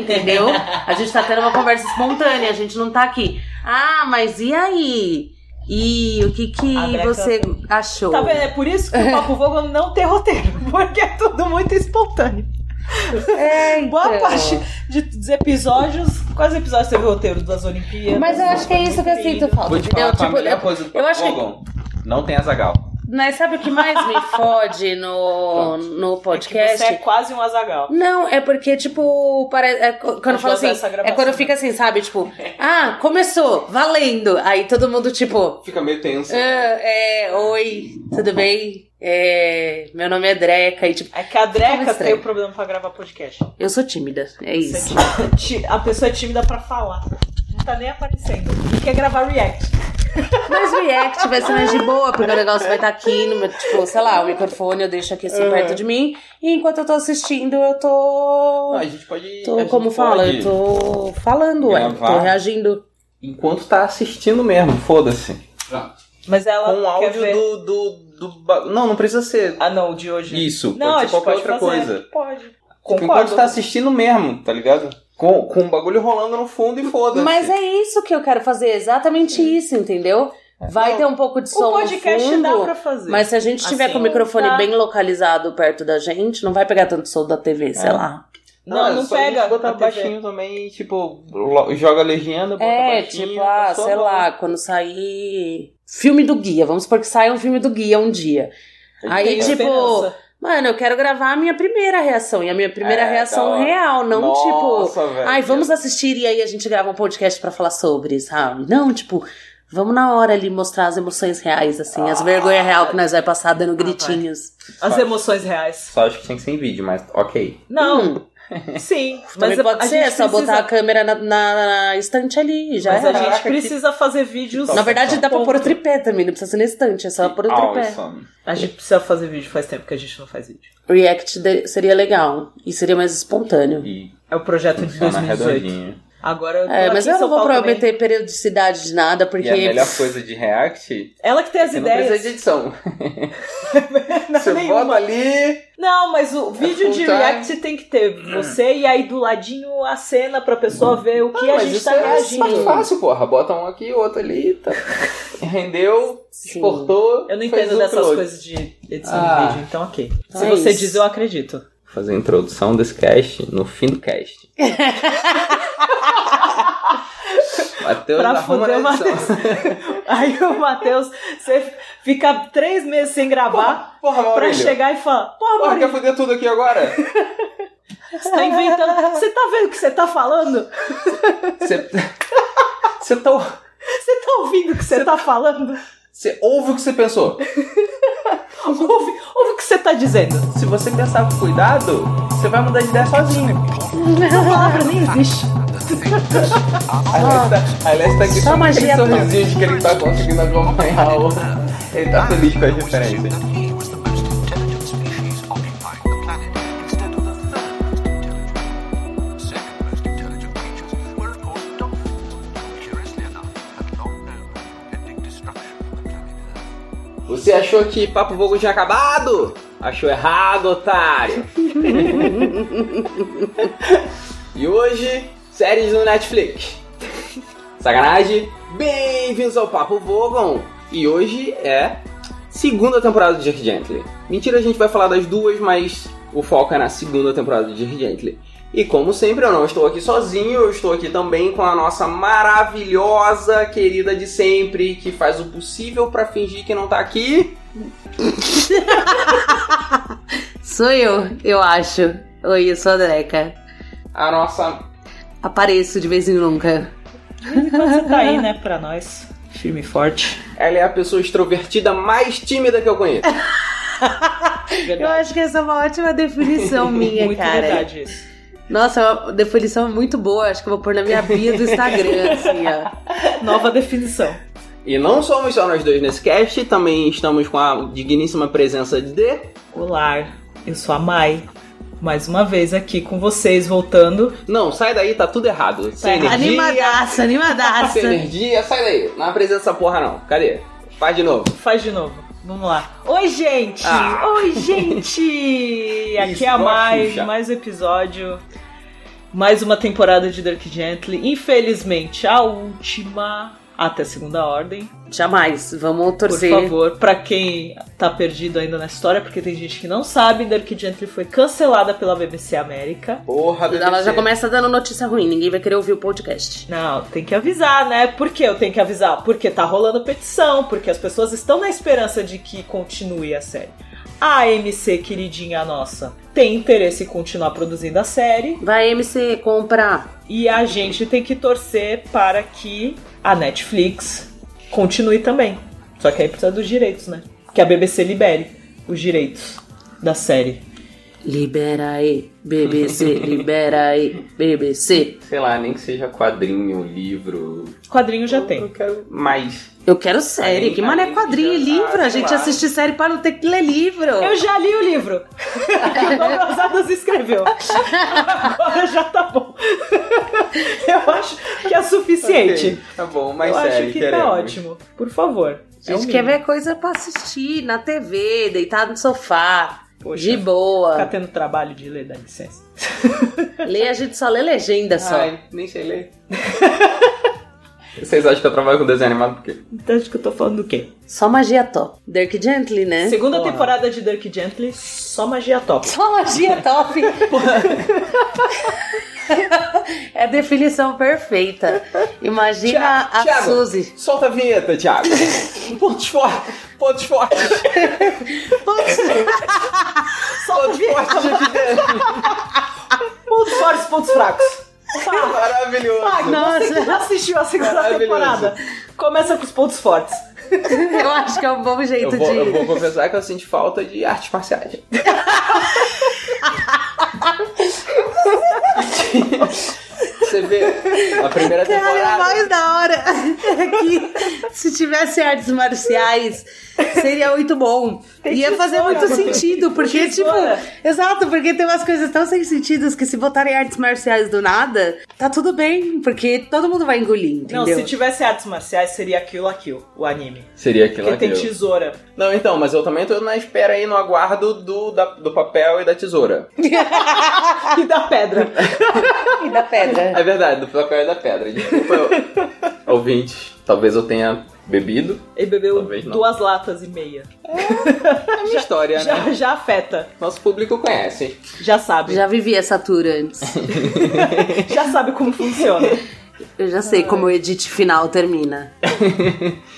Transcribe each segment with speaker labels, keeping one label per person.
Speaker 1: entendeu? A gente tá tendo uma conversa espontânea, a gente não tá aqui. Ah, mas e aí? E o que que
Speaker 2: Abre a
Speaker 1: você achou?
Speaker 2: Tá vendo? É por isso que o Papo Vogo não tem roteiro, porque é tudo muito espontâneo.
Speaker 1: É,
Speaker 2: Boa
Speaker 1: então.
Speaker 2: parte de, dos episódios, quais episódios teve roteiro das Olimpíadas?
Speaker 1: Mas eu acho que é isso que eu sinto falta.
Speaker 3: Vou te falar
Speaker 1: entendeu?
Speaker 3: qual a
Speaker 1: Tipo,
Speaker 3: melhor
Speaker 1: eu-
Speaker 3: coisa do
Speaker 1: acho que-
Speaker 3: Vogon. Não tem Azagal.
Speaker 1: Mas sabe o que mais me fode no, no podcast?
Speaker 2: Você é quase um Azagal.
Speaker 1: Não, é porque, tipo, pare... é co- quando eu
Speaker 2: Eu
Speaker 1: falo
Speaker 2: gosto
Speaker 1: assim,
Speaker 2: dessa
Speaker 1: é
Speaker 2: gravação.
Speaker 1: quando fica assim, sabe? Tipo, ah, começou, valendo. Aí todo mundo, tipo,
Speaker 3: Fica meio tenso.
Speaker 1: ah, é, oi, tudo bem? É, meu nome é Dreca. E, tipo,
Speaker 2: É que a
Speaker 1: Ficava
Speaker 2: Dreca tem
Speaker 1: estranho.
Speaker 2: o problema pra gravar podcast.
Speaker 1: eu sou tímida, é
Speaker 2: Você é
Speaker 1: isso.
Speaker 2: tímida. Ti- A pessoa é tímida pra falar. Não tá nem aparecendo. Quer gravar react.
Speaker 1: Mas react vai ser mais de boa, porque o negócio vai estar aqui, no meu, tipo, sei lá, o microfone eu deixo aqui assim
Speaker 2: Uhum.
Speaker 1: perto de mim. E enquanto eu tô assistindo, eu tô.
Speaker 3: Ah, a gente pode. a
Speaker 1: Tô,
Speaker 3: gente
Speaker 2: tá
Speaker 1: como fala,
Speaker 3: pode,
Speaker 1: eu tô falando, ué. Tô
Speaker 3: gravar.
Speaker 1: reagindo.
Speaker 3: Enquanto tá assistindo mesmo, foda-se.
Speaker 2: Mas ela
Speaker 3: Com
Speaker 2: quer
Speaker 3: áudio
Speaker 2: ver...
Speaker 3: do, do, do ba- Não, não precisa ser.
Speaker 2: Ah, não, o de hoje.
Speaker 3: Isso,
Speaker 2: Não,
Speaker 3: pode
Speaker 2: a
Speaker 3: ser
Speaker 2: gente
Speaker 3: qualquer
Speaker 2: pode
Speaker 3: outra
Speaker 2: fazer.
Speaker 3: coisa.
Speaker 2: Pode.
Speaker 3: Tipo, enquanto
Speaker 2: Concordo.
Speaker 3: tá assistindo mesmo, tá ligado? Com, com o bagulho rolando no fundo e foda-se.
Speaker 1: Mas é isso que eu quero fazer, exatamente isso, entendeu? Vai
Speaker 3: Não,
Speaker 1: ter um pouco de som
Speaker 2: É. O podcast
Speaker 1: no fundo,
Speaker 2: dá pra fazer.
Speaker 1: mas se a gente tiver
Speaker 2: Assim,
Speaker 1: com o microfone
Speaker 2: tá.
Speaker 1: bem localizado perto da gente, não vai pegar tanto som da TV, sei
Speaker 3: É.
Speaker 1: lá.
Speaker 2: Não, não,
Speaker 3: é só a gente
Speaker 2: pega.
Speaker 3: botar
Speaker 2: a TV.
Speaker 3: baixinho também, tipo, lo- joga a legenda, bota
Speaker 1: É,
Speaker 3: baixinho. tá
Speaker 1: tipo, ah,
Speaker 3: só
Speaker 1: sei
Speaker 3: bota.
Speaker 1: lá, quando sair filme do guia, vamos supor que saia um filme do guia um dia. Aí,
Speaker 2: Tem
Speaker 1: tipo,
Speaker 2: esperança.
Speaker 1: Mano, eu quero gravar a minha primeira reação, e a minha primeira
Speaker 3: É,
Speaker 1: reação
Speaker 3: da hora.
Speaker 1: real, não tipo,
Speaker 3: Nossa, velho.
Speaker 1: Ai, vamos assistir e aí a gente grava um podcast pra falar sobre, sabe? Não, tipo, vamos na hora ali mostrar as emoções reais, assim, as vergonhas real que nós vai passar dando gritinhos.
Speaker 2: as emoções reais.
Speaker 3: Só acho que tem que ser em vídeo, mas ok.
Speaker 2: Não, sim.
Speaker 1: Mas
Speaker 2: mas a-
Speaker 1: Hum, pode
Speaker 2: a
Speaker 1: ser, é
Speaker 2: gente
Speaker 1: só
Speaker 2: precisa-
Speaker 1: botar a câmera na, na estante ali, já
Speaker 2: Mas
Speaker 1: era.
Speaker 2: a gente
Speaker 3: Caraca,
Speaker 2: precisa fazer vídeos.
Speaker 1: Na verdade, dá pra
Speaker 2: Ponto.
Speaker 1: pôr o tripé também, não precisa ser na estante, é só pôr o tripé.
Speaker 3: Awesome.
Speaker 2: A gente precisa fazer vídeo, faz tempo que a gente não faz vídeo.
Speaker 1: React de- seria legal e seria mais espontâneo.
Speaker 3: E
Speaker 2: É o projeto de
Speaker 3: funciona
Speaker 2: 2018.
Speaker 3: Tá redondinho.
Speaker 2: Agora eu tô
Speaker 1: É,
Speaker 2: aqui
Speaker 1: mas
Speaker 2: em
Speaker 1: eu não
Speaker 2: São
Speaker 1: vou
Speaker 2: Paulo também.
Speaker 1: prometer periodicidade de nada,
Speaker 3: E a
Speaker 1: porque.
Speaker 3: melhor coisa de React
Speaker 2: Ela que tem as
Speaker 3: Você não
Speaker 2: ideias.
Speaker 3: precisa de edição.
Speaker 2: Não,
Speaker 3: Você
Speaker 2: nenhuma.
Speaker 3: bota ali.
Speaker 2: Não, mas o vídeo de
Speaker 3: É full time.
Speaker 2: react tem que ter você e aí do ladinho a cena pra pessoa ver o
Speaker 3: Ah,
Speaker 2: que a gente
Speaker 3: é
Speaker 2: tá
Speaker 3: fácil,
Speaker 2: reagindo.
Speaker 3: fácil, porra. Bota um aqui, outro ali. Tá.
Speaker 2: é
Speaker 3: Rendeu,
Speaker 1: Sim.
Speaker 3: exportou.
Speaker 2: Eu não
Speaker 3: fez
Speaker 2: entendo
Speaker 3: um
Speaker 2: dessas
Speaker 3: upload.
Speaker 2: coisas de edição
Speaker 3: Ah.
Speaker 2: de vídeo, então ok.
Speaker 1: Então
Speaker 2: Se
Speaker 1: é
Speaker 2: você
Speaker 1: isso.
Speaker 2: diz, eu acredito.
Speaker 3: Vou Fazer a introdução desse cast no fim do cast. Matheus
Speaker 2: Pra
Speaker 3: arruma
Speaker 2: fuder
Speaker 3: na
Speaker 2: o
Speaker 3: edição.
Speaker 2: Aí o Matheus, você fica três meses sem gravar
Speaker 3: Porra,
Speaker 2: pra
Speaker 3: Maurílio.
Speaker 2: chegar e falar: Porra,
Speaker 3: Porra,
Speaker 2: Maurício,
Speaker 3: quer fuder tudo aqui agora?
Speaker 2: você tá inventando. Você tá vendo o que você tá falando?
Speaker 3: Você... Você, tá...
Speaker 2: Você tá ouvindo o que você tá falando?
Speaker 3: você ouve o que você pensou.
Speaker 2: Ouve, ouve o que você tá dizendo.
Speaker 3: Se você pensar com cuidado, você vai mudar de ideia sozinho.
Speaker 2: Essa palavra nem existe.
Speaker 3: A Alessa- a Alessa tá aqui
Speaker 1: Só
Speaker 3: com
Speaker 1: magia
Speaker 3: aquele sorrisinho de que ele tá conseguindo acompanhar o... Ele tá feliz com as referências. Você achou que Papo Vogo tinha acabado? Achou errado, otário! e hoje, séries no Netflix. Sacanagem? Bem-vindos ao Papo Vogon! E hoje é segunda temporada do Jack Gently. Mentira, a gente vai falar das duas, mas o foco é na segunda temporada do Jack Gently. E como sempre, eu não estou aqui sozinho, eu estou aqui também com a nossa maravilhosa querida de sempre, que faz o possível pra fingir que não tá aqui.
Speaker 1: Sou eu, eu acho. Oi, eu sou a Dreca.
Speaker 3: A nossa.
Speaker 1: Apareço de vez em nunca.
Speaker 2: Você tá aí, né, pra nós. Firme e forte.
Speaker 3: Ela é a pessoa extrovertida mais tímida que eu conheço.
Speaker 1: Eu acho que essa é uma ótima definição minha,
Speaker 2: Muito
Speaker 1: cara.
Speaker 2: verdade isso.
Speaker 1: Nossa, é uma definição muito boa. Acho que eu vou pôr na minha bio do Instagram, assim, ó.
Speaker 2: Nova definição.
Speaker 3: E não somos só nós dois nesse cast, também estamos com a digníssima presença de.
Speaker 2: Olá, eu sou a Mai. Mais uma vez aqui com vocês, voltando.
Speaker 3: Não, sai daí, tá tudo errado. Sem energia.
Speaker 1: Animadaça, animadaça.
Speaker 3: Sem energia, sai daí. Não apresenta essa porra, não. Cadê? Faz de novo.
Speaker 2: Faz de novo. Vamos lá. Oi, gente!
Speaker 3: Ah.
Speaker 2: Oi, gente! Aqui
Speaker 3: Isso,
Speaker 2: é a
Speaker 3: boa
Speaker 2: Mai,
Speaker 3: ficha.
Speaker 2: mais um episódio. Mais uma temporada de Dirk Gently. Infelizmente, a última. Até segunda ordem.
Speaker 1: Jamais. Vamos
Speaker 2: Por
Speaker 1: torcer.
Speaker 2: favor, pra quem tá perdido ainda na história, porque tem gente que não sabe, Dirk Gently foi cancelada pela BBC América.
Speaker 3: Porra, BBC.
Speaker 1: Ela já começa dando notícia ruim, ninguém vai querer ouvir o podcast.
Speaker 2: Não, tem que avisar, né? Por que eu tenho que avisar? Porque tá rolando petição, porque as pessoas estão na esperança de que continue a série. A MC, queridinha nossa, tem interesse em continuar produzindo a série
Speaker 1: Vai, MC, compra.
Speaker 2: e a gente tem que torcer para que a Netflix continue também. Só que aí precisa dos direitos, né? Que a BBC libere os direitos da série.
Speaker 1: Libera aí, BBC, libera aí, BBC.
Speaker 3: Sei lá, nem que seja quadrinho, livro.
Speaker 2: Quadrinho já
Speaker 3: Eu
Speaker 2: tem.
Speaker 3: quero mais.
Speaker 1: Eu quero série,
Speaker 3: Aí,
Speaker 1: que
Speaker 3: aí,
Speaker 1: mané quadrinho e
Speaker 3: já-
Speaker 1: livro.
Speaker 3: ah,
Speaker 1: A gente
Speaker 3: claro.
Speaker 1: assiste série para não ter que ler livro.
Speaker 2: Eu já li o livro. o Douglas Adams escreveu. Agora já tá bom. Eu acho que é suficiente.
Speaker 3: Ok, tá bom, mais
Speaker 2: Eu
Speaker 3: série,
Speaker 2: acho que
Speaker 3: queremos.
Speaker 2: tá ótimo. Por favor.
Speaker 1: A gente
Speaker 2: é o
Speaker 1: quer
Speaker 2: mínimo.
Speaker 1: ver coisa pra assistir na TV, deitado no sofá,
Speaker 2: Poxa,
Speaker 1: de
Speaker 2: Tá
Speaker 1: boa.
Speaker 2: tendo trabalho de ler, dá licença.
Speaker 1: Lê, a gente só lê
Speaker 3: É
Speaker 1: legenda só.
Speaker 3: Ai, nem sei ler. Vocês acham que eu trabalho com desenho animado por quê?
Speaker 2: Então acho que eu tô falando do quê?
Speaker 1: Só magia top. Dirk Gently, né?
Speaker 2: Segunda
Speaker 3: Porra.
Speaker 2: temporada de Dirk Gently, só magia top.
Speaker 1: Só magia top. é a definição perfeita. Imagina
Speaker 3: Thiago,
Speaker 1: a
Speaker 3: Thiago,
Speaker 1: Suzy.
Speaker 3: Solta a vinheta, Thiago. pontos fortes, pontos fortes, pontos fortes de Dirk.
Speaker 2: Pontos fortes, pontos fracos. Tá.
Speaker 3: Maravilhoso.
Speaker 2: Ai,
Speaker 1: Nossa.
Speaker 2: Nossa. Você que não assistiu a segunda
Speaker 3: Maravilhoso.
Speaker 2: temporada, começa com os pontos fortes.
Speaker 1: Eu acho que é um bom
Speaker 3: eu,
Speaker 1: jeito
Speaker 3: vou,
Speaker 1: de.
Speaker 3: eu vou confessar que eu sinto falta de artes marciais. Você vê, a primeira
Speaker 1: Cara, é
Speaker 3: temporada.
Speaker 1: mais da hora É que se tivesse artes marciais seria muito bom.
Speaker 2: Tem
Speaker 1: Ia fazer
Speaker 2: tesoura.
Speaker 1: muito sentido, porque, tipo,
Speaker 2: tesoura.
Speaker 1: exato, porque tem umas coisas tão sem sentido que se botarem artes marciais do nada, tá tudo bem, porque todo mundo vai engolir, entendeu?
Speaker 2: Não, se tivesse artes marciais, seria Kill la Kill, o anime.
Speaker 3: Seria aquilo
Speaker 2: Porque
Speaker 3: lá
Speaker 2: tem
Speaker 3: que eu-
Speaker 2: tesoura.
Speaker 3: Não, então, mas eu também tô na espera aí, no aguardo do, da- do papel e da tesoura.
Speaker 2: E da pedra.
Speaker 1: E da pedra.
Speaker 3: É verdade, do papel e da pedra. Desculpa, eu... ouvinte. Talvez eu tenha bebido.
Speaker 2: Ele bebeu
Speaker 3: Talvez não.
Speaker 2: duas latas e meia.
Speaker 3: É a minha história, né?
Speaker 2: Já, já afeta.
Speaker 3: Nosso público conhece.
Speaker 2: Já sabe. Já,
Speaker 1: Já vivi essa tour antes.
Speaker 2: sabe como funciona.
Speaker 1: Eu já sei como o edit final termina.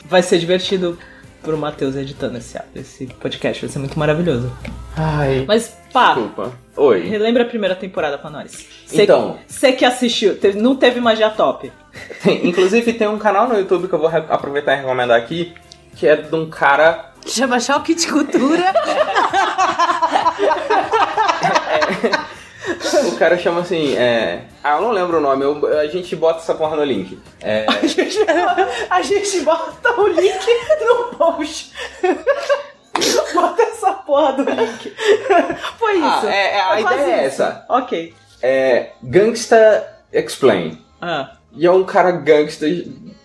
Speaker 2: Vai ser divertido pro Matheus editando esse, esse podcast. Vai ser muito maravilhoso.
Speaker 3: Ai.
Speaker 2: Mas, pá,
Speaker 3: Desculpa. Oi.
Speaker 2: relembra a primeira temporada pra nós.
Speaker 3: Então.
Speaker 2: Você que assistiu, teve- não teve magia top.
Speaker 3: Tem- inclusive tem um canal no YouTube que eu vou re- aproveitar e recomendar aqui, que é de um cara.
Speaker 1: Chama choque de cultura.
Speaker 3: O cara chama assim, é. Ah, eu não lembro o nome, eu- a gente bota essa porra no link. É.
Speaker 2: A gente, a gente bota o link no post. Bota essa porra do link. Foi isso.
Speaker 3: Ah, é, é, a
Speaker 2: Foi quase
Speaker 3: ideia é
Speaker 2: isso.
Speaker 3: essa.
Speaker 2: Ok.
Speaker 3: É. Gangsta Explain.
Speaker 2: Ah.
Speaker 3: E é um cara gangsta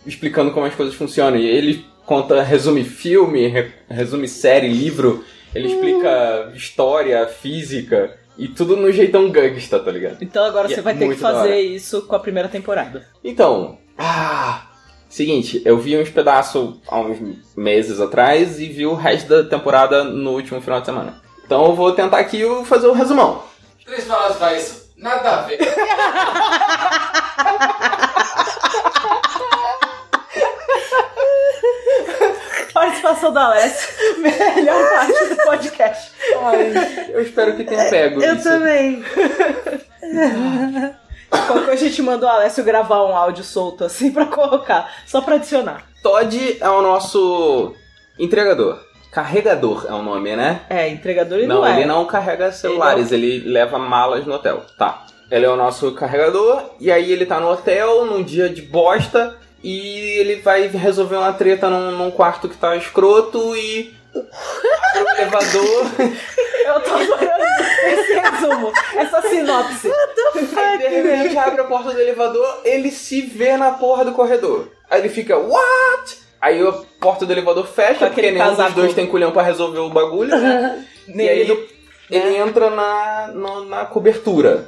Speaker 3: explicando como as coisas funcionam. E ele conta, resume filme, re- resume série, livro, ele explica história, física. E tudo no jeitão gangsta, tá ligado?
Speaker 2: Então agora
Speaker 3: E
Speaker 2: você
Speaker 3: é
Speaker 2: vai ter que
Speaker 3: muito da hora.
Speaker 2: fazer isso com a primeira temporada.
Speaker 3: Então, ah, seguinte, eu vi uns pedaços há uns meses atrás e vi o resto da temporada no último final de semana. Então eu vou tentar aqui o- fazer o resumão.
Speaker 4: Três palavras pra isso. Nada a ver.
Speaker 2: Participação da Alessia, melhor parte do podcast.
Speaker 3: eu espero que tenha pego
Speaker 1: É, Eu
Speaker 3: isso.
Speaker 1: também.
Speaker 2: Qualquer coisa a gente mandou a Alessio gravar um áudio solto assim pra colocar, só pra adicionar.
Speaker 3: Todd é o nosso entregador. Carregador é o nome, né?
Speaker 2: É, entregador e
Speaker 3: não,
Speaker 2: não, é.
Speaker 3: ele não carrega celulares, ele, leva malas no hotel. Tá. Ele é o nosso carregador, e aí ele tá no hotel num dia de bosta, e ele vai resolver uma treta num, num quarto que tá escroto e. abre o elevador.
Speaker 2: Eu tô adorando esse resumo, essa sinopse.
Speaker 3: aí de repente abre a porta do elevador, ele se vê na porra do corredor. Aí ele fica, what? Aí a porta do elevador
Speaker 2: Com
Speaker 3: fecha, porque
Speaker 2: aquele
Speaker 3: nenhum dos
Speaker 2: casaco.
Speaker 3: dois tem culhão pra resolver o
Speaker 2: Né?
Speaker 3: bagulho, né? E aí ele, ele entra na, no- na cobertura.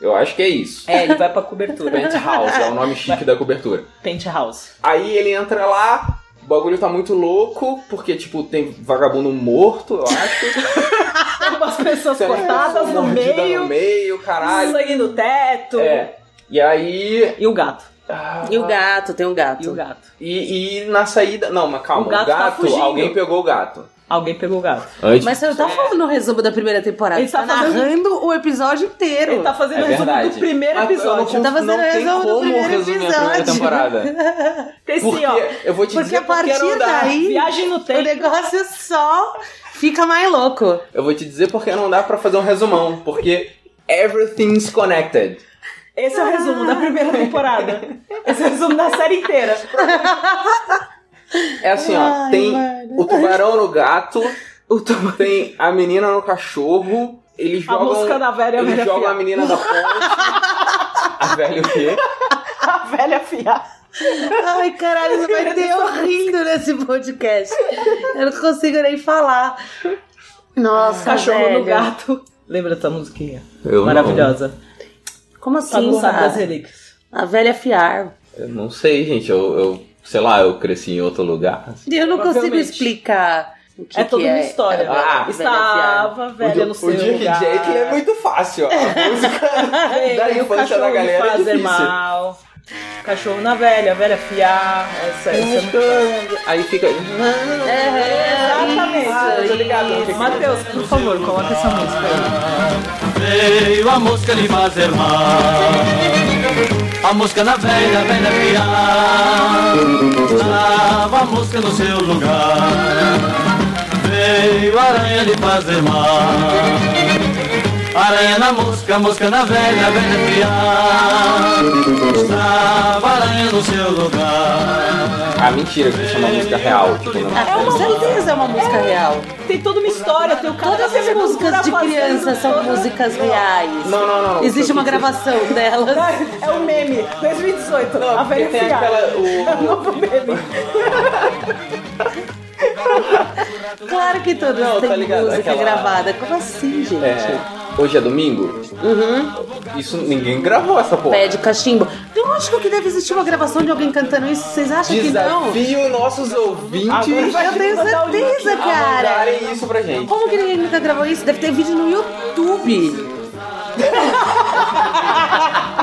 Speaker 3: Eu acho que é isso.
Speaker 2: É, ele vai pra cobertura.
Speaker 3: Penthouse é o nome chique da cobertura.
Speaker 2: Penthouse.
Speaker 3: Aí ele entra lá, o bagulho tá muito louco, porque, tipo, tem vagabundo morto, eu acho.
Speaker 2: Umas pessoas
Speaker 3: Tem uma
Speaker 2: cortadas no
Speaker 3: mordida no
Speaker 2: meio,
Speaker 3: meio, caralho.
Speaker 2: sangue no teto.
Speaker 3: É. E aí.
Speaker 2: E o gato.
Speaker 3: ah,
Speaker 1: E o gato, tem um gato.
Speaker 2: E o gato.
Speaker 3: E, e na saída. Não, mas calma,
Speaker 2: O gato tá fugindo.
Speaker 3: alguém pegou o gato.
Speaker 2: Alguém pegou o gato.
Speaker 3: Antes.
Speaker 1: Mas você não tá falando o resumo da primeira temporada.
Speaker 2: É. Ele
Speaker 1: Ele
Speaker 2: tá
Speaker 1: tá,
Speaker 2: fazendo-
Speaker 1: narrando o episódio inteiro.
Speaker 2: Ele tá fazendo
Speaker 3: É
Speaker 2: o resumo
Speaker 3: verdade.
Speaker 2: do primeiro
Speaker 3: Mas eu não
Speaker 2: episódio.
Speaker 3: consigo-
Speaker 1: Tá fazendo
Speaker 3: não tem
Speaker 1: resumo do
Speaker 3: como
Speaker 1: primeiro
Speaker 3: resumir a primeira
Speaker 1: episódio.
Speaker 3: temporada.
Speaker 2: Tem sim,
Speaker 3: Porque
Speaker 2: Assim, ó.
Speaker 3: eu vou te
Speaker 1: Porque
Speaker 3: dizer
Speaker 1: a
Speaker 3: porque
Speaker 1: partir
Speaker 3: não dá.
Speaker 1: daí-
Speaker 2: Viagem no
Speaker 1: O
Speaker 2: tempo.
Speaker 1: negócio só fica mais louco.
Speaker 3: Eu vou te dizer porque não dá pra fazer um resumão. Porque everything's connected.
Speaker 2: Esse é o resumo da primeira temporada. Esse é o resumo da série inteira.
Speaker 3: É assim, ó.
Speaker 1: Ai,
Speaker 3: tem
Speaker 1: mano.
Speaker 3: o tubarão no gato, tem a menina no cachorro, eles
Speaker 2: A
Speaker 3: jogam.
Speaker 2: música da velha e a
Speaker 3: eles
Speaker 2: velha
Speaker 3: jogam
Speaker 2: fiada.
Speaker 3: a menina da ponte. a velha o quê?
Speaker 2: A velha fiada.
Speaker 1: Ai, caralho, você vai ter eu rindo nesse podcast. Eu não consigo nem falar. Nossa,
Speaker 2: Cachorro
Speaker 1: velho.
Speaker 2: no gato. Lembra dessa musiquinha?
Speaker 3: Eu não.
Speaker 2: Maravilhosa.
Speaker 1: Como
Speaker 2: Só
Speaker 1: assim,
Speaker 2: não sabe das
Speaker 1: Sara?
Speaker 2: relíquias.
Speaker 1: A velha fiar.
Speaker 3: Eu não sei, gente. Eu, eu- sei lá, eu cresci em outro lugar. assim.
Speaker 1: Eu não consigo
Speaker 2: Provavelmente.
Speaker 1: explicar o que
Speaker 2: é toda
Speaker 1: que
Speaker 2: uma história.
Speaker 1: É, a
Speaker 3: Ah,
Speaker 1: velha fiar.
Speaker 2: Estava velha
Speaker 3: o,
Speaker 2: no
Speaker 3: Di-
Speaker 2: seu
Speaker 3: o Dirk
Speaker 2: lugar.
Speaker 3: Jake é muito fácil, ó. A música
Speaker 2: Veio
Speaker 3: da
Speaker 2: o
Speaker 3: infância
Speaker 2: cachorro
Speaker 3: da
Speaker 2: me
Speaker 3: galera é
Speaker 2: fazer
Speaker 3: difícil.
Speaker 2: mal. Cachorro na velha, a velha fiar. Essa, essa é muito
Speaker 3: Aí fica.
Speaker 2: É, Exatamente. Ah,
Speaker 1: Isso,
Speaker 3: eu tô ligado,
Speaker 2: é
Speaker 3: eu tô ligado.
Speaker 2: Matheus, por favor, coloca essa música
Speaker 5: Veio a mosca lhe fazer mal A mosca na velha, velha piar Estava a mosca no seu lugar Veio a aranha lhe fazer mal Aranha na mosca, mosca na velha, velha piar Estava a aranha no seu lugar
Speaker 3: Ah, mentira, que chama música real. Tipo, não.
Speaker 1: Ah, com certeza é uma música real.
Speaker 2: aí. Tem toda uma história, tem o cara
Speaker 1: Todas
Speaker 2: da
Speaker 1: as tá músicas de criança são músicas reais.
Speaker 3: Não, não, não.
Speaker 1: Existe uma gravação delas.
Speaker 2: É o meme, 2018,
Speaker 3: Não,
Speaker 2: a velha
Speaker 3: porque tem
Speaker 2: fiar.
Speaker 3: aquela- o-
Speaker 2: É o novo meme.
Speaker 1: Claro que todas
Speaker 3: Não,
Speaker 1: têm
Speaker 3: tá ligado,
Speaker 1: música
Speaker 3: aquela-
Speaker 1: gravada. Como assim, gente?
Speaker 3: É, hoje é domingo? Uhum. Isso ninguém gravou essa porra.
Speaker 1: Pé de cachimbo. Lógico que deve existir é uma gravação de alguém cantando isso. Vocês acham que
Speaker 3: Desafio nossos ouvintes
Speaker 1: não? Eu tenho certeza,
Speaker 3: a
Speaker 1: cara.
Speaker 3: mandarem isso pra gente.
Speaker 1: Como que ninguém nunca gravou isso? Deve ter vídeo no YouTube.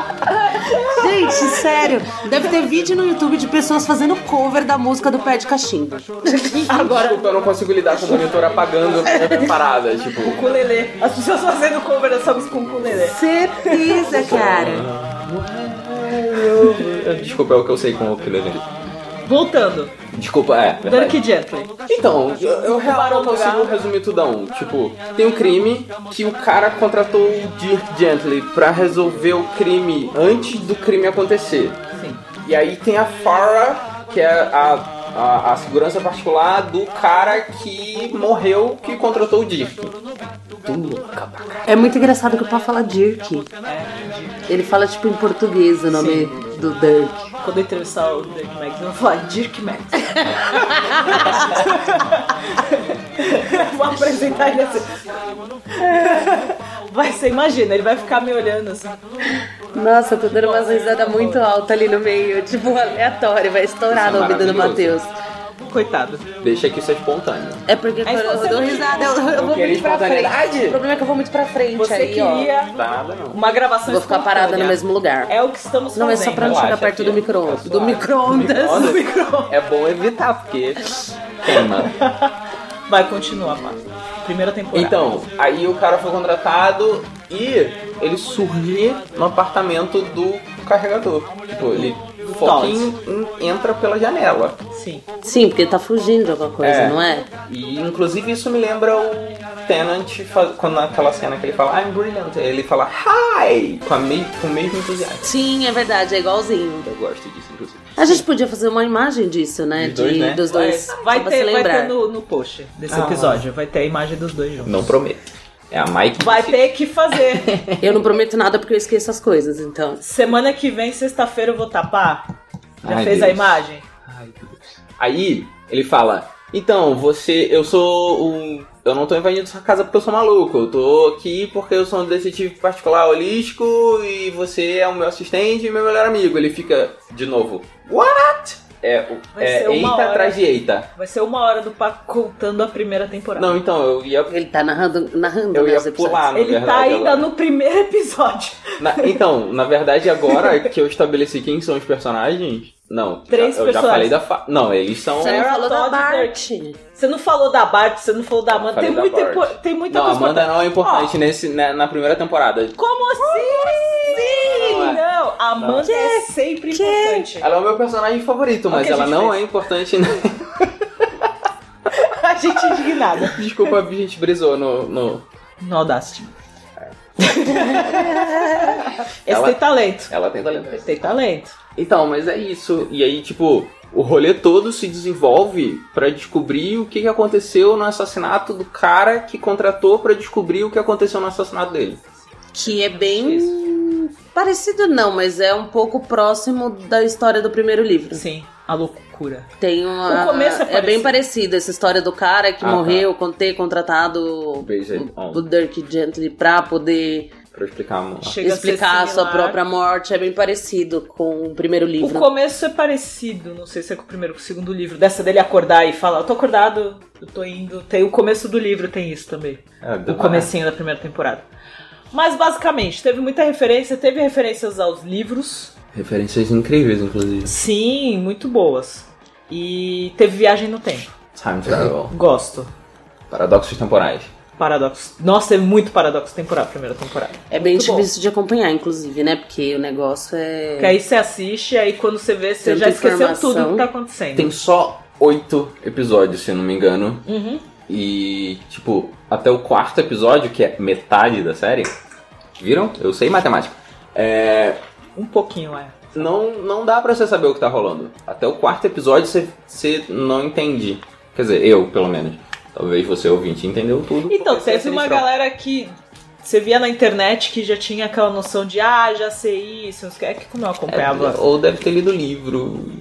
Speaker 1: Gente, sério, deve ter vídeo no YouTube de pessoas fazendo cover da música do pé de cachimbo.
Speaker 3: Desculpa, eu não consigo lidar com o monitor apagando a parada. Tipo,
Speaker 2: Ukulele. As pessoas fazendo cover dessa música com ukulele.
Speaker 1: Certeza, cara.
Speaker 3: desculpa, é o que eu sei com o ukulele.
Speaker 2: Voltando,
Speaker 3: Desculpa, é. verdade.
Speaker 2: Dirk Gently.
Speaker 3: Então, eu, eu real não
Speaker 2: Barão do
Speaker 3: consigo
Speaker 2: Galo.
Speaker 3: resumir tudão. Tipo, tem um crime que o cara contratou o Dirk Gently pra resolver o crime antes do crime acontecer.
Speaker 2: Sim.
Speaker 3: E aí tem a Farah, que é a, a, a segurança particular do cara que morreu, que contratou o Dirk. Tô louca pra caralho.
Speaker 1: É muito engraçado que o papo fala Dirk. Ele fala tipo em português o nome do Dirk.
Speaker 2: Quando eu entrevistar o Dirk Max, eu vou falar Dirk Max. vou apresentar ele assim. Vai ser, imagina, ele vai ficar me olhando assim.
Speaker 1: Nossa, eu tô dando umas risadas muito alta ali no meio. Tipo, aleatório, vai estourar
Speaker 3: Isso é
Speaker 1: no ouvido do
Speaker 3: maravilhoso.
Speaker 1: Matheus.
Speaker 2: Coitado.
Speaker 3: Deixa que isso é espontâneo.
Speaker 1: É porque
Speaker 2: Aí
Speaker 1: quando
Speaker 2: você
Speaker 1: eu dou
Speaker 2: não-
Speaker 1: risada, eu, eu vou
Speaker 3: queria
Speaker 1: muito pra frente.
Speaker 3: espontaneidade?
Speaker 1: O problema é que eu vou muito pra frente
Speaker 2: Você
Speaker 1: aí, ó.
Speaker 2: queria
Speaker 3: Tá nada não.
Speaker 2: uma gravação
Speaker 1: Vou ficar
Speaker 2: espontânea.
Speaker 1: parada no mesmo lugar.
Speaker 2: É o que estamos
Speaker 1: Não, é
Speaker 2: fazendo.
Speaker 1: só pra não
Speaker 3: Relaxa,
Speaker 1: chegar perto do
Speaker 3: filha.
Speaker 1: micro
Speaker 3: Tá
Speaker 1: do
Speaker 3: suave.
Speaker 1: micro-ondas.
Speaker 3: Do É bom evitar, porque queima.
Speaker 2: Vai continuar, Pá. Primeira temporada.
Speaker 3: Então, aí o cara foi contratado e ele surge no apartamento do carregador. Tipo, ele fucking en- entra pela janela.
Speaker 2: Sim.
Speaker 1: Sim, porque tá fugindo de alguma coisa,
Speaker 3: É.
Speaker 1: não é?
Speaker 3: E inclusive isso me lembra o Tenant faz- quando naquela cena que ele fala I'm brilliant, ele fala hi com, a mei- com o mesmo entusiasmo.
Speaker 1: Sim, é verdade, é igualzinho.
Speaker 3: Eu gosto disso, inclusive.
Speaker 1: A gente podia fazer uma imagem disso, né?
Speaker 3: Dos dois,
Speaker 1: De-
Speaker 3: né?
Speaker 1: Dos dois.
Speaker 2: É, Vai
Speaker 1: só pra
Speaker 2: ter,
Speaker 1: se
Speaker 2: vai
Speaker 1: lembrar.
Speaker 2: ter no, no post desse
Speaker 3: Ah.
Speaker 2: episódio. Vai ter a imagem dos dois juntos.
Speaker 3: Não prometo. É a Mike.
Speaker 2: Vai ter que fazer.
Speaker 1: Eu não prometo nada porque eu esqueço as coisas, então.
Speaker 2: Semana que vem, sexta-feira, eu vou tapar. Já
Speaker 3: Ai,
Speaker 2: fez a
Speaker 3: Deus.
Speaker 2: imagem?
Speaker 3: Ai, Deus. Aí ele fala Então, você. Eu sou um. Eu não tô invadindo sua casa porque eu sou maluco. Eu tô aqui porque eu sou um detetive particular holístico e você é o meu assistente e meu melhor amigo. Ele fica de novo. What? É, o-
Speaker 2: Vai
Speaker 3: é
Speaker 2: ser uma
Speaker 3: eita
Speaker 2: hora.
Speaker 3: atrás de eita.
Speaker 2: Vai ser uma hora do Paco contando a primeira temporada.
Speaker 3: Não, então, eu ia.
Speaker 1: Ele tá narrando, narrando
Speaker 3: Eu
Speaker 1: né,
Speaker 3: ia
Speaker 1: os episódios.
Speaker 3: pular, na
Speaker 2: Ele
Speaker 3: verdade.
Speaker 2: tá ainda
Speaker 3: agora.
Speaker 2: no primeiro episódio.
Speaker 3: Na- então, na verdade, agora que eu estabeleci quem são os personagens. Não,
Speaker 2: Três
Speaker 3: já- eu já
Speaker 2: personagens. é
Speaker 3: falei da. Fa... Não, eles são.
Speaker 1: Você não
Speaker 2: Sarah
Speaker 1: falou da
Speaker 2: Todd
Speaker 1: Bart.
Speaker 2: Você não falou da Bart, você não falou da Amanda.
Speaker 3: Falei
Speaker 2: Tem,
Speaker 3: da
Speaker 2: muita
Speaker 3: Bart.
Speaker 2: impo- tem muita
Speaker 3: Não,
Speaker 2: coisa. pra-
Speaker 3: Amanda não é importante nesse, né, na primeira temporada.
Speaker 2: Como assim? Sim!
Speaker 3: Não é.
Speaker 2: Não, a Amanda é sempre importante.
Speaker 3: Ela é o meu personagem favorito,
Speaker 2: Olha o
Speaker 3: mas
Speaker 2: que a
Speaker 3: ela
Speaker 2: gente
Speaker 3: não
Speaker 2: fez.
Speaker 3: é importante. né?
Speaker 2: A gente é indignada.
Speaker 3: Desculpa, a gente brisou no. no-
Speaker 2: No Audacity. Esse
Speaker 3: Ela-
Speaker 2: tem talento.
Speaker 3: Ela tem talento.
Speaker 2: Esse tem talento.
Speaker 3: Então, mas é isso. E aí, tipo, o rolê todo se desenvolve pra descobrir o que que aconteceu no assassinato do cara que contratou pra descobrir o que aconteceu no assassinato dele.
Speaker 1: Que é bem. Parecido não, mas é um pouco próximo da história do primeiro livro.
Speaker 2: Sim, a loucura.
Speaker 1: Tem uma.
Speaker 2: O começo é
Speaker 1: bem parecido essa história do cara que
Speaker 3: Ah, tá.
Speaker 1: morreu com ter contratado
Speaker 3: Beijo aí.
Speaker 1: o Dirk Gently pra poder
Speaker 3: Pra eu explicar, mano.
Speaker 2: Chega a ser
Speaker 1: explicar a sua
Speaker 2: similar.
Speaker 1: própria morte. É bem parecido com o primeiro
Speaker 2: O
Speaker 1: livro. né?
Speaker 2: começo é parecido, não sei se é com o primeiro ou com o segundo livro. Dessa dele acordar e falar, eu tô acordado, eu tô indo. Tem o começo do livro, tem isso também.
Speaker 3: É,
Speaker 2: O comecinho da primeira temporada. Mas basicamente, teve muita referência, teve referências aos livros.
Speaker 3: Referências incríveis, inclusive.
Speaker 2: Sim, muito boas. E teve viagem no tempo.
Speaker 3: Time travel.
Speaker 2: Gosto.
Speaker 3: Paradoxos temporais.
Speaker 2: Paradoxo. Nossa, teve muito paradoxo temporal a primeira temporada.
Speaker 1: É bem
Speaker 2: Muito bom.
Speaker 1: difícil de acompanhar, inclusive, né? Porque o negócio é.
Speaker 2: Porque aí você assiste, aí quando você vê, você
Speaker 1: Tanta
Speaker 2: já esqueceu
Speaker 1: informação.
Speaker 2: tudo que tá acontecendo.
Speaker 3: Tem só oito episódios, se eu não me engano.
Speaker 2: Uhum.
Speaker 3: E, tipo, até o quarto episódio, que é metade da série. Viram? Eu sei matemática. É,
Speaker 2: Um pouquinho, é.
Speaker 3: não, não dá pra você saber o que tá rolando. Até o quarto episódio você, você não entende. Quer dizer, eu, pelo menos. Talvez você, ouvinte, entendeu tudo.
Speaker 2: Então,
Speaker 3: porque você é
Speaker 2: teve uma
Speaker 3: sinistrão.
Speaker 2: galera que você via na internet que já tinha aquela noção de, ah, já sei isso, não sei o que. É que como eu acompanhava.
Speaker 3: É, ou deve ter lido o livro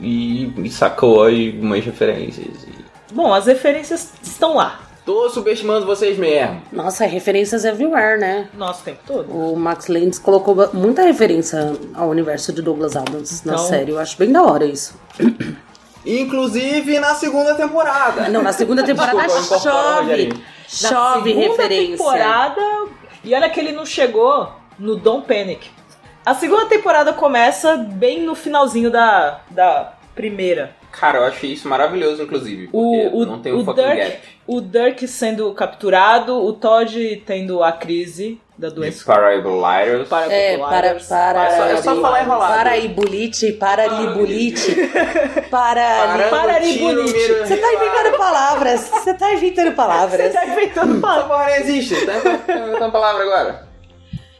Speaker 3: e, e sacou algumas referências. E...
Speaker 2: Bom, as referências estão lá.
Speaker 3: Tô subestimando vocês mesmo.
Speaker 1: Nossa, é referências everywhere, né?
Speaker 2: Nosso tempo todo.
Speaker 1: O Max Landis colocou ba- muita referência ao universo de Douglas Adams na
Speaker 2: Então-
Speaker 1: série. Eu acho bem da hora isso.
Speaker 3: Inclusive na segunda temporada.
Speaker 1: Não, na segunda temporada
Speaker 3: Desculpa, eu incorporo,
Speaker 1: chove.
Speaker 3: Rogerinho.
Speaker 1: Chove
Speaker 2: Na segunda
Speaker 1: referência.
Speaker 2: temporada. E olha que ele não chegou no Don't Panic. A segunda temporada começa bem no finalzinho da, da primeira.
Speaker 3: Cara, eu achei isso maravilhoso, inclusive. Porque
Speaker 2: O, o,
Speaker 3: não tem um
Speaker 2: o
Speaker 3: fucking
Speaker 2: Dirk,
Speaker 3: gap.
Speaker 2: o Dirk sendo capturado, o Todd tendo a crise da
Speaker 3: De
Speaker 2: doença.
Speaker 3: Parabolators.
Speaker 1: É, para, para.
Speaker 3: É só- é só falar enrolado. Ah,
Speaker 1: Para Ibulite, para Libulite, para.
Speaker 3: Parando,
Speaker 2: para
Speaker 3: tiro,
Speaker 2: Ibulite.
Speaker 3: miro,
Speaker 1: Você tá inventando palavras. Você tá inventando palavras.
Speaker 2: Tá inventando
Speaker 3: Essa
Speaker 2: palavra.
Speaker 3: porra não existe. Tá inventando a palavra agora.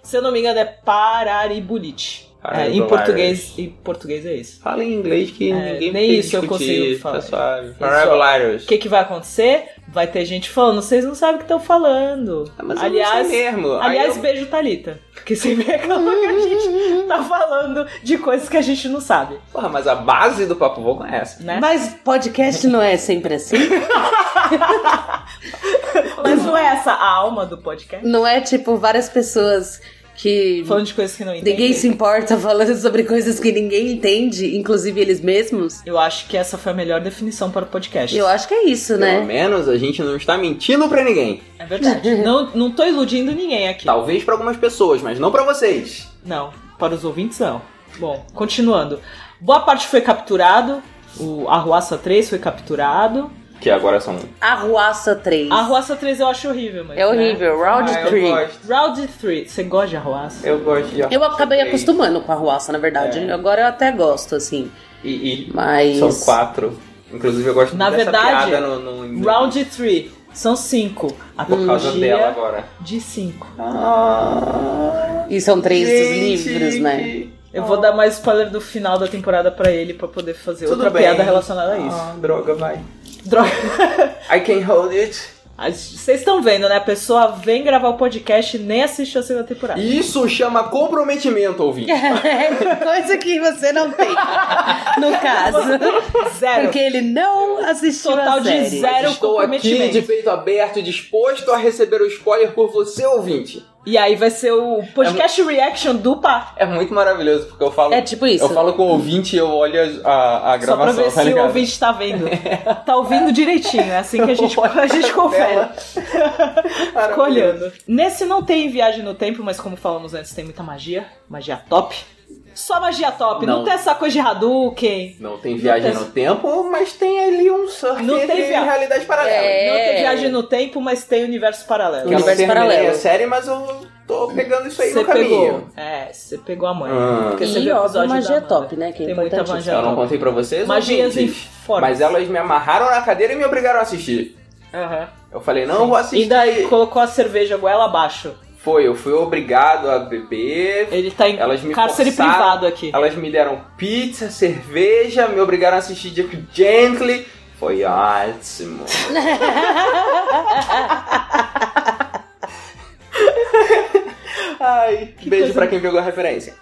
Speaker 2: Se eu não me engano, é pararibulite. É, em,
Speaker 3: Pararibulares.
Speaker 2: português, em português é isso.
Speaker 3: Fala em inglês que ninguém
Speaker 2: nem
Speaker 3: tem
Speaker 2: isso eu
Speaker 3: discutir,
Speaker 2: consigo falar.
Speaker 3: Tá suave.
Speaker 2: Isso.
Speaker 3: Parabolators.
Speaker 2: O que, que vai acontecer? Vai ter gente falando, vocês não sabem o que estão falando.
Speaker 3: Ah, mas eu não
Speaker 2: aliás,
Speaker 3: sei mesmo. Aí
Speaker 2: aliás
Speaker 3: eu-
Speaker 2: beijo Thalita. Porque você vê que a gente tá falando de coisas que a gente não sabe,
Speaker 3: Porra, mas a base do Papo Vogo é essa.
Speaker 2: né?
Speaker 1: Mas podcast não é sempre assim?
Speaker 2: Mas não é essa a alma do podcast?
Speaker 1: Não é tipo várias pessoas que
Speaker 2: Falando de coisas que não entendem.
Speaker 1: Uhum. ninguém se importa falando sobre coisas que ninguém entende, inclusive eles mesmos?
Speaker 2: Eu acho que essa foi a melhor definição para o podcast.
Speaker 1: Eu acho que é isso,
Speaker 3: Pelo
Speaker 1: né?
Speaker 3: menos a gente não está mentindo pra ninguém.
Speaker 2: É verdade. não, não tô iludindo ninguém aqui.
Speaker 3: Talvez pra algumas pessoas, mas não pra vocês.
Speaker 2: Não, para os ouvintes não. Bom, continuando. Boa parte foi capturado. O Arruaça 3 foi capturado.
Speaker 3: Que agora são.
Speaker 1: Arruaça 3.
Speaker 2: A Arruaça 3 eu acho horrível, mas.
Speaker 1: É horrível. Round
Speaker 3: Ah, eu
Speaker 1: 3.
Speaker 3: gosto.
Speaker 2: Né? Round 3. Você gosta de Arruaça?
Speaker 3: Eu gosto de
Speaker 1: Eu acabei
Speaker 2: É.
Speaker 3: Arruaça três.
Speaker 1: acostumando com a arruaça, na verdade.
Speaker 3: É.
Speaker 1: Agora eu até gosto, assim.
Speaker 3: E, e
Speaker 1: Mas.
Speaker 3: são quatro. Inclusive eu gosto
Speaker 2: Na
Speaker 3: muito dessa
Speaker 2: verdade,
Speaker 3: piada no, no inglês.
Speaker 2: Round 3. São 5. A
Speaker 3: Por causa
Speaker 2: trilogia
Speaker 3: dela agora.
Speaker 2: de 5.
Speaker 3: Ah,
Speaker 1: E são três livros, né?
Speaker 3: tá.
Speaker 2: Eu vou dar mais spoiler do final da temporada pra ele pra poder fazer
Speaker 3: Tudo
Speaker 2: outra
Speaker 3: bem.
Speaker 2: piada relacionada a isso.
Speaker 3: Ah, droga, vai.
Speaker 2: Droga.
Speaker 3: I can hold it.
Speaker 2: As- Vocês estão vendo, né? A pessoa vem gravar o podcast e nem assistiu a segunda temporada.
Speaker 3: Isso chama comprometimento, ouvinte.
Speaker 1: Coisa que você não tem, no caso.
Speaker 2: Zero.
Speaker 1: Porque ele não assistiu
Speaker 2: Total
Speaker 1: a
Speaker 2: de
Speaker 1: série.
Speaker 2: zero. Era o
Speaker 3: Estou aqui
Speaker 2: um comprometimento.
Speaker 3: de peito aberto, disposto a receber o spoiler por você, ouvinte.
Speaker 2: E aí vai ser o podcast reaction do Pá.
Speaker 3: É muito maravilhoso, porque eu falo.
Speaker 1: É tipo isso.
Speaker 3: Eu falo com o ouvinte e eu olho a, a
Speaker 2: Só pra
Speaker 3: gravação.
Speaker 2: ver
Speaker 3: tá
Speaker 2: se o
Speaker 3: ligado?
Speaker 2: ouvinte tá vendo. Tá ouvindo direitinho, é assim que a gente, a gente confere. Ficou olhando. Nesse não tem viagem no tempo, mas como falamos antes, tem muita magia. Magia top. Só magia top. Não,
Speaker 3: Não.
Speaker 2: tem essa coisa de Hadouken.
Speaker 3: Não tem viagem
Speaker 2: Não tem-
Speaker 3: no tempo, mas tem ali um surf
Speaker 2: Não
Speaker 3: entre
Speaker 2: tem via-
Speaker 3: realidade paralela.
Speaker 1: É.
Speaker 2: Não tem viagem no tempo, mas tem universo paralelo.
Speaker 3: Que eu não
Speaker 1: Universo
Speaker 3: terminei
Speaker 1: paralelo.
Speaker 3: a série, mas eu tô pegando isso aí
Speaker 2: Você
Speaker 3: no caminho.
Speaker 2: pegou. É, você pegou a mãe.
Speaker 3: Ah.
Speaker 2: Porque você
Speaker 1: E
Speaker 2: viu é o
Speaker 1: óbvio,
Speaker 2: episódio da
Speaker 1: magia
Speaker 2: Amanda.
Speaker 1: top, né? Que é
Speaker 2: Tem muita
Speaker 1: importantíssimo.
Speaker 2: magia
Speaker 3: Eu não
Speaker 2: top.
Speaker 3: contei pra vocês,
Speaker 2: Então, Magias em
Speaker 3: ouvintes,
Speaker 2: forma.
Speaker 3: mas elas me amarraram na cadeira e me obrigaram a assistir.
Speaker 2: Aham.
Speaker 3: Eu falei, não, vou assistir.
Speaker 2: E daí colocou a cerveja goela abaixo.
Speaker 3: Foi, eu fui obrigado a beber.
Speaker 2: Ele tá em
Speaker 3: Elas me
Speaker 2: cárcere
Speaker 3: forçaram-
Speaker 2: privado aqui.
Speaker 3: Elas me deram pizza, cerveja, me obrigaram a assistir Jack Gently. Foi ótimo. Ai, beijo
Speaker 2: coisa-
Speaker 3: pra quem pegou a referência.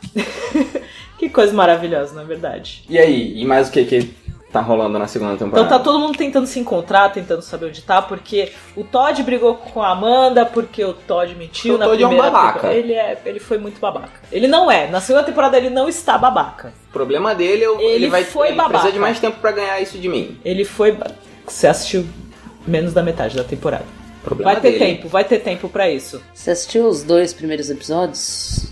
Speaker 2: Que coisa maravilhosa, na verdade.
Speaker 3: E aí, e mais o que que tá rolando na segunda temporada?
Speaker 2: Então tá todo mundo tentando se encontrar, tentando saber onde tá, porque o Todd brigou com a Amanda, porque o Todd mentiu
Speaker 3: O
Speaker 2: na
Speaker 3: Todd é um
Speaker 2: primeira
Speaker 3: babaca.
Speaker 2: temporada. Ele, é, ele foi muito babaca. Ele não é. Na segunda temporada ele não está babaca.
Speaker 3: O problema dele é o-
Speaker 2: Ele
Speaker 3: ele, vai
Speaker 2: foi
Speaker 3: ele
Speaker 2: babaca.
Speaker 3: precisa de mais tempo pra ganhar isso de mim.
Speaker 2: Ele foi. ba- Você assistiu menos da metade da temporada.
Speaker 3: Problema
Speaker 2: Vai ter
Speaker 3: dele.
Speaker 2: tempo, vai ter tempo pra isso.
Speaker 1: Você assistiu os dois primeiros episódios?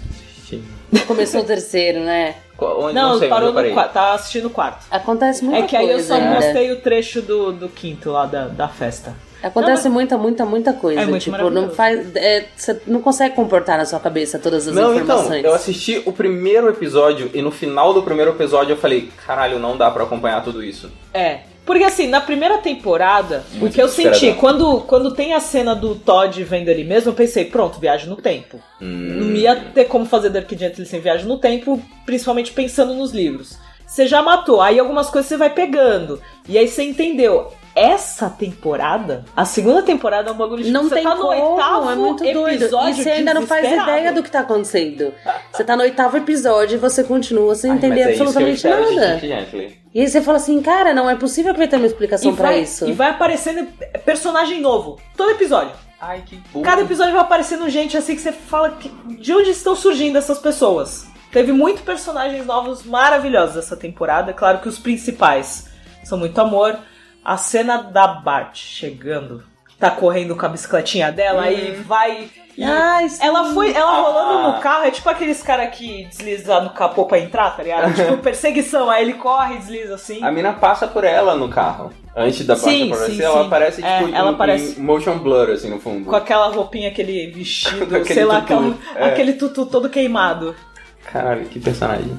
Speaker 1: Começou o terceiro, né?
Speaker 3: Co- Onde,
Speaker 2: Não,
Speaker 3: sei, onde
Speaker 2: parou
Speaker 3: eu parei.
Speaker 2: no quarto. Tá assistindo o quarto.
Speaker 1: Acontece muita
Speaker 2: É
Speaker 1: coisa. né?
Speaker 2: que aí eu só
Speaker 1: ainda.
Speaker 2: mostrei o trecho do, do quinto lá da, da festa.
Speaker 1: Acontece muita, muita, muita coisa.
Speaker 2: É muito
Speaker 1: tipo,
Speaker 2: maravilhoso.
Speaker 1: não faz. é, você não consegue comportar na sua cabeça todas as
Speaker 3: Não, então,
Speaker 1: informações.
Speaker 3: eu assisti o primeiro episódio e no final do primeiro episódio eu falei, caralho, não dá pra acompanhar tudo isso.
Speaker 2: É. Porque assim, na primeira temporada, o
Speaker 3: Muito
Speaker 2: que eu senti,
Speaker 3: desesperador.
Speaker 2: quando, quando tem a cena do Todd vendo ele mesmo, eu pensei, pronto, viagem no tempo.
Speaker 3: Hum.
Speaker 2: Não ia ter como fazer Dark Gently sem viagem no tempo, principalmente pensando nos livros. Você já matou, aí algumas coisas você vai pegando. E aí você entendeu. Essa temporada, a segunda temporada é um bagulho de
Speaker 1: Não
Speaker 2: você
Speaker 1: tem
Speaker 2: tá no
Speaker 1: como,
Speaker 2: oitavo
Speaker 1: é muito doido.
Speaker 2: episódio
Speaker 1: E você ainda não faz
Speaker 2: desesperado.
Speaker 1: ideia do que tá acontecendo. Você tá no oitavo episódio e você continua sem entender
Speaker 3: Ai, mas é isso que eu
Speaker 1: absolutamente
Speaker 3: espero de
Speaker 1: nada.
Speaker 3: Dirk Gently.
Speaker 1: E aí você fala assim, cara, não é possível que vai ter uma explicação pra
Speaker 2: vai,
Speaker 1: isso.
Speaker 2: E vai aparecendo personagem novo, todo episódio.
Speaker 3: Ai, que burro.
Speaker 2: Cada episódio vai aparecendo gente assim que você fala que- de onde estão surgindo essas pessoas. Teve muito personagens novos maravilhosos essa temporada. É Claro que os principais são muito amor. A cena da Bart chegando, tá correndo com a bicicletinha dela e vai. e
Speaker 1: Uhum. Ai, sim.
Speaker 2: ela foi, ela
Speaker 3: Ah.
Speaker 2: rolando no carro, é tipo aqueles cara que desliza no capô pra entrar, tá ligado? tipo perseguição, aí ele corre e desliza assim.
Speaker 3: A mina passa por ela no carro. Antes da parte
Speaker 2: Sim,
Speaker 3: aparecer,
Speaker 2: sim,
Speaker 3: ela
Speaker 2: sim.
Speaker 3: aparece
Speaker 2: É,
Speaker 3: tipo
Speaker 2: ela
Speaker 3: em-
Speaker 2: aparece-
Speaker 3: em motion blur, assim, no fundo.
Speaker 2: Com aquela roupinha, aquele vestido,
Speaker 3: Com aquele
Speaker 2: sei lá,
Speaker 3: tutu,
Speaker 2: aquela-
Speaker 3: é.
Speaker 2: aquele tutu todo queimado.
Speaker 3: Caralho, que personagem.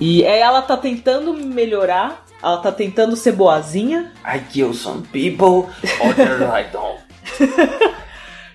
Speaker 2: E aí ela tá tentando melhorar, ela tá tentando ser boazinha
Speaker 3: I kill some people, others I don't.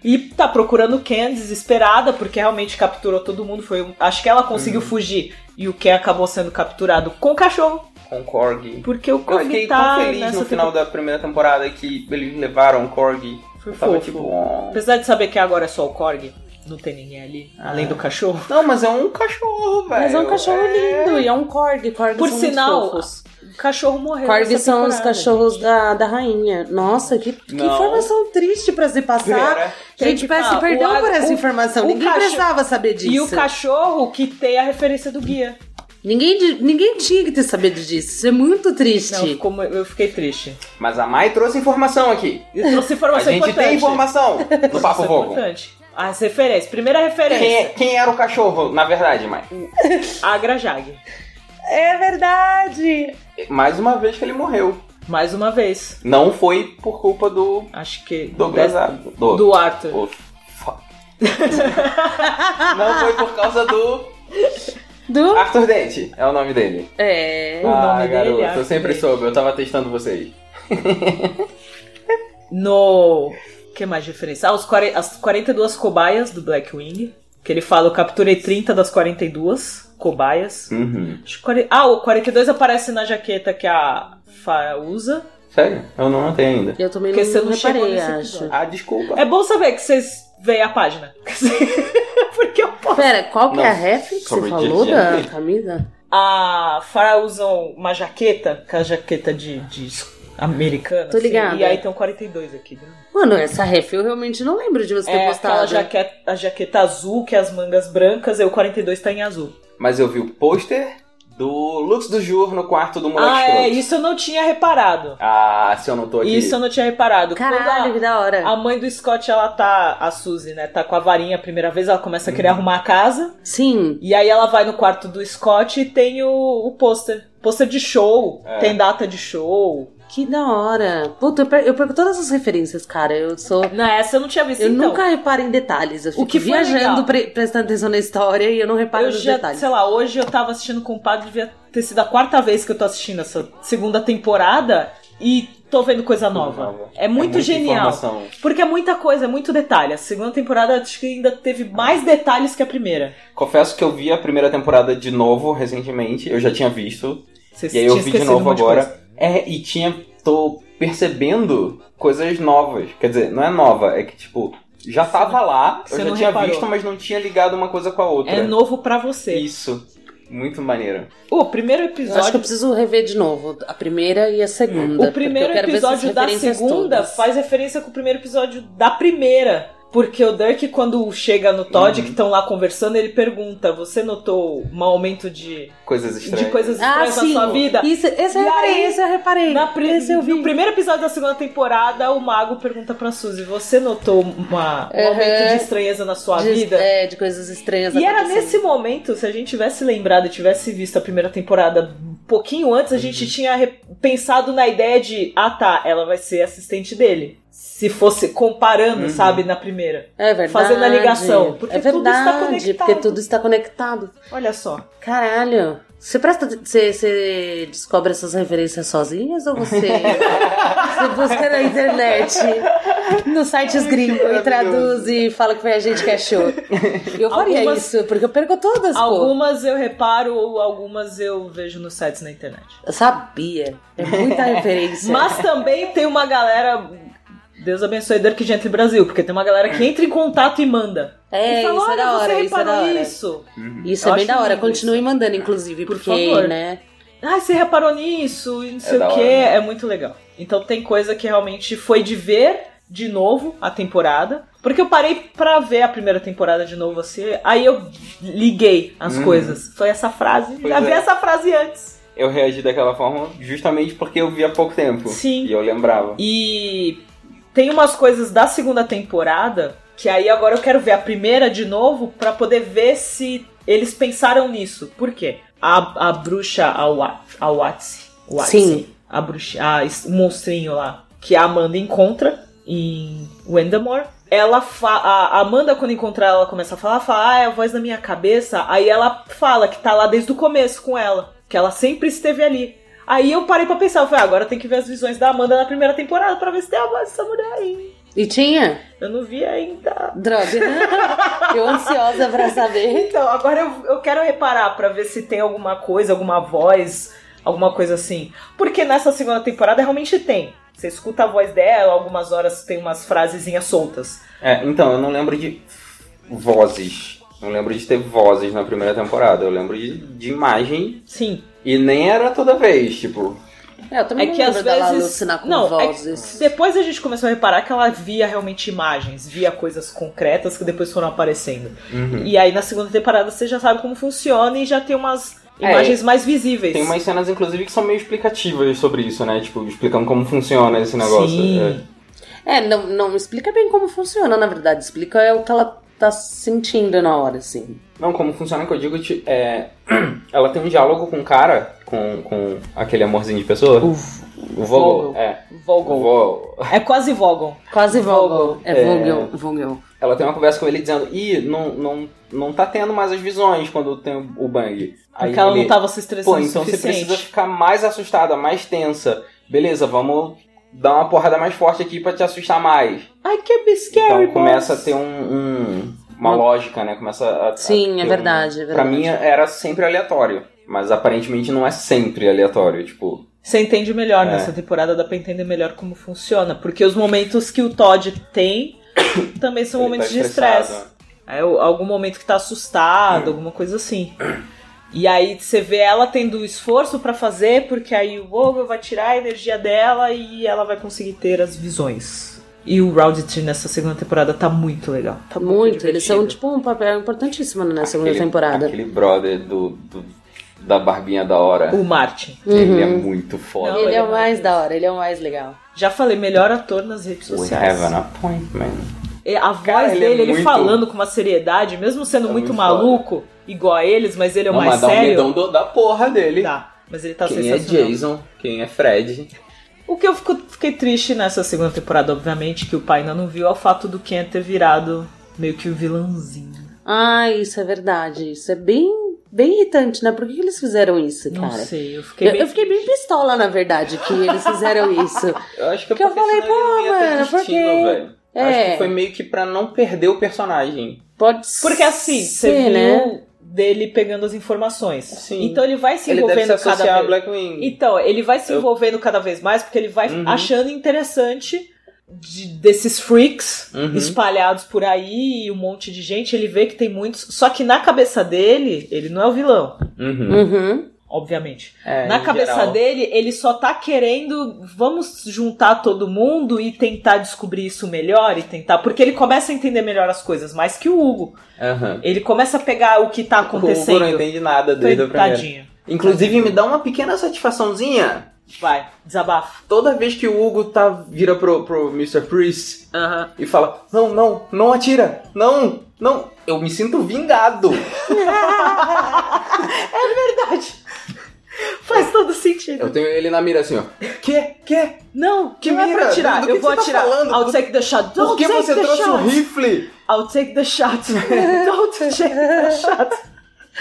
Speaker 2: e tá procurando o Ken desesperada porque realmente capturou todo mundo. Foi, um- acho que ela conseguiu
Speaker 3: Uhum.
Speaker 2: fugir e o Ken acabou sendo capturado com o cachorro
Speaker 3: Com Korg.
Speaker 2: porque o
Speaker 3: Eu
Speaker 2: Corgi
Speaker 3: fiquei
Speaker 2: tá
Speaker 3: tão feliz
Speaker 2: nessa
Speaker 3: no final da primeira temporada que eles levaram o Korg.
Speaker 2: Foi
Speaker 3: Eu tava
Speaker 2: fofo.
Speaker 3: tipo... "Oh".
Speaker 2: Apesar de saber que agora é só o Korg, não tem ninguém ali
Speaker 3: É.
Speaker 2: além do cachorro.
Speaker 3: Não, mas é um cachorro, velho.
Speaker 1: Mas é um cachorro lindo e é um corgi. corgi
Speaker 2: Por
Speaker 1: são muito
Speaker 2: sinal,
Speaker 1: fofos.
Speaker 2: o cachorro morreu.
Speaker 1: corgis
Speaker 2: nessa
Speaker 1: são os
Speaker 2: temporada.
Speaker 1: cachorros da, da rainha. Nossa, que, que
Speaker 3: Não.
Speaker 1: informação triste pra se passar.
Speaker 3: Pera.
Speaker 1: Gente,
Speaker 2: Gente,
Speaker 1: peço
Speaker 2: ah,
Speaker 1: perdão
Speaker 2: o-
Speaker 1: por essa
Speaker 2: o-
Speaker 1: informação.
Speaker 2: o
Speaker 1: Ninguém
Speaker 2: cachorro-
Speaker 1: precisava saber disso.
Speaker 2: E o cachorro que tem a referência do guia.
Speaker 1: ninguém, di- ninguém tinha que ter sabido disso. Isso é muito triste.
Speaker 2: Não, ficou- eu fiquei triste.
Speaker 3: Mas a Mai trouxe informação aqui.
Speaker 2: Eu trouxe
Speaker 3: A
Speaker 2: informação
Speaker 3: gente
Speaker 2: importante.
Speaker 3: tem informação no Papo
Speaker 2: Isso é
Speaker 3: Fogo.
Speaker 2: importante. As referências. Primeira
Speaker 3: Quem,
Speaker 2: referência,
Speaker 3: é- quem era o cachorro, na verdade, Mai?
Speaker 2: Agra Jag.
Speaker 1: É verdade.
Speaker 3: Mais uma vez que ele morreu.
Speaker 2: Mais uma vez.
Speaker 3: Não foi por culpa do
Speaker 2: Acho que...
Speaker 3: Douglas
Speaker 2: dessa-
Speaker 3: Adams. Do,
Speaker 2: Do Arthur.
Speaker 3: o- fuck. Não foi por causa do
Speaker 1: Do...
Speaker 3: Arthur Dente, é o nome dele.
Speaker 1: É.
Speaker 2: O
Speaker 3: ah,
Speaker 2: nome dele
Speaker 3: garoto,
Speaker 2: é Arthur
Speaker 3: eu sempre
Speaker 2: Dente.
Speaker 3: soube, eu tava testando vocês.
Speaker 2: No... que mais de referência? Ah, os 40 as 42 cobaias do Blackwing. Que ele fala, eu capturei 30 das 42 cobaias.
Speaker 3: Uhum.
Speaker 2: Acho que 40 Ah, o 42 aparece na jaqueta que a Farah usa.
Speaker 3: Sério? Eu não notei ainda.
Speaker 1: Eu também
Speaker 2: Porque
Speaker 1: não,
Speaker 2: você não chegou
Speaker 1: reparei,
Speaker 2: nesse
Speaker 1: acho.
Speaker 2: episódio.
Speaker 3: Ah, desculpa.
Speaker 2: É bom saber que vocês veem a página. Porque eu posso.
Speaker 1: Pera, qual que é a
Speaker 3: Não,
Speaker 1: ref que você
Speaker 3: sobre
Speaker 1: falou
Speaker 3: Jack
Speaker 1: da
Speaker 2: é.
Speaker 3: Jack.
Speaker 1: camisa?
Speaker 2: A Farah usa uma jaqueta, que é a jaqueta de, de americana.
Speaker 1: Tô ligada.
Speaker 2: E aí tem um 42 aqui. Né?
Speaker 1: Mano, essa ref eu realmente não lembro de você ter
Speaker 2: É aquela
Speaker 3: né?
Speaker 1: postado.
Speaker 2: jaqueta, a jaqueta azul, que é as mangas brancas, e o 42 tá em azul.
Speaker 3: Mas eu vi o pôster do Lux do Jur no quarto do moleque
Speaker 2: ah, é,
Speaker 3: escroto.
Speaker 2: isso eu não tinha reparado.
Speaker 3: Ah, se eu não tô aqui.
Speaker 2: Isso é eu não tinha reparado.
Speaker 1: Caralho, que
Speaker 2: Quando
Speaker 1: da hora.
Speaker 2: a, a mãe do Scott, ela tá, a Suzy, né, tá com a varinha a primeira vez, ela começa a querer
Speaker 3: Uhum.
Speaker 2: arrumar a casa.
Speaker 1: Sim.
Speaker 2: E aí ela vai no quarto do Scott e tem o, o pôster. Pôster de show,
Speaker 3: É.
Speaker 2: tem data de show.
Speaker 1: Que da hora. Puta, eu per- eu perco todas as referências, cara. Eu sou.
Speaker 2: Não, essa eu não tinha visto,
Speaker 1: Eu
Speaker 2: então.
Speaker 1: nunca reparo em detalhes. Eu fico
Speaker 2: que foi legal-
Speaker 1: viajando, pre- prestando atenção na história e eu não reparo
Speaker 2: Eu
Speaker 1: nos
Speaker 2: já,
Speaker 1: detalhes.
Speaker 2: sei lá, hoje eu tava assistindo com o padre, devia ter sido a quarta vez que eu tô assistindo essa segunda temporada e tô vendo coisa nova.
Speaker 3: Uhum.
Speaker 2: É muito
Speaker 3: muita
Speaker 2: genial.
Speaker 3: informação.
Speaker 2: Porque é muita coisa, é muito detalhe. A segunda temporada acho que ainda teve mais detalhes que a primeira.
Speaker 3: Confesso que eu vi a primeira temporada de novo recentemente. Eu já tinha visto.
Speaker 2: Vocês
Speaker 3: E aí eu
Speaker 2: tinham
Speaker 3: vi de
Speaker 2: esquecido um
Speaker 3: novo
Speaker 2: monte de
Speaker 3: agora.
Speaker 2: coisa.
Speaker 3: É, e tinha. tô percebendo coisas novas. Quer dizer, não é nova, é que tipo, já tava lá,
Speaker 2: você
Speaker 3: eu já
Speaker 2: não
Speaker 3: tinha
Speaker 2: reparou.
Speaker 3: visto, mas não tinha ligado uma coisa com a outra.
Speaker 2: É novo pra você.
Speaker 3: Isso. Muito maneiro.
Speaker 2: O primeiro
Speaker 1: Eu acho que eu
Speaker 2: episódio.
Speaker 1: preciso rever de novo a primeira e a segunda.
Speaker 2: O primeiro
Speaker 1: porque eu quero ver essas
Speaker 2: episódio da
Speaker 1: referências
Speaker 2: segunda
Speaker 1: todas.
Speaker 2: faz referência com o primeiro episódio da primeira. Porque o Dirk, quando chega no Todd,
Speaker 3: Uhum.
Speaker 2: que estão lá conversando, ele pergunta: Você notou um aumento de,
Speaker 3: Coisas estranhas.
Speaker 2: de coisas
Speaker 1: Ah,
Speaker 2: estranhas na
Speaker 1: sim.
Speaker 2: sua vida?
Speaker 1: Isso, esse eu
Speaker 2: E
Speaker 1: reparei,
Speaker 2: aí,
Speaker 1: esse eu reparei.
Speaker 2: Na pri-
Speaker 1: Esse é eu vi.
Speaker 2: No primeiro episódio da segunda temporada, o mago pergunta pra Suzy: Você notou uma, um
Speaker 1: Uhum.
Speaker 2: aumento de estranheza na sua
Speaker 1: de,
Speaker 2: vida?
Speaker 1: É, de coisas estranhas.
Speaker 2: E era
Speaker 1: acontecendo.
Speaker 2: nesse momento, se a gente tivesse lembrado e tivesse visto a primeira temporada um pouquinho antes, a gente tinha re- pensado na ideia de: Ah tá, ela vai ser assistente dele. Se fosse comparando,
Speaker 3: Uhum.
Speaker 2: sabe, na primeira.
Speaker 1: É verdade.
Speaker 2: fazendo a ligação, porque
Speaker 1: é
Speaker 2: tudo está
Speaker 1: verdade,
Speaker 2: conectado.
Speaker 1: porque tudo está conectado.
Speaker 2: Olha só.
Speaker 1: Caralho. Você presta. Você, você descobre essas referências sozinhas ou você. você busca na internet, nos sites gringos e
Speaker 3: maravilhoso.
Speaker 1: traduz e fala que foi a gente que achou? Eu faria
Speaker 2: Algumas-
Speaker 1: isso, porque eu perco todas, pô.
Speaker 2: Algumas eu reparo, ou algumas eu vejo nos sites na internet.
Speaker 1: Eu sabia. É muita referência.
Speaker 2: Mas também tem uma galera. Deus abençoe Dirk Gently Brasil, porque tem uma galera que entra em contato e manda.
Speaker 1: É,
Speaker 2: e fala,
Speaker 1: isso é
Speaker 2: olha,
Speaker 1: da hora,
Speaker 2: você
Speaker 1: isso é da
Speaker 2: reparou
Speaker 1: hora.
Speaker 2: isso?
Speaker 3: Uhum.
Speaker 1: Isso
Speaker 2: Eu
Speaker 1: é bem
Speaker 2: acho
Speaker 1: da hora.
Speaker 2: lindo
Speaker 1: Continue
Speaker 2: isso.
Speaker 1: mandando, inclusive,
Speaker 2: Por
Speaker 1: porque,
Speaker 2: favor.
Speaker 1: né?
Speaker 2: Ah, você reparou nisso, e não sei
Speaker 3: da
Speaker 2: o
Speaker 3: hora,
Speaker 2: quê.
Speaker 3: né?
Speaker 2: É muito legal. Então tem coisa que realmente foi de ver de novo a temporada. Porque eu parei pra ver a primeira temporada de novo, assim. Aí eu liguei as
Speaker 3: Hum.
Speaker 2: coisas. Foi essa frase.
Speaker 3: Pois
Speaker 2: já vi
Speaker 3: é.
Speaker 2: essa frase antes.
Speaker 3: Eu reagi daquela forma justamente porque eu vi há pouco tempo.
Speaker 2: Sim.
Speaker 3: E eu lembrava.
Speaker 2: E tem umas coisas da segunda temporada que aí agora eu quero ver a primeira de novo pra poder ver se eles pensaram nisso. Por quê? A, a bruxa, a, Wa- a Watsi. Watsi,
Speaker 1: Sim.
Speaker 2: A bruxa, a, es- o monstrinho lá que a Amanda encontra em Wendemore. Ela fa a a Amanda, quando encontrar ela, começa a falar, fala, ah, é a voz na minha cabeça. Aí ela fala que tá lá desde o começo com ela, que ela sempre esteve ali. Aí eu parei pra pensar, eu falei, ah, agora tem que ver as visões da Amanda na primeira temporada pra ver se tem a voz dessa mulher aí.
Speaker 1: E tinha?
Speaker 2: Eu não vi ainda.
Speaker 1: Droga. eu ansiosa pra saber.
Speaker 2: Então, agora eu, eu quero reparar pra ver se tem alguma coisa, alguma voz, alguma coisa assim. Porque nessa segunda temporada realmente tem. Você escuta a voz dela, algumas horas tem umas frasezinhas soltas.
Speaker 3: É, então, eu não lembro de vozes. Não lembro de ter vozes na primeira temporada. Eu lembro de, de imagem.
Speaker 2: Sim.
Speaker 3: E nem era toda vez, tipo.
Speaker 1: É, eu também
Speaker 2: É
Speaker 1: não
Speaker 2: que às
Speaker 1: lembro dela
Speaker 2: vezes-
Speaker 1: alucinar com
Speaker 2: não, é que-
Speaker 1: vozes.
Speaker 2: Depois a gente começou a reparar que ela via realmente imagens, via coisas concretas que depois foram aparecendo.
Speaker 3: Uhum.
Speaker 2: E aí na segunda temporada você já sabe como funciona e já tem umas
Speaker 3: É,
Speaker 2: imagens mais visíveis.
Speaker 3: Tem umas cenas, inclusive, que são meio explicativas sobre isso, né? Tipo, explicando como funciona esse negócio. É.
Speaker 2: Sim.
Speaker 1: É, não, não explica bem como funciona, na verdade. Explica é o que ela tá sentindo na hora, assim.
Speaker 3: Não, como funciona que eu digo ti- é. Ela tem um diálogo com o cara, com, com aquele amorzinho de pessoa.
Speaker 2: O
Speaker 3: o Vogel.
Speaker 2: Vogel.
Speaker 3: É. O
Speaker 2: Vogel.
Speaker 3: Vogel.
Speaker 2: É quase Vogel.
Speaker 1: Quase Vogel. É
Speaker 3: É.
Speaker 1: Vogel, Vogel.
Speaker 3: Ela tem uma conversa com ele dizendo, ih, não, não, não tá tendo mais as visões quando tem o bang.
Speaker 2: porque ela não
Speaker 3: ele,
Speaker 2: tava se estressando
Speaker 3: Pô, então
Speaker 2: o
Speaker 3: você
Speaker 2: suficiente.
Speaker 3: precisa ficar mais assustada, mais tensa. Beleza, vamos dar uma porrada mais forte aqui pra te assustar mais.
Speaker 2: Ai, que be scary,
Speaker 3: então começa
Speaker 2: boss.
Speaker 3: a ter um, um- uma
Speaker 1: Uma-
Speaker 3: lógica, né? Começa a. a
Speaker 1: Sim,
Speaker 3: ter
Speaker 1: é
Speaker 3: um-
Speaker 1: verdade, é
Speaker 3: Pra
Speaker 1: verdade.
Speaker 3: mim era sempre aleatório. Mas aparentemente não é sempre aleatório. Tipo,
Speaker 2: Você entende melhor,
Speaker 3: É.
Speaker 2: nessa temporada dá pra entender melhor como funciona. Porque os momentos que o Todd tem também são
Speaker 3: Ele
Speaker 2: momentos
Speaker 3: tá
Speaker 2: de
Speaker 3: estressado,
Speaker 2: estresse. É o- algum momento que tá assustado, alguma coisa assim. E aí você vê ela tendo esforço pra fazer, porque aí o Ogre vai tirar a energia dela e ela vai conseguir ter as visões. E o Round 3 nessa segunda temporada tá muito legal. Tá muito,
Speaker 1: Muito, eles são,
Speaker 2: divertido.
Speaker 1: tipo, um papel importantíssimo na segunda
Speaker 3: Aquele-
Speaker 1: temporada.
Speaker 3: Aquele brother do, do- da barbinha da hora.
Speaker 2: O Martin.
Speaker 3: Ele é muito foda.
Speaker 2: Não,
Speaker 1: Ele é o
Speaker 2: legal.
Speaker 1: mais da hora, ele é o mais legal.
Speaker 2: Já falei, melhor ator nas redes
Speaker 3: We
Speaker 2: sociais.
Speaker 3: have an appointment.
Speaker 2: É, A voz
Speaker 3: Cara, ele é
Speaker 2: dele, ele
Speaker 3: muito-
Speaker 2: falando com uma seriedade, mesmo sendo
Speaker 3: É
Speaker 2: muito,
Speaker 3: muito
Speaker 2: maluco, igual a eles, mas ele é o
Speaker 3: Não,
Speaker 2: mais
Speaker 3: mas dá um
Speaker 2: sério.
Speaker 3: medão do- da porra dele.
Speaker 2: Dá, mas ele tá
Speaker 3: quem é
Speaker 2: sensacional.
Speaker 3: Jason, quem é Fred.
Speaker 2: O que eu fico- fiquei triste nessa segunda temporada, obviamente, que o pai ainda não viu, é o fato do Ken ter virado meio que o vilãozinho.
Speaker 1: Ah, isso é verdade. Isso é bem, bem irritante, né? Por que que eles fizeram isso,
Speaker 2: Não
Speaker 1: cara?
Speaker 2: sei, eu fiquei
Speaker 1: Eu,
Speaker 2: bem...
Speaker 1: eu fiquei bem pistola, na verdade, que eles fizeram isso.
Speaker 3: Eu acho que é
Speaker 1: Que eu
Speaker 3: porque
Speaker 1: falei,
Speaker 3: senão ele não ia
Speaker 1: pô,
Speaker 3: ter
Speaker 1: mano,
Speaker 3: destino,
Speaker 1: porque-
Speaker 3: velho. Eu Acho
Speaker 1: É.
Speaker 3: que foi meio que pra não perder o personagem.
Speaker 1: Pode
Speaker 2: Porque assim, você
Speaker 1: ser,
Speaker 2: viu
Speaker 1: né?
Speaker 2: dele pegando as informações.
Speaker 3: Sim.
Speaker 2: Então ele vai se
Speaker 3: ele deve
Speaker 2: envolvendo
Speaker 3: se
Speaker 2: cada
Speaker 3: associar a
Speaker 2: vez.
Speaker 3: Blackwing.
Speaker 2: Então, ele vai se
Speaker 3: Eu-
Speaker 2: envolvendo cada vez mais, porque ele vai
Speaker 3: Uhum.
Speaker 2: achando interessante de- desses freaks
Speaker 3: Uhum.
Speaker 2: espalhados por aí e um monte de gente. Ele vê que tem muitos. Só que na cabeça dele, ele não é o vilão,
Speaker 3: Uhum.
Speaker 1: Uhum.
Speaker 2: obviamente.
Speaker 3: É,
Speaker 2: na
Speaker 3: em
Speaker 2: cabeça
Speaker 3: geral.
Speaker 2: dele, ele só tá querendo. Vamos juntar todo mundo e tentar descobrir isso melhor e tentar. Porque ele começa a entender melhor as coisas, mais que o Hugo.
Speaker 3: Aham. Uhum.
Speaker 2: Ele começa a pegar o que tá
Speaker 3: O Hugo não
Speaker 2: acontecendo.
Speaker 3: entende nada desde o primeiro.
Speaker 2: Tadinho.
Speaker 3: Inclusive, me dá uma pequena satisfaçãozinha.
Speaker 2: Vai, desabafa.
Speaker 3: Toda vez que o Hugo tá, vira pro, pro Mr. Priest
Speaker 2: Aham.
Speaker 3: e fala: Não, não, não atira! Não, não! Eu me sinto vingado!
Speaker 2: Verdade. Faz todo sentido.
Speaker 3: Eu tenho ele na mira assim, ó. Que? Que?
Speaker 2: Não,
Speaker 3: Que
Speaker 2: não é pra
Speaker 3: mira?
Speaker 2: atirar.
Speaker 3: Do que
Speaker 2: eu
Speaker 3: que
Speaker 2: vou
Speaker 3: você tá
Speaker 2: atirar.
Speaker 3: falando?
Speaker 2: I'll take the shot. Don't
Speaker 3: Por que
Speaker 2: take
Speaker 3: você
Speaker 2: the
Speaker 3: trouxe
Speaker 2: shot.
Speaker 3: o rifle?
Speaker 2: I'll take the shot. Don't take the shot.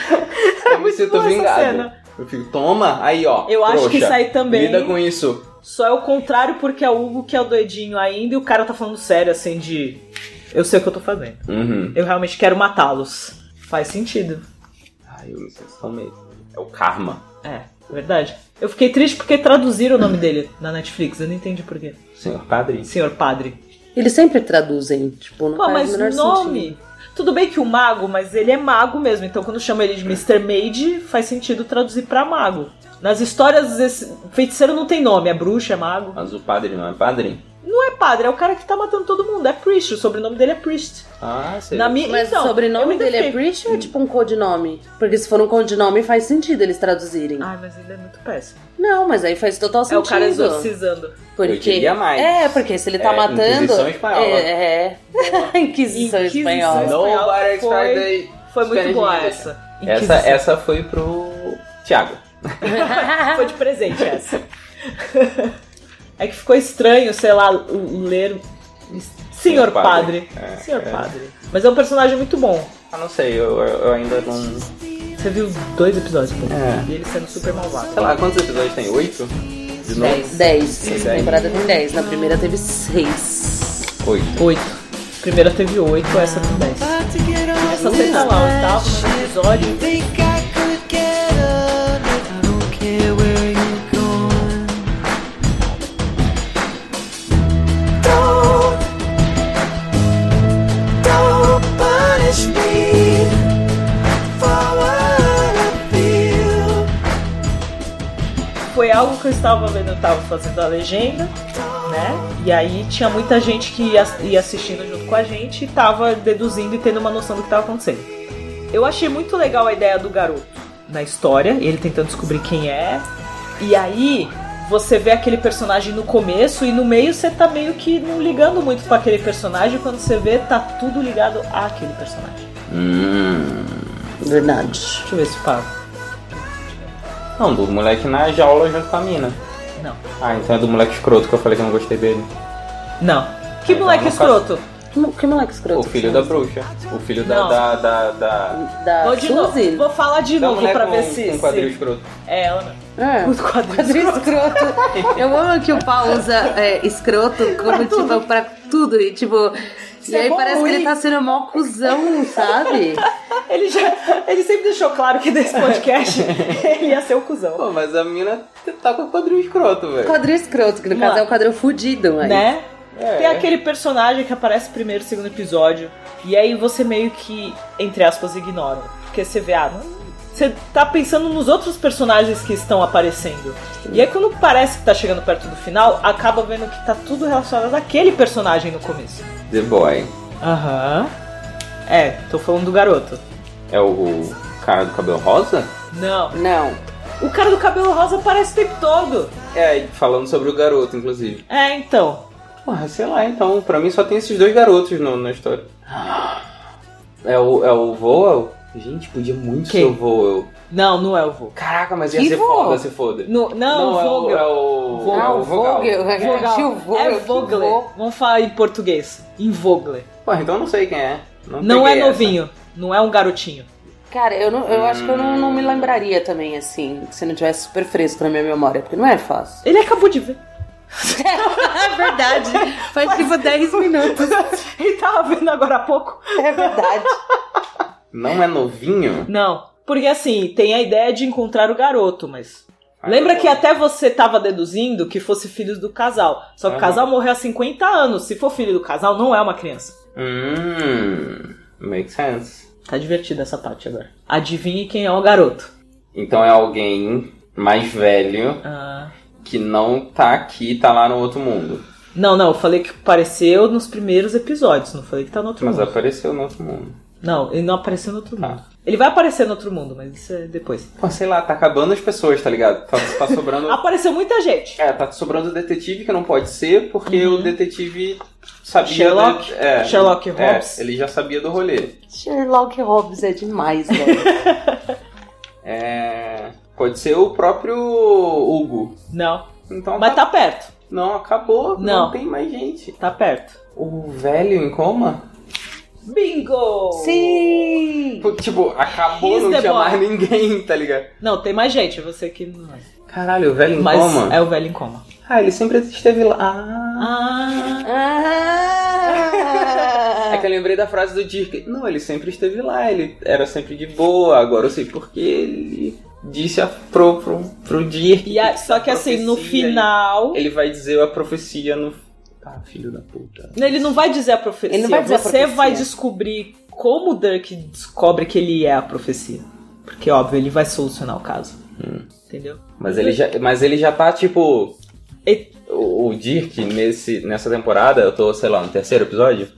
Speaker 3: Eu me
Speaker 2: É muito
Speaker 3: sinto
Speaker 2: boa essa
Speaker 3: vingado.
Speaker 2: cena.
Speaker 3: Eu fico, toma, aí ó.
Speaker 2: Eu acho que
Speaker 3: trouxa,
Speaker 2: isso aí também-
Speaker 3: Lida com isso.
Speaker 2: Só é o contrário porque é o Hugo que é o doidinho ainda e o cara tá falando sério, assim, de... Eu sei o que eu tô fazendo.
Speaker 3: Uhum.
Speaker 2: Eu realmente quero matá-los. Faz sentido.
Speaker 3: Ai, eu me sinto tão mesmo. É o karma.
Speaker 2: É, verdade. Eu fiquei triste porque traduziram o nome dele na Netflix. Eu não entendi por quê.
Speaker 3: Senhor Padre.
Speaker 2: Senhor Padre.
Speaker 1: Eles sempre traduzem, tipo, não
Speaker 2: Pô,
Speaker 1: faz
Speaker 2: mas
Speaker 1: o menor
Speaker 2: nome.
Speaker 1: sentido.
Speaker 2: Tudo bem que o mago, mas ele é mago mesmo. Então quando chama ele de Mr. Mage, faz sentido traduzir pra mago. Nas histórias, esse feiticeiro não tem nome, é bruxa, é mago.
Speaker 3: Mas o padre não é padre?
Speaker 2: Não é padre, é o cara que tá matando todo mundo, é Priest, o sobrenome dele é Priest.
Speaker 3: Ah, sei.
Speaker 2: Na minha,
Speaker 1: Mas
Speaker 2: então,
Speaker 1: o
Speaker 2: eu me
Speaker 1: sobrenome dele é
Speaker 2: identifiquei.
Speaker 1: British ou é tipo um codinome? Porque se for um codinome faz sentido eles traduzirem.
Speaker 2: Ai, mas ele é muito péssimo.
Speaker 1: Não, mas aí faz total
Speaker 2: É
Speaker 1: sentido.
Speaker 2: o cara exorcizando.
Speaker 1: Porque...
Speaker 3: Eu diria mais.
Speaker 1: É, porque se ele tá
Speaker 3: É,
Speaker 1: matando.
Speaker 3: Inquisição espanhola.
Speaker 1: É, é. Inquisição
Speaker 2: Inquisição
Speaker 1: espanhola.
Speaker 3: Nobody
Speaker 2: Foi-
Speaker 3: expected.
Speaker 2: Foi muito
Speaker 3: Spanish
Speaker 2: boa
Speaker 3: Inquisition.
Speaker 2: essa.
Speaker 3: Essa,
Speaker 2: Inquisição.
Speaker 3: essa foi pro Thiago.
Speaker 2: Foi de presente essa. é que ficou estranho, sei lá, o- ler. Senhor
Speaker 3: Senhor Padre.
Speaker 2: Padre.
Speaker 3: É,
Speaker 2: Senhor
Speaker 3: é.
Speaker 2: Padre. Mas é um personagem muito bom.
Speaker 3: Ah, não sei, eu, eu eu ainda não.
Speaker 2: Você viu dois episódios pô,
Speaker 3: É.
Speaker 2: e ele sendo super malvado.
Speaker 3: Sei lá, quantos episódios tem? Oito? De novo?
Speaker 1: 10. Essa
Speaker 3: Dez.
Speaker 1: temporada tem 10. Na primeira teve 6.
Speaker 3: Oito.
Speaker 2: Oito. Primeira teve oito, essa tem dez. Essa sexta lá, oitavo, nono episódio.
Speaker 6: Think I could get on it. I don't care where you're going. Don't, don't punish me for what I feel.
Speaker 2: Foi algo que eu estava vendo, eu estava fazendo a legenda, né? E aí tinha muita gente que ia, ia assistindo junto com a gente e tava deduzindo e tendo uma noção do que estava acontecendo. Eu achei muito legal a ideia do garoto na história, ele tentando descobrir quem é. E aí você vê aquele personagem no começo e no meio você tá meio que não ligando muito pra aquele personagem, quando você vê tá tudo ligado àquele personagem.
Speaker 3: Hum.
Speaker 1: Verdade.
Speaker 2: Deixa eu ver se fala.
Speaker 3: Não, do moleque na jaula junto com a mina.
Speaker 2: Não.
Speaker 3: Ah, então é do moleque escroto que eu falei que eu não gostei dele.
Speaker 2: Não. Que
Speaker 3: Então,
Speaker 2: moleque
Speaker 3: no caso-
Speaker 2: escroto.
Speaker 1: Que, que moleque escroto.
Speaker 3: O filho da bruxa. O filho da.
Speaker 2: Não.
Speaker 3: da. da. da.
Speaker 1: Da
Speaker 2: Vou de novo,
Speaker 1: Suzy?
Speaker 2: vou falar de
Speaker 3: da
Speaker 2: novo
Speaker 3: mulher
Speaker 2: pra
Speaker 3: né, com, um
Speaker 2: ver se.
Speaker 3: com quadril
Speaker 2: se-
Speaker 3: escroto.
Speaker 2: É, ela não.
Speaker 1: Ah.
Speaker 2: Os quadrinhos.
Speaker 1: Quadril escroto. Eu amo que o Paulo usa é, escroto como, tipo, pra tudo. E, tipo, e
Speaker 2: é
Speaker 1: aí
Speaker 2: bom,
Speaker 1: parece que
Speaker 2: hein?
Speaker 1: ele tá sendo mó cuzão, sabe?
Speaker 2: Ele, já, ele sempre deixou claro que nesse podcast ele ia ser o cuzão.
Speaker 3: Pô, mas a mina tá com o quadril escroto, velho.
Speaker 1: Quadril escroto, que no
Speaker 2: Não.
Speaker 1: caso é um quadril fudido, mas.
Speaker 2: Né?
Speaker 3: É.
Speaker 2: Tem aquele personagem que aparece primeiro, segundo episódio. E aí você meio que, entre aspas, ignora. Porque você vê, ah, não. Você tá pensando nos outros personagens que estão aparecendo. E aí quando parece que tá chegando perto do final, acaba vendo que tá tudo relacionado àquele personagem no começo.
Speaker 3: The Boy.
Speaker 2: Aham. É, tô falando do garoto.
Speaker 3: É o cara do cabelo rosa?
Speaker 2: Não.
Speaker 1: Não.
Speaker 2: O cara do cabelo rosa aparece o tempo todo.
Speaker 3: É, e falando sobre o garoto, inclusive.
Speaker 2: É, então.
Speaker 3: Porra, sei lá, então. Pra mim só tem esses dois garotos no- na história. É o, é o Voel? Gente, podia muito
Speaker 2: Quem?
Speaker 3: ser o Voel.
Speaker 2: Não, não é o Vogel.
Speaker 3: Caraca, mas ia
Speaker 1: Que
Speaker 3: ser
Speaker 1: Voel?
Speaker 3: foda se foda.
Speaker 2: No, não,
Speaker 3: é
Speaker 2: o Vogel.
Speaker 3: É o,
Speaker 2: Vogel.
Speaker 3: é
Speaker 1: Ah,
Speaker 3: o
Speaker 1: o Vogel.
Speaker 2: Vogal.
Speaker 1: Tio Vogel.
Speaker 2: É Vogler. Vamos falar em português. Em Vogler.
Speaker 3: Porra, então eu não sei quem é. Não,
Speaker 2: Não é
Speaker 3: peguei essa.
Speaker 2: novinho. Não é um garotinho.
Speaker 1: Cara, eu, não, eu acho que eu não, não me lembraria também, assim, se não tivesse super fresco na minha memória, porque não é fácil.
Speaker 2: Ele acabou de ver.
Speaker 1: é verdade. Faz tipo 10 minutos.
Speaker 2: Ele tava vendo agora há pouco.
Speaker 1: É verdade.
Speaker 3: Não é novinho?
Speaker 2: Não. Porque assim, tem a ideia de encontrar o garoto, mas.
Speaker 3: Ah,
Speaker 2: Lembra
Speaker 3: não.
Speaker 2: que até você tava deduzindo que fosse filho do casal. Só que
Speaker 3: Aham.
Speaker 2: o casal morreu há 50 anos. Se for filho do casal, não é uma criança.
Speaker 3: Hum. Makes sense.
Speaker 2: Tá divertida essa parte agora. Adivinhe quem é o garoto.
Speaker 3: Então é alguém mais velho
Speaker 2: Ah.
Speaker 3: que não tá aqui, tá lá no outro mundo.
Speaker 2: Não, não, eu falei que apareceu nos primeiros episódios, não falei que tá no outro
Speaker 3: Mas
Speaker 2: mundo.
Speaker 3: apareceu no outro mundo.
Speaker 2: Não, ele não apareceu no outro
Speaker 3: Tá.
Speaker 2: mundo. Ele vai aparecer no outro mundo, mas isso é depois.
Speaker 3: Pô, sei lá, tá acabando as pessoas, tá ligado? Tá, tá sobrando.
Speaker 2: Apareceu muita gente.
Speaker 3: é, tá sobrando o detetive que não pode ser, porque o detetive sabia.
Speaker 2: Uhum. Sherlock?
Speaker 3: da- é,
Speaker 2: Sherlock
Speaker 3: é,
Speaker 2: Holmes.
Speaker 3: ele já sabia do rolê.
Speaker 1: Sherlock Holmes é demais, velho.
Speaker 3: É. Pode ser o próprio Hugo.
Speaker 2: Não,
Speaker 3: Então
Speaker 2: mas tá perto.
Speaker 3: Não, acabou. Não.
Speaker 2: Não.
Speaker 3: tem mais gente.
Speaker 2: Tá perto.
Speaker 3: O velho em coma?
Speaker 2: Bingo!
Speaker 1: Sim!
Speaker 3: Pô, Tipo, acabou,
Speaker 2: He's
Speaker 3: não
Speaker 2: the
Speaker 3: tinha
Speaker 2: boy.
Speaker 3: mais ninguém, tá ligado?
Speaker 2: Não, tem mais gente, você que não é.
Speaker 3: Caralho, o velho em
Speaker 2: Mas
Speaker 3: coma?
Speaker 2: é o velho em coma.
Speaker 3: Ah, ele sempre esteve lá. Ah.
Speaker 2: Ah,
Speaker 3: É
Speaker 1: Ah!
Speaker 3: que eu lembrei da frase do Dirk. Não, ele sempre esteve lá, ele era sempre de boa, agora eu sei porque ele disse a, pro, pro, pro Dirk.
Speaker 2: e a- só que assim, no
Speaker 3: profecia,
Speaker 2: final.
Speaker 3: Ele vai dizer a profecia no. Ah, filho da puta.
Speaker 2: Ele não vai dizer a profecia.
Speaker 1: Ele não vai dizer a
Speaker 2: Você
Speaker 1: profecia.
Speaker 2: vai descobrir como o Dirk descobre que ele é a profecia. Porque, óbvio, ele vai solucionar o caso.
Speaker 1: Hum.
Speaker 2: Entendeu?
Speaker 3: Mas ele já, mas ele já tá tipo.
Speaker 2: E-
Speaker 3: O, o Dirk nesse, nessa temporada, eu tô, sei lá, no terceiro episódio?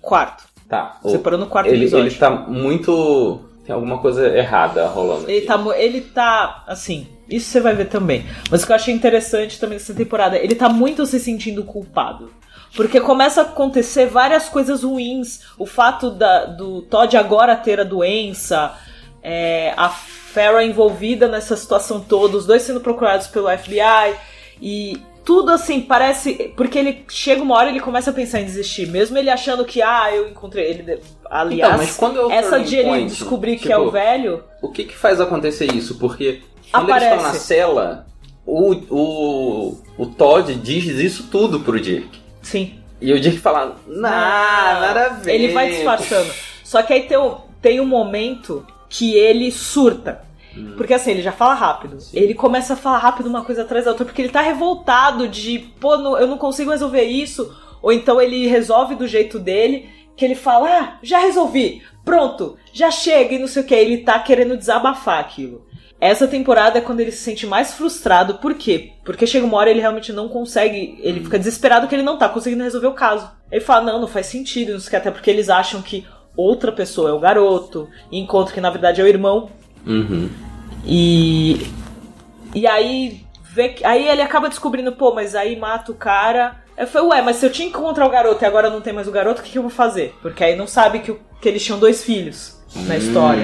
Speaker 2: Quarto.
Speaker 3: Tá.
Speaker 2: Você
Speaker 3: o-
Speaker 2: parou no quarto
Speaker 3: ele,
Speaker 2: episódio.
Speaker 3: ele tá muito. Tem alguma coisa errada rolando.
Speaker 2: Ele
Speaker 3: aqui.
Speaker 2: tá, mu- ele tá, assim, isso você vai ver também. Mas o que eu achei interessante também nessa temporada, ele tá muito se sentindo culpado. Porque começa a acontecer várias coisas ruins. O fato da- do Todd agora ter a doença, é, a Farah envolvida nessa situação toda, os dois sendo procurados pelo FBI. E tudo assim, parece. Porque ele chega uma hora e ele começa a pensar em desistir. Mesmo ele achando que, ah, eu encontrei ele. Aliás,
Speaker 3: Então, mas quando é o
Speaker 2: essa
Speaker 3: turning
Speaker 2: de ele
Speaker 3: point?
Speaker 2: descobrir que
Speaker 3: Tipo,
Speaker 2: é o velho.
Speaker 3: O que que faz acontecer isso? Porque quando
Speaker 2: Aparece.
Speaker 3: eles estão na cela, o, o, o Todd diz isso tudo pro Dirk.
Speaker 2: Sim.
Speaker 3: E o Dirk fala, nah,
Speaker 2: Não.
Speaker 3: nada a ver.
Speaker 2: Ele vai disfarçando. Só que aí tem um, tem um momento que ele surta. Porque assim, ele já fala rápido. Ele começa a falar rápido uma coisa atrás da outra, porque ele tá revoltado de, pô, não- eu não consigo resolver isso. Ou então ele resolve do jeito dele, que ele fala, ah, já resolvi, pronto, já chega e não sei o que. Ele tá querendo desabafar aquilo. Essa temporada é quando ele se sente mais frustrado, por quê? Porque chega uma hora ele realmente não consegue, ele fica desesperado que ele não tá conseguindo resolver o caso. Ele fala, não, não faz sentido, não sei o que, até porque eles acham que outra pessoa é o garoto, e encontra que na verdade é o irmão,
Speaker 3: Uhum.
Speaker 2: e. E aí. Vê que, aí ele acaba descobrindo, pô, mas aí mata o cara. Eu falei, ué, mas se eu tinha que encontrar o garoto e agora não tem mais o garoto, o que, que eu vou fazer? Porque aí não sabe que, o- que eles tinham dois filhos
Speaker 3: Hum.
Speaker 2: na história.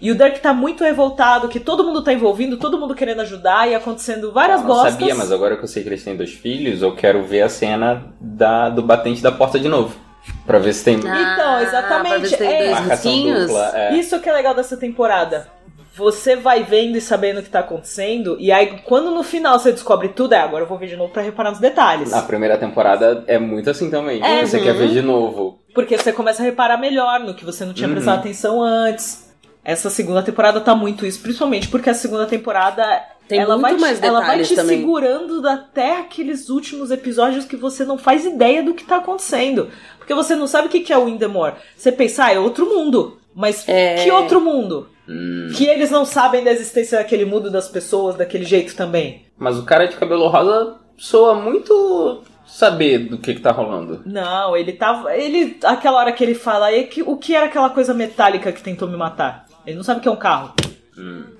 Speaker 2: E o Dirk tá muito revoltado, que todo mundo tá envolvido, todo mundo querendo ajudar e acontecendo várias
Speaker 3: Eu não
Speaker 2: bostas.
Speaker 3: sabia, mas agora que eu sei que eles têm dois filhos, eu quero ver a cena da, do batente da porta de novo. Pra ver se tem
Speaker 2: Então, exatamente,
Speaker 1: Ah, pra ver se tem
Speaker 2: é-
Speaker 1: dois
Speaker 3: marcação
Speaker 1: risquinhos.
Speaker 3: dupla. É.
Speaker 2: Isso que é legal dessa temporada. Você vai vendo e sabendo o que tá acontecendo, e aí quando no final você descobre tudo, é agora eu vou ver de novo pra reparar nos detalhes.
Speaker 3: A primeira temporada é muito assim também.
Speaker 2: É,
Speaker 3: Você
Speaker 2: uhum.
Speaker 3: quer ver de novo.
Speaker 2: Porque você começa a reparar melhor no que você não tinha
Speaker 3: Uhum.
Speaker 2: prestado atenção antes. Essa segunda temporada tá muito isso, principalmente porque a segunda temporada
Speaker 1: Tem
Speaker 2: ela
Speaker 1: muito
Speaker 2: vai te,
Speaker 1: mais
Speaker 2: ela vai
Speaker 1: detalhes
Speaker 2: te
Speaker 1: também.
Speaker 2: segurando até aqueles últimos episódios que você não faz ideia do que tá acontecendo. Porque você não sabe o que que é o Windemore. Você pensa, ah, é outro mundo. Mas
Speaker 1: É.
Speaker 2: que outro mundo?
Speaker 3: Hum.
Speaker 2: Que eles não sabem da existência daquele mundo das pessoas, daquele jeito também.
Speaker 3: Mas o cara de cabelo rosa soa muito saber do que, que tá rolando.
Speaker 2: Não, ele tava. Ele. Aquela hora que ele fala, e que, o que era aquela coisa metálica que tentou me matar? Ele não sabe o que é um carro.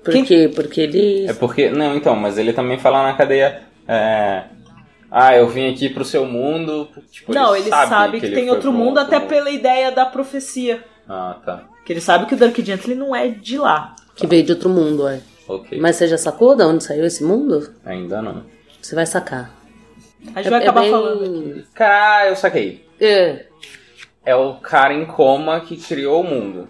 Speaker 1: Por
Speaker 2: Quem-
Speaker 1: quê? Porque ele.
Speaker 3: É porque. Não, então, mas ele também fala na cadeia. É, ah, eu vim aqui pro seu mundo. Tipo,
Speaker 2: não, ele sabe, que,
Speaker 3: ele
Speaker 2: tem
Speaker 3: foi
Speaker 2: outro
Speaker 3: pro
Speaker 2: mundo, até
Speaker 3: mundo.
Speaker 2: pela ideia da profecia.
Speaker 3: Ah, tá.
Speaker 2: Que ele sabe que o Dirk Gently não é de lá.
Speaker 1: Que veio de outro mundo, é.
Speaker 3: Ok.
Speaker 1: Mas você já sacou de onde saiu esse mundo?
Speaker 3: Ainda não.
Speaker 1: Você vai sacar.
Speaker 2: A gente vai acabar falando.
Speaker 3: Cara, eu saquei.
Speaker 1: É.
Speaker 3: É o cara em coma que criou o mundo.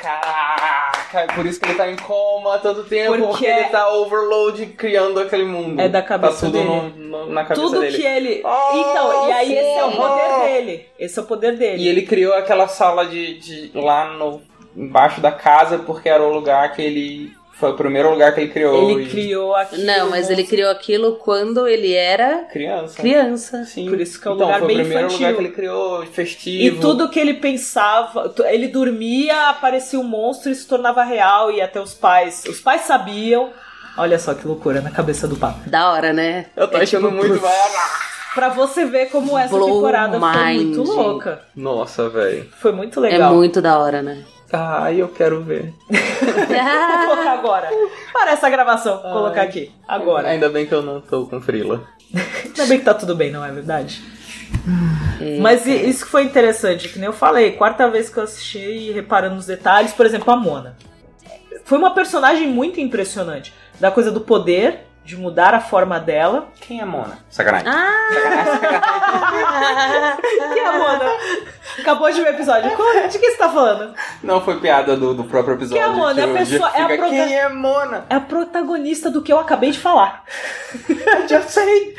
Speaker 3: Caraca, por isso que ele tá em coma tanto tempo, porque,
Speaker 2: Porque
Speaker 3: ele tá overload criando aquele mundo.
Speaker 2: É da cabeça
Speaker 3: tá tudo
Speaker 2: dele.
Speaker 3: no- no- na cabeça
Speaker 2: Tudo
Speaker 3: dele.
Speaker 2: que ele.
Speaker 3: Ah,
Speaker 2: então, e aí esse é o
Speaker 1: Oh,
Speaker 3: sim.
Speaker 2: poder dele. Esse é o poder dele.
Speaker 3: E ele criou aquela sala de, de- lá no embaixo da casa porque era o lugar que ele foi o primeiro lugar que ele criou.
Speaker 2: Ele
Speaker 3: e-
Speaker 2: criou aqui.
Speaker 1: Não, mas ele criou aquilo quando ele era
Speaker 3: criança.
Speaker 1: criança.
Speaker 3: Sim.
Speaker 2: Por isso que é um
Speaker 3: então,
Speaker 2: lugar
Speaker 3: foi
Speaker 2: bem
Speaker 3: o primeiro
Speaker 2: infantil.
Speaker 3: lugar que ele criou,
Speaker 2: E
Speaker 3: festivo.
Speaker 2: tudo que ele pensava, tu- ele dormia, aparecia um monstro e se tornava real e até os pais, os pais sabiam. Olha só que loucura na cabeça do papo.
Speaker 1: Da hora, né?
Speaker 3: Eu tô
Speaker 1: É
Speaker 3: achando
Speaker 1: tipo,
Speaker 3: muito vai.
Speaker 2: Pra você ver como essa
Speaker 1: Blow
Speaker 2: temporada foi muito
Speaker 1: mind.
Speaker 2: louca.
Speaker 3: Nossa, velho.
Speaker 2: Foi muito
Speaker 1: É
Speaker 2: legal.
Speaker 1: muito da hora, né?
Speaker 3: Ai, eu quero ver.
Speaker 2: Vou colocar agora. Para essa gravação, vou colocar aqui. Agora.
Speaker 3: Ainda bem que eu não tô com frila.
Speaker 2: Ainda bem que tá tudo bem, não é verdade? Mas i- isso que foi interessante, que nem eu falei, quarta vez que eu assisti e reparando nos detalhes, por exemplo, a Mona. Foi uma personagem muito impressionante. Da coisa do poder, de mudar a forma dela.
Speaker 3: Quem é Mona?
Speaker 2: Ah.
Speaker 3: Sacanagem.
Speaker 2: E a Mona? Acabou de ver o episódio. Qual- De que você tá falando?
Speaker 3: Não foi piada do, do próprio episódio.
Speaker 2: Quem é Mona? É a
Speaker 3: o Jeff
Speaker 2: pessoa- é a
Speaker 3: fica,
Speaker 2: proga-
Speaker 3: Quem é Mona?
Speaker 2: É a protagonista do que eu acabei de falar.
Speaker 3: Eu já sei.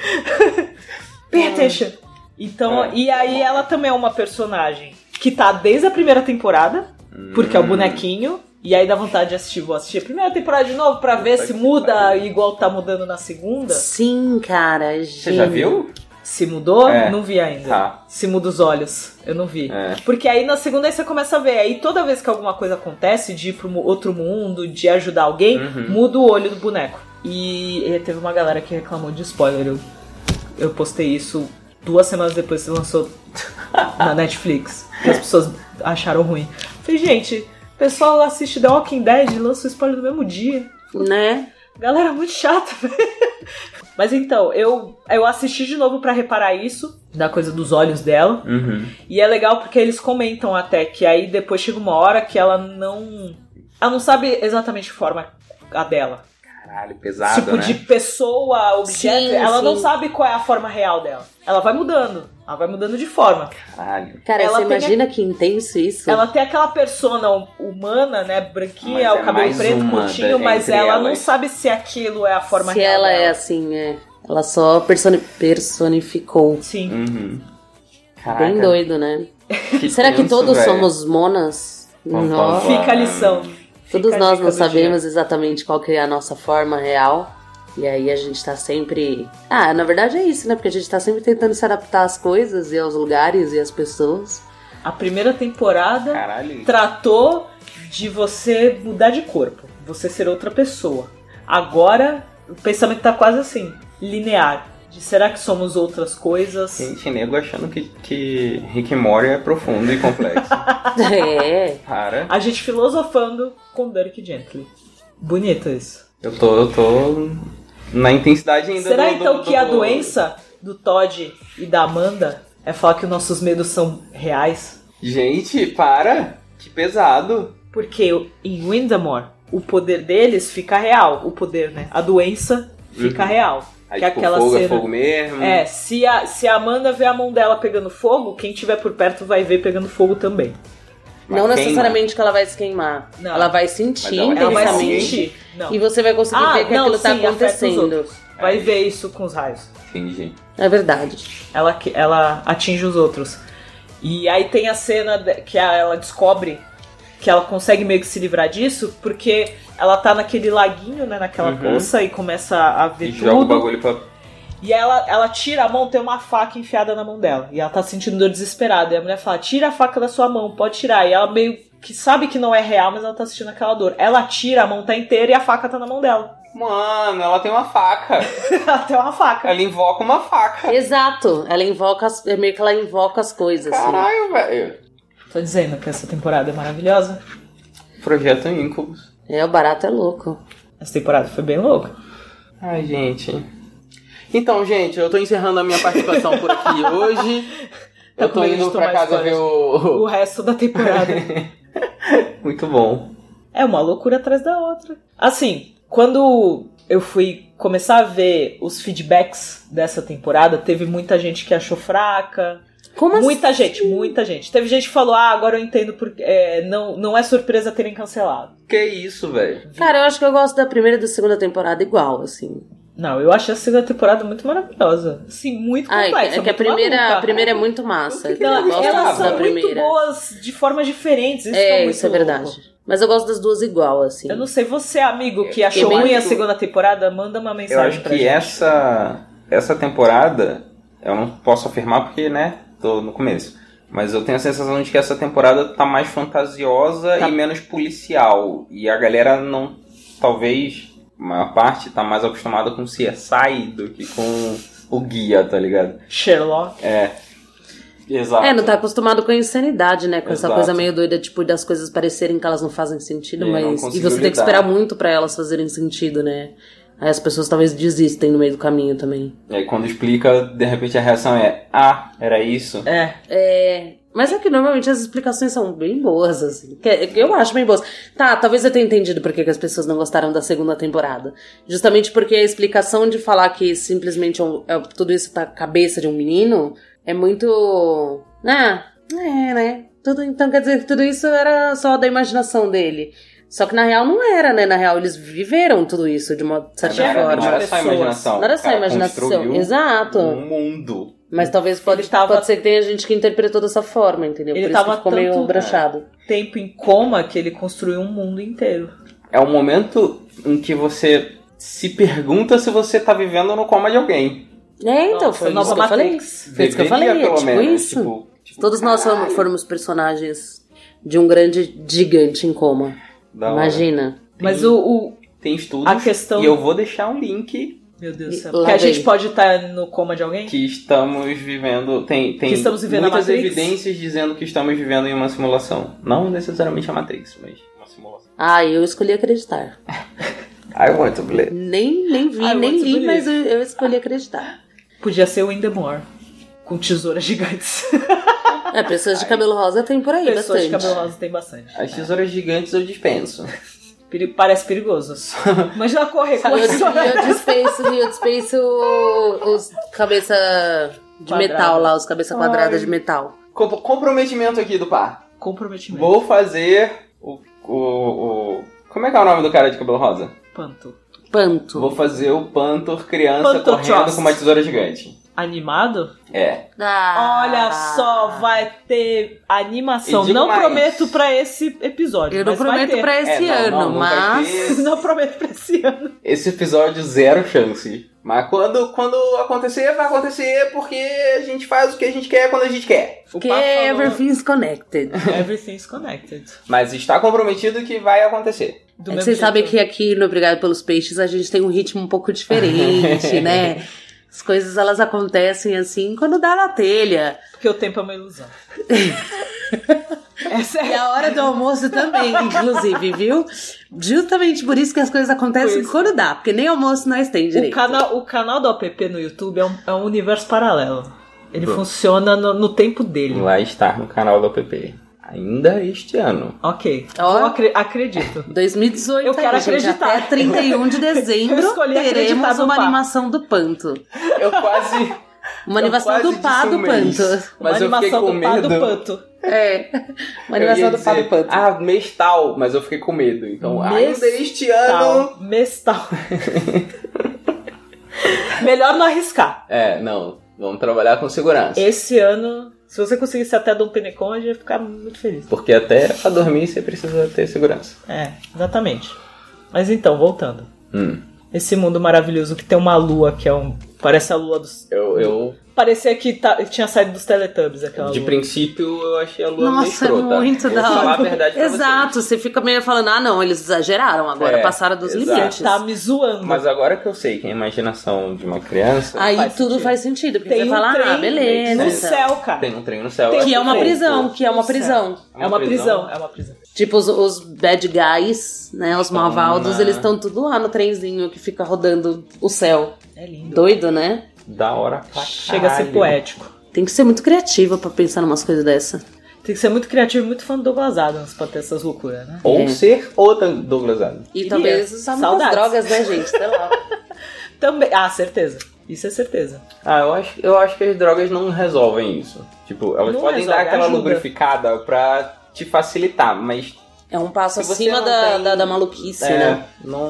Speaker 2: Pay attention. Então,
Speaker 3: É.
Speaker 2: e aí ela também é uma personagem que tá desde a primeira temporada, porque
Speaker 3: Hum.
Speaker 2: é o bonequinho, e aí dá vontade de assistir, vou assistir a primeira temporada de novo pra ver
Speaker 3: Puta
Speaker 2: se
Speaker 3: que
Speaker 2: muda
Speaker 3: pariu.
Speaker 2: igual tá mudando na segunda.
Speaker 1: Sim, cara.
Speaker 3: Você já
Speaker 1: gênio.
Speaker 3: viu?
Speaker 2: Se mudou,
Speaker 3: É.
Speaker 2: não vi ainda.
Speaker 3: Tá.
Speaker 2: Se muda os olhos, eu não vi.
Speaker 3: É.
Speaker 2: Porque aí na segunda aí você começa a ver, aí toda vez que alguma coisa acontece, de ir pro mu- outro mundo, de ajudar alguém,
Speaker 3: Uhum.
Speaker 2: muda o olho do boneco. E, e teve uma galera que reclamou de spoiler, eu, eu postei isso duas semanas depois que lançou na Netflix. que as pessoas acharam ruim. Falei, gente, o pessoal assiste The Walking Dead e lança o spoiler no mesmo dia.
Speaker 1: Né?
Speaker 2: Galera, muito chata, velho. Mas então, eu, eu assisti de novo pra reparar isso, da coisa dos olhos dela.
Speaker 3: Uhum.
Speaker 2: E é legal porque eles comentam até que aí depois chega uma hora que ela não. Ela não sabe exatamente a forma a dela.
Speaker 3: Caralho, pesado,
Speaker 2: tipo,
Speaker 3: né?
Speaker 2: de pessoa, objeto.
Speaker 1: Sim,
Speaker 2: ela
Speaker 1: sim.
Speaker 2: não sabe qual é a forma real dela. Ela vai mudando. Ela vai mudando de forma.
Speaker 3: Caralho.
Speaker 1: Cara,
Speaker 2: Ela
Speaker 1: você
Speaker 2: tem
Speaker 1: imagina que intenso isso?
Speaker 2: Ela tem aquela persona hum- humana, né? Branquinha,
Speaker 3: Mas
Speaker 2: o
Speaker 3: é
Speaker 2: cabelo
Speaker 3: mais
Speaker 2: preto,
Speaker 3: uma
Speaker 2: curtinho,
Speaker 3: da-
Speaker 2: mas
Speaker 3: entre
Speaker 2: ela não
Speaker 3: elas.
Speaker 2: sabe se aquilo é a forma
Speaker 1: Se
Speaker 2: real.
Speaker 1: ela
Speaker 2: dela.
Speaker 1: é assim, é. Ela só personi- personificou.
Speaker 2: Sim.
Speaker 3: Uhum. Caraca.
Speaker 1: Bem doido, né? Será que
Speaker 3: tenso,
Speaker 1: todos
Speaker 3: velho.
Speaker 1: somos monas?
Speaker 3: Vamos
Speaker 1: Nós-
Speaker 3: falar.
Speaker 2: Fica a lição.
Speaker 3: Hum.
Speaker 1: Todos
Speaker 2: Fica a
Speaker 1: nós
Speaker 2: dica
Speaker 1: não
Speaker 2: do
Speaker 1: sabemos exatamente qual que é a nossa forma real. E aí a gente tá sempre. Ah, na verdade é isso, né? Porque a gente tá sempre tentando se adaptar às coisas e aos lugares e às pessoas.
Speaker 2: dia. A primeira temporada
Speaker 3: Caralho.
Speaker 2: tratou de você mudar de corpo, você ser outra pessoa. Agora, o pensamento tá quase assim, linear. De será que somos outras coisas?
Speaker 3: Gente, nego achando que, que Rick and Morty é profundo e complexo.
Speaker 1: é.
Speaker 3: Para.
Speaker 2: A gente filosofando com Dirk Gently. Bonito isso.
Speaker 3: Eu tô, eu tô na intensidade ainda
Speaker 2: será
Speaker 3: do- do-
Speaker 2: então que a
Speaker 3: do-
Speaker 2: doença do Todd e da Amanda é falar que os nossos medos são reais?
Speaker 3: Gente, para. Que pesado.
Speaker 2: Porque em Windamore, o poder deles fica real. O poder, né? A doença fica
Speaker 3: Uhum.
Speaker 2: real.
Speaker 3: Aí,
Speaker 2: que é
Speaker 3: tipo,
Speaker 2: aquela
Speaker 3: fogo é
Speaker 2: cena.
Speaker 3: fogo mesmo.
Speaker 2: É, se a, se a Amanda vê a mão dela pegando fogo, quem tiver por perto vai ver pegando fogo também.
Speaker 3: Mas
Speaker 1: não
Speaker 3: queima.
Speaker 1: necessariamente que ela vai se queimar.
Speaker 2: Não.
Speaker 1: Ela vai sentir
Speaker 3: Mas
Speaker 2: Ela vai
Speaker 1: intensamente.
Speaker 2: sentir. Não.
Speaker 1: E você vai conseguir
Speaker 2: Ah,
Speaker 1: ver que
Speaker 2: não,
Speaker 1: aquilo tá
Speaker 2: sim, afeta os
Speaker 1: acontecendo.
Speaker 2: outros. Vai ver isso com os raios.
Speaker 3: Entendi.
Speaker 1: É verdade.
Speaker 2: Ela, que- ela atinge os outros. E aí tem a cena de- que a- ela descobre que ela consegue meio que se livrar disso, porque ela tá naquele laguinho, né, naquela
Speaker 3: Uhum.
Speaker 2: poça e começa a ver
Speaker 3: E
Speaker 2: tudo.
Speaker 3: joga o bagulho pra.
Speaker 2: E ela, ela tira a mão, tem uma faca enfiada na mão dela. E ela tá sentindo dor desesperada. E a mulher fala: tira a faca da sua mão, pode tirar. E ela meio que sabe que não é real, mas ela tá sentindo aquela dor. Ela tira, a mão tá inteira e a faca tá na mão dela.
Speaker 3: Mano, ela tem uma faca.
Speaker 2: ela tem uma faca.
Speaker 3: ela invoca uma faca.
Speaker 1: Exato. Ela invoca as, é meio que ela invoca as coisas. Assim.
Speaker 3: Caralho, velho.
Speaker 2: Tô dizendo que essa temporada é maravilhosa.
Speaker 3: Projeto Incubus.
Speaker 1: É, o barato é louco.
Speaker 2: Essa temporada foi bem louca.
Speaker 3: Ai, gente. Então, gente, eu tô encerrando a minha participação por aqui hoje.
Speaker 2: Tá
Speaker 3: eu
Speaker 2: com
Speaker 3: tô
Speaker 2: medo de
Speaker 3: indo pra
Speaker 2: tomar
Speaker 3: casa
Speaker 2: spoiler.
Speaker 3: ver
Speaker 2: O
Speaker 3: o.
Speaker 2: resto da temporada.
Speaker 3: Muito bom.
Speaker 2: É uma loucura atrás da outra. Assim, quando eu fui começar a ver os feedbacks dessa temporada, teve muita gente que achou fraca.
Speaker 1: Como
Speaker 2: muita gente, muita gente. Teve gente que falou: ah, agora eu entendo porque é, não, não é surpresa terem cancelado.
Speaker 3: Que isso, velho.
Speaker 1: assim? Cara, eu acho que eu gosto da primeira e da segunda temporada igual, assim.
Speaker 2: Não, eu achei a segunda temporada muito maravilhosa. Sim, muito
Speaker 1: Ah, é,
Speaker 2: complexa.
Speaker 1: que- é que a
Speaker 2: muito
Speaker 1: primeira,
Speaker 2: maluca.
Speaker 1: a primeira é muito massa.
Speaker 2: Não,
Speaker 1: eu gosto
Speaker 2: elas
Speaker 1: muito da
Speaker 2: são muito
Speaker 1: primeira.
Speaker 2: boas de formas diferentes. Isso que
Speaker 1: é,
Speaker 2: muito
Speaker 1: isso é
Speaker 2: louco.
Speaker 1: verdade. Mas eu gosto das duas igual, assim.
Speaker 2: Eu não sei, você, amigo, que
Speaker 3: Eu
Speaker 2: achou
Speaker 1: acho-
Speaker 2: ruim a segunda temporada, manda uma
Speaker 3: Eu
Speaker 2: mensagem
Speaker 3: acho
Speaker 2: pra
Speaker 3: que é.
Speaker 2: gente.
Speaker 3: essa, essa temporada, eu não posso afirmar porque, né, tô no começo. Mas eu tenho a sensação de que essa temporada tá mais fantasiosa
Speaker 1: Tá.
Speaker 3: e menos policial. E a galera não. Talvez, a maior parte, tá mais acostumada com CSI do que com o guia, tá ligado?
Speaker 2: Sherlock. é
Speaker 3: Exato.
Speaker 1: É, não tá acostumado com a insanidade, né? Com essa
Speaker 3: Exato.
Speaker 1: coisa meio doida, tipo, das coisas parecerem que elas não fazem sentido,
Speaker 3: É, não
Speaker 1: mas. E
Speaker 3: conseguiu
Speaker 1: você tem que
Speaker 3: lidar.
Speaker 1: esperar muito pra elas fazerem sentido, né? Aí as pessoas talvez desistem no meio do caminho também.
Speaker 3: E aí quando explica, de repente a reação é: Ah, era isso?
Speaker 2: É.
Speaker 1: É. Mas é que normalmente as explicações são bem boas, assim. Que- Eu acho bem boas. Tá, talvez eu tenha entendido por que que as pessoas não gostaram da segunda temporada. Justamente porque a explicação de falar que simplesmente é um- é- tudo isso tá na cabeça de um menino é muito. Ah, é, né? Tudo, então quer dizer que tudo isso era só da imaginação dele. Só que na real não era, né? Na real eles viveram tudo isso de uma certa
Speaker 3: Não era, não
Speaker 1: forma.
Speaker 3: era só
Speaker 2: Pessoas.
Speaker 3: imaginação.
Speaker 1: Não era só
Speaker 3: O cara
Speaker 1: imaginação.
Speaker 3: construiu
Speaker 1: Exato.
Speaker 3: Um mundo.
Speaker 1: Mas talvez pode,
Speaker 2: Ele tava-
Speaker 1: pode ser que tenha gente que interpretou dessa forma, entendeu?
Speaker 2: Ele
Speaker 1: Por isso
Speaker 2: tava
Speaker 1: que ficou
Speaker 2: tanto-
Speaker 1: meio brochado.
Speaker 2: um tempo em coma que ele construiu um mundo inteiro.
Speaker 3: é o momento em que você se pergunta se você tá vivendo no coma de alguém.
Speaker 1: É, então,
Speaker 2: Não,
Speaker 1: foi
Speaker 2: nova
Speaker 1: isso que eu falei.
Speaker 2: Matrix.
Speaker 1: Foi isso que eu falei, é tipo isso.
Speaker 3: Tipo, tipo,
Speaker 1: Todos nós fomos-
Speaker 3: caralho,
Speaker 1: formos personagens de um grande gigante em coma.
Speaker 3: da hora.
Speaker 1: Imagina.
Speaker 2: Mas o, o-
Speaker 3: Tem estudos.
Speaker 2: a questão.
Speaker 3: E eu vou deixar um link
Speaker 2: Meu Deus do céu.
Speaker 1: Lá
Speaker 2: Porque a
Speaker 1: vem.
Speaker 2: gente pode estar no coma de alguém?
Speaker 3: que estamos vivendo. Tem, tem
Speaker 2: Que estamos vivendo a
Speaker 3: muitas
Speaker 2: Matrix?
Speaker 3: evidências dizendo que estamos vivendo em uma simulação. Não necessariamente a Matrix, mas uma simulação.
Speaker 1: Ah, eu escolhi acreditar.
Speaker 3: I want to believe.
Speaker 1: Nem, nem vi,
Speaker 2: Ah, eu
Speaker 1: nem
Speaker 2: muito
Speaker 1: li,
Speaker 2: bonito.
Speaker 1: mas eu, eu escolhi acreditar.
Speaker 2: Podia ser o Indemore. Com tesouras gigantes.
Speaker 1: É, pessoas de cabelo rosa tem por aí
Speaker 2: Pessoas de
Speaker 1: bastante.
Speaker 2: cabelo rosa tem bastante. né?
Speaker 3: As tesouras gigantes eu dispenso.
Speaker 2: Peri- Parece perigoso. Imagina correr com a
Speaker 1: é- Eu,
Speaker 2: tesoura.
Speaker 1: eu dispenso, eu dispenso os cabeça de
Speaker 2: Quadrada.
Speaker 1: metal lá, os cabeça quadrada
Speaker 3: Ai.
Speaker 1: de metal.
Speaker 3: Com- comprometimento aqui do par.
Speaker 2: Comprometimento.
Speaker 3: Vou fazer o, o, o- Como é que é o nome do cara de cabelo rosa?
Speaker 2: Panto.
Speaker 1: Panto.
Speaker 3: Vou fazer o Pantor criança
Speaker 2: Pantor
Speaker 3: correndo
Speaker 2: Trust.
Speaker 3: com uma tesoura gigante.
Speaker 2: Animado?
Speaker 3: É.
Speaker 1: Ah.
Speaker 2: Olha só, vai ter
Speaker 3: E
Speaker 2: animação.
Speaker 3: digo
Speaker 2: Não
Speaker 3: mais.
Speaker 2: prometo pra esse episódio.
Speaker 1: Eu não
Speaker 2: mas vai
Speaker 1: prometo
Speaker 2: ter.
Speaker 1: pra esse
Speaker 3: É,
Speaker 1: ano,
Speaker 3: não, não, não vai
Speaker 1: mas.
Speaker 3: ter.
Speaker 2: Não prometo pra esse ano.
Speaker 3: Esse episódio zero chance. Mas quando, quando acontecer, vai acontecer porque a gente faz o que a gente quer quando a gente quer.
Speaker 2: O
Speaker 1: Porque
Speaker 2: Pá falou-
Speaker 1: everything's connected. É
Speaker 2: Everything's connected.
Speaker 3: Mas está comprometido que vai acontecer.
Speaker 1: É
Speaker 2: Do
Speaker 1: que
Speaker 2: mesmo
Speaker 1: vocês
Speaker 2: jeito.
Speaker 1: sabem que aqui no Obrigado pelos Peixes a gente tem um ritmo um pouco diferente, né? As coisas elas acontecem assim quando dá na telha.
Speaker 2: Porque o tempo é uma ilusão. Essa
Speaker 1: E
Speaker 2: é
Speaker 1: a hora do almoço também, inclusive, viu? Justamente por isso que as coisas acontecem
Speaker 2: Por isso.
Speaker 1: quando dá, porque nem almoço nós tem
Speaker 2: o
Speaker 1: direito.
Speaker 2: canal, o canal do app no YouTube é um, é um universo paralelo. Ele funciona no, no tempo dele.
Speaker 3: Lá está no canal do PP. Ainda este ano.
Speaker 2: Ok.
Speaker 1: Ó.
Speaker 2: Eu acre- acredito.
Speaker 1: 2018,
Speaker 2: Eu quero
Speaker 1: aí, tá gente,
Speaker 2: acreditar.
Speaker 1: até 31 de
Speaker 2: Eu
Speaker 1: dezembro
Speaker 2: escolhi acreditar
Speaker 1: teremos
Speaker 2: no
Speaker 1: uma
Speaker 2: Pá.
Speaker 1: animação do Panto.
Speaker 3: Eu quase.
Speaker 1: Uma
Speaker 3: eu
Speaker 1: animação
Speaker 3: quase
Speaker 1: do Pá
Speaker 3: disse
Speaker 1: do
Speaker 3: um mês,
Speaker 1: Panto.
Speaker 2: Uma
Speaker 3: Mas eu fiquei
Speaker 2: animação
Speaker 3: com
Speaker 2: do Pá do
Speaker 3: medo.
Speaker 2: Panto.
Speaker 1: É. Uma
Speaker 3: Eu ia
Speaker 1: animação do Fábio
Speaker 3: dizer,
Speaker 1: Panto.
Speaker 3: Ah, mês tal, mas eu fiquei com medo. Então,
Speaker 2: Mês
Speaker 3: ainda este ano.
Speaker 2: Tal, Mestal. Melhor não arriscar.
Speaker 3: É, não. Vamos trabalhar com segurança.
Speaker 2: Esse ano, se você conseguisse até Dom Penecon, a gente ia ficar muito feliz.
Speaker 3: Porque até pra dormir você precisa ter segurança.
Speaker 2: É, exatamente. Mas então, voltando.
Speaker 3: Hum.
Speaker 2: Esse mundo maravilhoso que tem uma lua que é um. Parece a lua dos.
Speaker 3: Eu, eu
Speaker 2: Parecia que tá- tinha saído dos Teletubbies aquela
Speaker 3: de
Speaker 2: lua.
Speaker 3: princípio, eu achei a lua meio
Speaker 1: Nossa, é
Speaker 3: escrota.
Speaker 1: muito
Speaker 3: Vou
Speaker 1: da
Speaker 3: falar a
Speaker 1: hora.
Speaker 3: verdade pra
Speaker 1: Exato, você fica meio falando, ah não, eles exageraram agora,
Speaker 3: É,
Speaker 1: passaram dos
Speaker 3: exato.
Speaker 1: limites.
Speaker 2: Tá me zoando.
Speaker 3: vocês. Mas agora que eu sei que é a imaginação de uma criança...
Speaker 1: Aí
Speaker 2: faz
Speaker 1: tudo
Speaker 2: sentido.
Speaker 1: faz sentido, porque
Speaker 2: Tem
Speaker 1: você
Speaker 2: um
Speaker 1: fala, ah,
Speaker 3: né,
Speaker 2: trem
Speaker 1: beleza.
Speaker 2: no céu, cara.
Speaker 3: Tem um trem no céu.
Speaker 2: Tem
Speaker 1: Que é uma
Speaker 3: fofo.
Speaker 1: prisão, que é uma prisão.
Speaker 2: É uma prisão, é uma prisão.
Speaker 1: Tipo, os, os bad guys, né? Os
Speaker 3: Estão
Speaker 1: malvados,
Speaker 3: na-
Speaker 1: eles estão tudo lá no trenzinho que fica rodando o céu.
Speaker 2: É lindo.
Speaker 1: Doido, né?
Speaker 3: Da hora pra
Speaker 2: Chega a ser
Speaker 3: caralho.
Speaker 2: poético.
Speaker 1: Tem que ser muito criativa pra pensar numas coisas dessa.
Speaker 2: Tem que ser muito criativo e muito fã do Douglas Adams pra ter essas loucuras, né?
Speaker 3: Ou
Speaker 1: É.
Speaker 3: ser ou Dan- Douglas Adams.
Speaker 1: E
Speaker 2: Queria.
Speaker 1: talvez usar muitas
Speaker 2: Saudades.
Speaker 1: drogas, né, gente? Sei lá.
Speaker 2: Também. Ah, certeza. Isso é certeza.
Speaker 3: Ah, eu acho, eu acho que as drogas não resolvem isso. Tipo, elas
Speaker 2: Não
Speaker 3: podem
Speaker 2: resolve,
Speaker 3: dar aquela
Speaker 2: ajuda.
Speaker 3: lubrificada pra te facilitar, mas
Speaker 1: É um passo
Speaker 3: Se você
Speaker 1: acima
Speaker 3: não
Speaker 1: da,
Speaker 3: tem-
Speaker 1: da, da maluquice,
Speaker 3: é,
Speaker 1: né?
Speaker 3: não,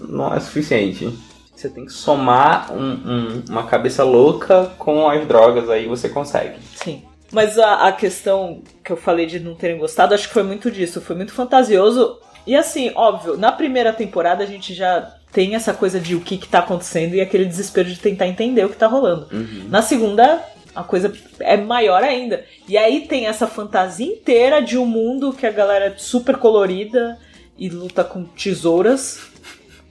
Speaker 3: não é suficiente. Você tem que somar um- um- uma cabeça louca com as drogas, aí você consegue.
Speaker 2: Sim. Mas a, a questão que eu falei de não terem gostado, acho que foi muito disso. Foi muito fantasioso. E assim, óbvio, na primeira temporada a gente já tem essa coisa de o que, que tá acontecendo e aquele desespero de tentar entender o que tá rolando.
Speaker 3: Uhum.
Speaker 2: Na segunda, a coisa é maior ainda. E aí tem essa fantasia inteira de um mundo que a galera é super colorida e luta com tesouras.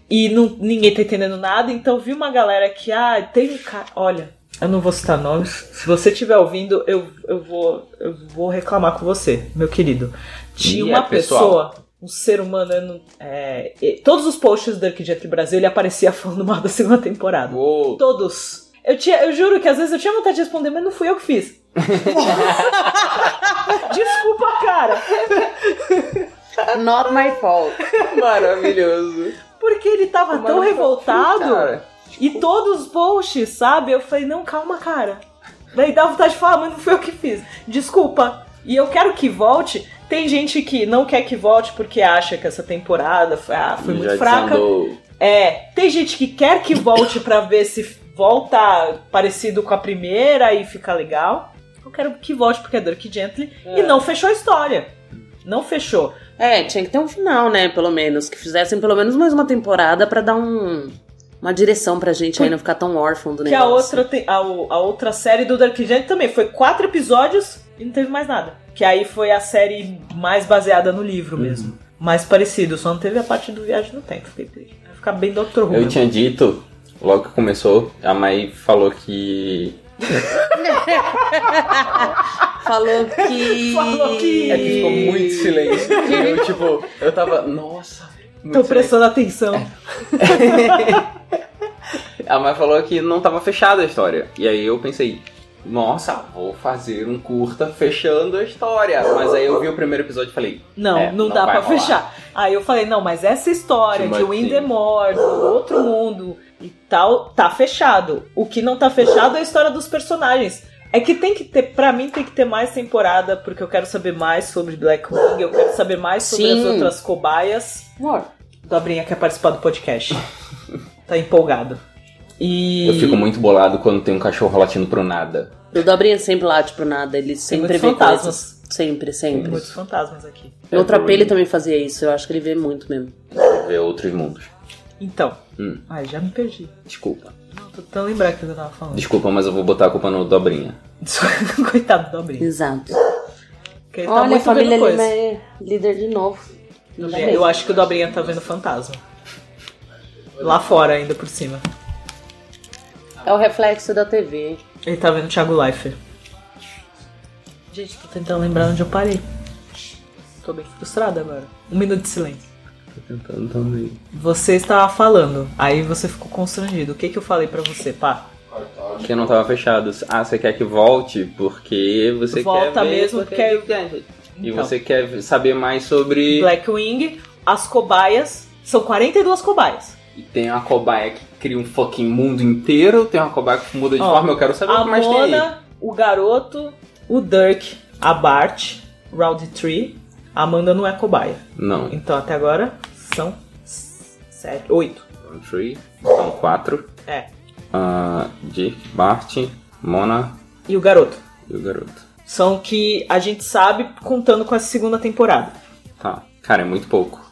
Speaker 2: E não, ninguém tá entendendo nada, então vi uma galera que, ah, tem um cara. Olha, eu não vou citar nomes. Se você estiver ouvindo, eu, eu, vou, eu vou reclamar com você, meu querido. Tinha
Speaker 3: E é
Speaker 2: uma
Speaker 3: pessoal.
Speaker 2: pessoa, um ser humano. eu não- é, e- todos os posts do Dark Jack Brasil ele aparecia falando mal da segunda temporada.
Speaker 3: Uou.
Speaker 2: Todos. Eu, tinha, eu juro que às vezes eu tinha vontade de responder, mas não fui eu que fiz. Desculpa, cara.
Speaker 1: Not my fault.
Speaker 3: Maravilhoso.
Speaker 2: Porque ele tava tão revoltado
Speaker 3: Cara,
Speaker 2: e todos os posts, sabe? Eu falei, não, calma, cara. Daí dá vontade de falar, mas não foi eu que fiz. Desculpa. E eu quero que volte. Tem gente que não quer que volte porque acha que essa temporada foi, ah, foi muito
Speaker 3: já
Speaker 2: fraca.
Speaker 3: desandou.
Speaker 2: É, tem gente que quer que volte pra ver se volta parecido com a primeira e fica legal. Eu quero que volte porque é Dirk Gently e não fechou a história. Não fechou.
Speaker 1: É, tinha que ter um final, né? Pelo menos. Que fizessem pelo menos mais uma temporada pra dar um, uma direção pra gente aí não ficar tão órfão do
Speaker 2: que a
Speaker 1: negócio.
Speaker 2: outra, te- a, o- a outra série do Dirk Gently também foi quatro episódios e não teve mais nada. Que aí foi a série mais baseada no
Speaker 3: Uhum.
Speaker 2: livro mesmo. Mais parecido, só não teve a parte do Viagem no Tempo. Fiquei triste. Vai ficar bem Dr. Who.
Speaker 3: Eu
Speaker 2: mesmo.
Speaker 3: tinha dito, logo que começou, a Mai falou que.
Speaker 1: Falou que.
Speaker 2: Falou que-
Speaker 3: É que ficou muito silêncio. E eu, tipo, eu tava. Nossa. muito
Speaker 2: Tô
Speaker 3: silêncio.
Speaker 2: prestando atenção.
Speaker 3: A Mai falou que não tava fechada a história. E aí eu pensei, nossa, vou fazer um curta fechando a história. Mas aí eu vi o primeiro episódio e falei,
Speaker 2: Não,
Speaker 3: É,
Speaker 2: não,
Speaker 3: não
Speaker 2: dá
Speaker 3: vai
Speaker 2: pra
Speaker 3: rolar.
Speaker 2: fechar. Aí eu falei, não, mas essa história
Speaker 3: Tipo
Speaker 2: de
Speaker 3: assim.
Speaker 2: Windemore, do outro mundo e tal, tá fechado. O que não tá fechado é a história dos personagens. É que tem que ter, pra mim tem que ter mais temporada, porque eu quero saber mais sobre Blackwing, eu quero saber mais sobre
Speaker 1: Sim.
Speaker 2: as outras cobaias.
Speaker 1: Amor,
Speaker 2: Dobrinha quer participar do podcast. tá empolgado. E.
Speaker 3: Eu fico muito bolado quando tem um cachorro latindo pro nada.
Speaker 1: O Dobrinha sempre late pro nada, ele sempre
Speaker 2: muitos
Speaker 1: vê
Speaker 2: fantasmas.
Speaker 1: coisas. Sempre, sempre.
Speaker 2: Tem muitos fantasmas aqui.
Speaker 1: No
Speaker 3: É,
Speaker 1: Trapé ele
Speaker 3: doido.
Speaker 1: também fazia isso, eu acho que ele vê muito mesmo.
Speaker 3: Ver outros mundos.
Speaker 2: Então.
Speaker 3: Hum.
Speaker 2: Ai, já me perdi.
Speaker 3: Desculpa.
Speaker 2: Não, tô tentando lembrar o que eu tava falando.
Speaker 3: Desculpa, mas eu vou botar a culpa no Dobrinha.
Speaker 2: Coitado do Dobrinha.
Speaker 1: Exato.
Speaker 2: Porque ele tá
Speaker 1: Olha, a
Speaker 2: muito
Speaker 1: família
Speaker 2: vendo coisa.
Speaker 1: Lima é líder de novo. Ainda
Speaker 2: Dobrinha-
Speaker 1: bem.
Speaker 2: É, Eu acho que o Dobrinha tá vendo fantasma. Lá fora, ainda por cima.
Speaker 1: É o reflexo da TV.
Speaker 2: Ele tá vendo o Thiago Leifert. Gente, tô tentando lembrar onde eu parei. Tô bem frustrada agora. Um minuto de silêncio.
Speaker 3: Tô tentando também.
Speaker 2: Você estava falando, aí você ficou constrangido. O que que eu falei pra você, pá?
Speaker 3: Porque não tava fechado. Ah, você quer que volte? Porque você
Speaker 2: Volta
Speaker 3: quer ver...
Speaker 2: mesmo, é-
Speaker 3: porque- E
Speaker 2: Então.
Speaker 3: você quer saber mais sobre...
Speaker 2: Blackwing, as cobaias. São 42 cobaias.
Speaker 3: E tem uma cobaia que cria um fucking mundo inteiro. Tem uma cobaia que muda de
Speaker 2: Ó,
Speaker 3: forma. Eu quero saber o
Speaker 2: A
Speaker 3: que mais tem aí.
Speaker 2: Mona, o garoto, o Dirk, a Bart, Round 3. A Amanda não é cobaia.
Speaker 3: Não.
Speaker 2: Então até agora são sete, oito.
Speaker 3: Round 3. São então quatro.
Speaker 2: É.
Speaker 3: Ah, Dick, Bart, Mona
Speaker 2: E o garoto.
Speaker 3: e o garoto.
Speaker 2: São que a gente sabe contando com essa segunda temporada.
Speaker 3: Tá. Cara, é muito pouco.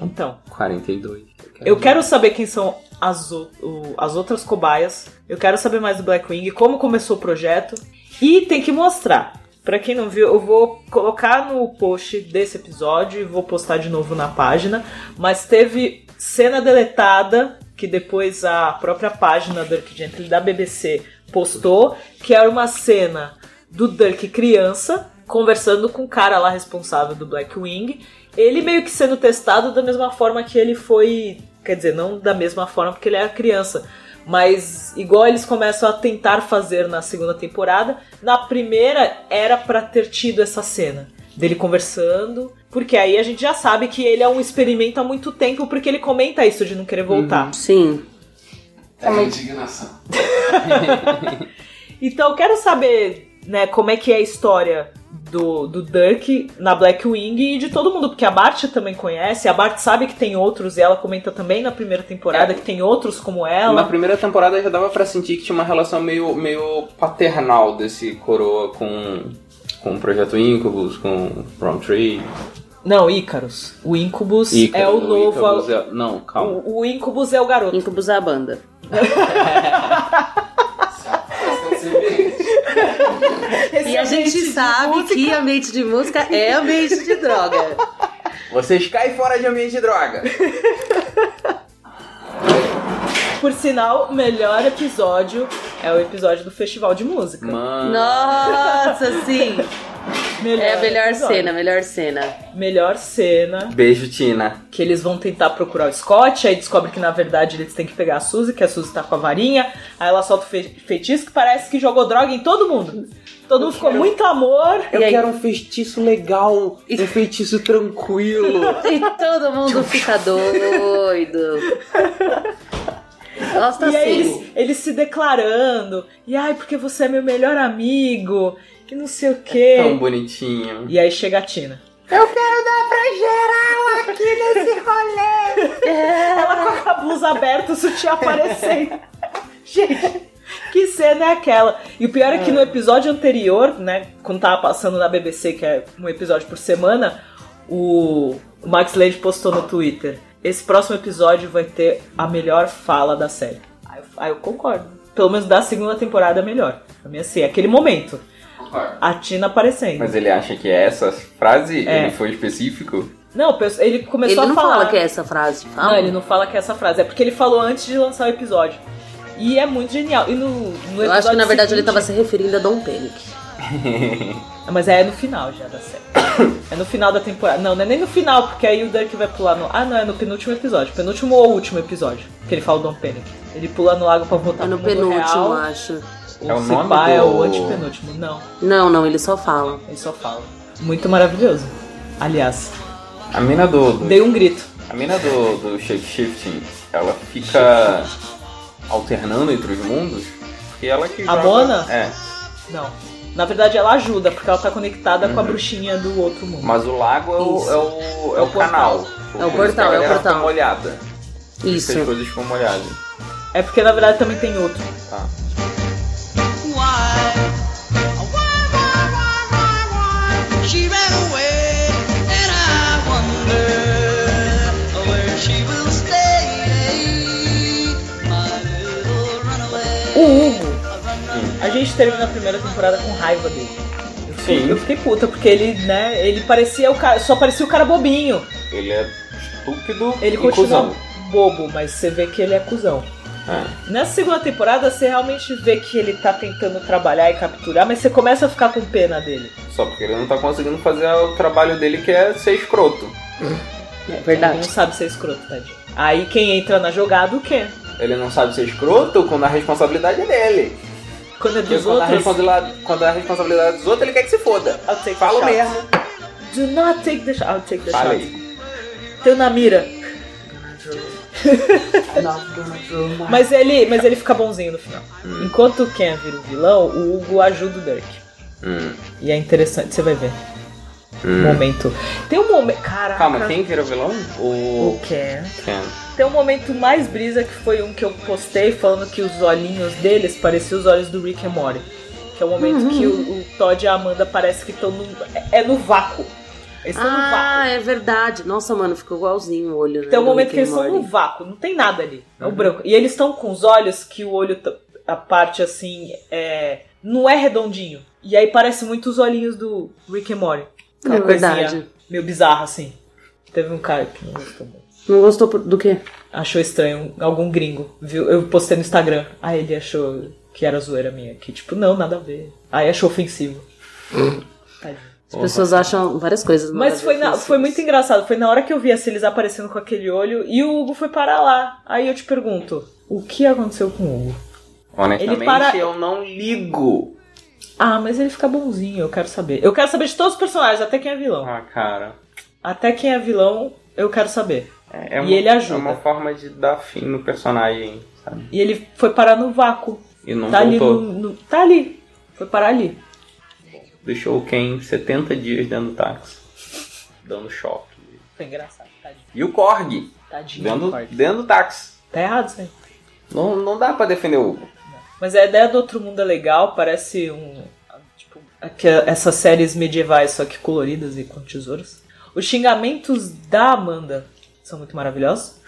Speaker 2: Então,
Speaker 3: 42.
Speaker 2: eu quero saber quem são as, o- o- as outras cobaias. Eu quero saber mais do Blackwing, como começou o projeto. E tem que mostrar. Pra quem não viu, eu vou colocar no post desse episódio e vou postar de novo na página. Mas teve cena deletada que depois a própria página Dirk Gently da BBC postou, que era uma cena do Dirk criança conversando com o cara lá responsável do Blackwing. Ele meio que sendo testado da mesma forma que ele foi, quer dizer, não da mesma forma porque ele era criança, mas igual eles começam a tentar fazer na segunda temporada, na primeira era pra ter tido essa cena dele conversando, porque aí a gente já sabe que ele é um experimento há muito tempo, porque ele comenta isso de não querer voltar.
Speaker 1: Sim.
Speaker 4: É uma indignação.
Speaker 2: Então eu quero saber, né, como é que é a história do, do Dirk na Blackwing e de todo mundo, porque a Bart também conhece, a Bart sabe que tem outros, e ela comenta também na primeira temporada
Speaker 3: É.
Speaker 2: que tem outros como
Speaker 3: Na
Speaker 2: ela.
Speaker 3: primeira temporada já dava pra sentir que tinha uma relação meio, meio paternal desse coroa com, com o Projeto Incubus, com Round Tree.
Speaker 2: Não, Ícaros. O Incubus
Speaker 3: Ícaro,
Speaker 2: é o novo.
Speaker 3: Ícaro, Zé- Não, calma.
Speaker 2: O, o Incubus é o garoto.
Speaker 1: Incubus é a banda.
Speaker 2: Esse
Speaker 1: E a gente
Speaker 2: é ambiente de
Speaker 1: sabe
Speaker 2: música-
Speaker 1: que ambiente de música é ambiente de droga.
Speaker 3: Vocês caem fora de ambiente de droga.
Speaker 2: Por sinal, o melhor episódio é o episódio do Festival de Música.
Speaker 3: Mano.
Speaker 1: Nossa, sim. É a melhor
Speaker 2: episódio.
Speaker 1: cena, a melhor cena.
Speaker 2: Melhor cena.
Speaker 3: Beijo, Tina.
Speaker 2: que eles vão tentar procurar o Scott, aí descobre que na verdade eles têm que pegar a Suzy, que a Suzy tá com a varinha, aí ela solta o fe- feitiço que parece que jogou droga em todo mundo. Todo mundo ficou muito amor.
Speaker 1: E aí?
Speaker 3: um feitiço legal, um feitiço tranquilo.
Speaker 1: E todo mundo fica doido. Nossa,
Speaker 2: E
Speaker 1: assim.
Speaker 2: aí eles, eles se declarando, e ai, porque você é meu melhor amigo, que não sei o quê.
Speaker 3: É Tão bonitinho.
Speaker 2: E aí chega a Tina.
Speaker 1: É.
Speaker 2: Ela com a blusa aberta, o sutiã aparecendo. Gente, que cena é aquela? E o pior é que no episódio anterior, né, quando tava passando na BBC, que é um episódio por semana, o o Max Lady postou no Twitter: esse próximo episódio vai ter a melhor fala da série. Aí eu, aí eu concordo. Pelo menos da segunda temporada é melhor. Pra mim, assim, é aquele momento.
Speaker 4: Concordo.
Speaker 2: A Tina aparecendo.
Speaker 3: Mas ele acha que é essa frase?
Speaker 2: É.
Speaker 3: Ele foi específico?
Speaker 2: Não, ele
Speaker 1: Ele
Speaker 2: começou
Speaker 1: não
Speaker 2: a falar.
Speaker 1: fala que é essa frase. Fala.
Speaker 2: Não, ele não fala que é essa frase. É porque ele falou antes de lançar o episódio. E é muito genial. E no, no episódio
Speaker 1: Eu acho que na verdade ele
Speaker 2: seguinte-
Speaker 1: tava se referindo a Dom Panic.
Speaker 2: Mas é no final já da série. é no final da temporada. Não, não é nem no final, porque aí o Dirk vai pular no. Ah, não, é no penúltimo episódio. Penúltimo ou último episódio. Que ele fala o Dom Panic. Ele pula Tá no lago pra voltar
Speaker 1: É no
Speaker 2: pro mundo
Speaker 1: penúltimo,
Speaker 2: real.
Speaker 1: acho.
Speaker 3: É o
Speaker 2: se
Speaker 3: nome
Speaker 2: pá, é
Speaker 3: do-
Speaker 2: o antepenúltimo. Não,
Speaker 1: Não, não, ele só fala.
Speaker 2: ele só fala. Muito maravilhoso. Aliás,
Speaker 3: A mina do. do-
Speaker 2: dei um grito.
Speaker 3: A mina do, do shape shifting, ela fica alternando entre os mundos. E ela que.
Speaker 2: A
Speaker 3: joga-
Speaker 2: Mona?
Speaker 3: É.
Speaker 2: Não. Na verdade, ela ajuda, porque ela tá conectada com a bruxinha do outro mundo.
Speaker 3: Mas o lago é o,
Speaker 1: Isso.
Speaker 3: é o, é
Speaker 2: É
Speaker 3: o
Speaker 2: o
Speaker 3: canal.
Speaker 1: É o portal, é o portal.
Speaker 3: Ficou molhada.
Speaker 1: Isso.
Speaker 3: As coisas ficam molhadas.
Speaker 2: É porque na verdade também tem outro.
Speaker 3: Tá.
Speaker 6: Why? Why, why, why, why, why? She ran away, and I wonder where she will stay. My little runaway.
Speaker 2: O Hugo, a gente terminou a primeira temporada com raiva dele. Eu fiquei,
Speaker 3: Sim.
Speaker 2: eu fiquei puta, porque ele, né, ele parecia o cara, só parecia o cara bobinho.
Speaker 3: Ele é estúpido
Speaker 2: Ele
Speaker 3: e
Speaker 2: continua
Speaker 3: cuzão.
Speaker 2: bobo, mas você vê que ele é cuzão.
Speaker 3: É.
Speaker 2: Nessa segunda temporada, você realmente vê que ele tá tentando trabalhar e capturar, mas você começa a ficar com pena dele.
Speaker 3: Só porque ele não tá conseguindo fazer o trabalho dele que é ser escroto.
Speaker 1: É
Speaker 2: Ele
Speaker 1: verdade.
Speaker 2: não sabe ser escroto, tadinho. Aí quem entra na jogada, o quê?
Speaker 3: Ele não sabe ser escroto quando a responsabilidade é dele.
Speaker 2: Quando é
Speaker 3: Porque
Speaker 2: dos
Speaker 3: quando a,
Speaker 2: outros...
Speaker 3: responsabilidade, quando a responsabilidade é dos outros, ele quer que se foda.
Speaker 2: I'll take the
Speaker 3: Falo
Speaker 2: shot.
Speaker 3: mesmo.
Speaker 2: Do not take the shot. I'll take the shot.
Speaker 3: Falei.
Speaker 2: Teu na mira. mas, ele, mas ele fica bonzinho no final.
Speaker 3: Hum.
Speaker 2: Enquanto o Ken vira o vilão, o Hugo ajuda o Dirk.
Speaker 3: Hum.
Speaker 2: E é interessante, você vai ver. Momento. Tem um momento. Caraca.
Speaker 3: Calma, quem que era o vilão? O
Speaker 2: O Ken.
Speaker 3: Ken.
Speaker 2: Tem um momento mais brisa que foi um que eu postei falando que os olhinhos deles pareciam os olhos do Rick and Morty. Que é o momento que o, o Todd e a Amanda parece que estão no. É, é no vácuo. Eles estão no
Speaker 1: Ah,
Speaker 2: vácuo.
Speaker 1: é verdade. Nossa, mano, ficou igualzinho o olho. Né,
Speaker 2: Tem um
Speaker 1: do
Speaker 2: momento
Speaker 1: Rick
Speaker 2: que eles
Speaker 1: and
Speaker 2: estão no
Speaker 1: Morty.
Speaker 2: vácuo, não tem nada ali. É o branco. E eles estão com os olhos que o olho, tá- a parte assim, é. Não é redondinho. E aí parece muito os olhinhos do Rick and Morty. Aquela
Speaker 1: É
Speaker 2: coisinha
Speaker 1: verdade.
Speaker 2: meio bizarra, assim. Teve um cara que não gostou muito.
Speaker 1: Não gostou por- do quê?
Speaker 2: achou estranho, um, algum gringo, viu? Eu postei no Instagram. Aí ele achou que era zoeira minha, que tipo, não, nada a ver. Aí achou ofensivo.
Speaker 1: Hum.
Speaker 2: Tadinho.
Speaker 1: As pessoas acham várias coisas.
Speaker 2: Mas foi, na-
Speaker 1: maravilhosas.
Speaker 2: foi muito engraçado. Foi na hora que eu vi a Celis aparecendo com aquele olho e o Hugo foi parar lá. Aí eu te pergunto, o que aconteceu com o Hugo?
Speaker 3: Honestamente,
Speaker 2: Ele para-
Speaker 3: eu não ligo.
Speaker 2: Ah, mas ele fica bonzinho, eu quero saber. Eu quero saber de todos os personagens, até quem é vilão.
Speaker 3: Ah, cara.
Speaker 2: Até quem é vilão, eu quero saber.
Speaker 3: É, é
Speaker 2: E
Speaker 3: uma,
Speaker 2: ele ajuda.
Speaker 3: É uma forma de dar fim no personagem, sabe?
Speaker 2: E ele foi parar no vácuo.
Speaker 3: E não
Speaker 2: tá
Speaker 3: voltou.
Speaker 2: ali no- no. Tá ali. Foi parar ali.
Speaker 3: Deixou o Ken 70 dias dentro do táxi. Dando choque.
Speaker 2: Foi engraçado, tadinho.
Speaker 3: E o Korg,
Speaker 2: Tadinho.
Speaker 3: dentro,
Speaker 2: Corte.
Speaker 3: dentro do táxi.
Speaker 2: Tá errado isso aí.
Speaker 3: Não, não dá pra defender o Hugo.
Speaker 2: Mas a ideia do Outro Mundo é legal, parece um. Tipo, aqua- essas séries medievais, só que coloridas e com tesouros. Os xingamentos da Amanda são muito maravilhosos.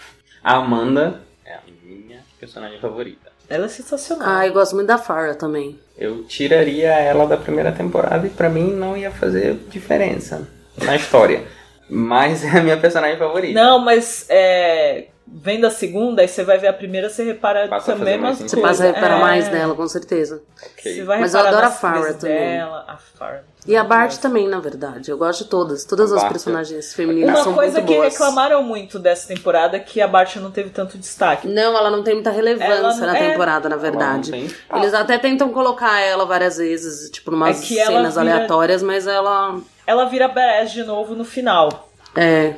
Speaker 3: A Amanda é a minha personagem favorita.
Speaker 2: Ela é sensacional.
Speaker 1: Ah, eu gosto muito da Farah também.
Speaker 3: Eu tiraria ela da primeira temporada e pra mim não ia fazer diferença na história. Mas é a minha personagem favorita.
Speaker 2: Não, mas é, vendo a segunda, aí você vai ver a primeira, você repara
Speaker 3: Passa a fazer
Speaker 2: também
Speaker 3: mais
Speaker 2: umas
Speaker 3: sentido.
Speaker 1: Você passa a reparar
Speaker 2: é,
Speaker 1: Tipo, mais nela, com certeza.
Speaker 3: Ok.
Speaker 2: Você vai
Speaker 1: Mas eu
Speaker 2: reparar
Speaker 1: adoro
Speaker 2: nas
Speaker 1: a Farrah
Speaker 2: coisas
Speaker 1: também.
Speaker 2: Dela, a Farrah. é
Speaker 1: E a Bart também, na verdade. Eu gosto de todas. Todas as
Speaker 3: Bart.
Speaker 1: personagens femininas
Speaker 2: Uma
Speaker 1: são
Speaker 2: coisa
Speaker 1: muito
Speaker 2: que
Speaker 1: boas.
Speaker 2: reclamaram muito dessa temporada é que a Bart não teve tanto destaque.
Speaker 1: Não, ela não tem muita relevância
Speaker 2: Ela não-
Speaker 1: na
Speaker 2: é.
Speaker 1: temporada, na
Speaker 3: Ela não
Speaker 1: verdade.
Speaker 3: tem
Speaker 1: Eles até tentam colocar ela várias vezes, tipo, numas
Speaker 2: É que ela
Speaker 1: cenas
Speaker 2: vira-
Speaker 1: aleatórias, mas ela.
Speaker 2: Ela vira badass de novo no final.
Speaker 1: É.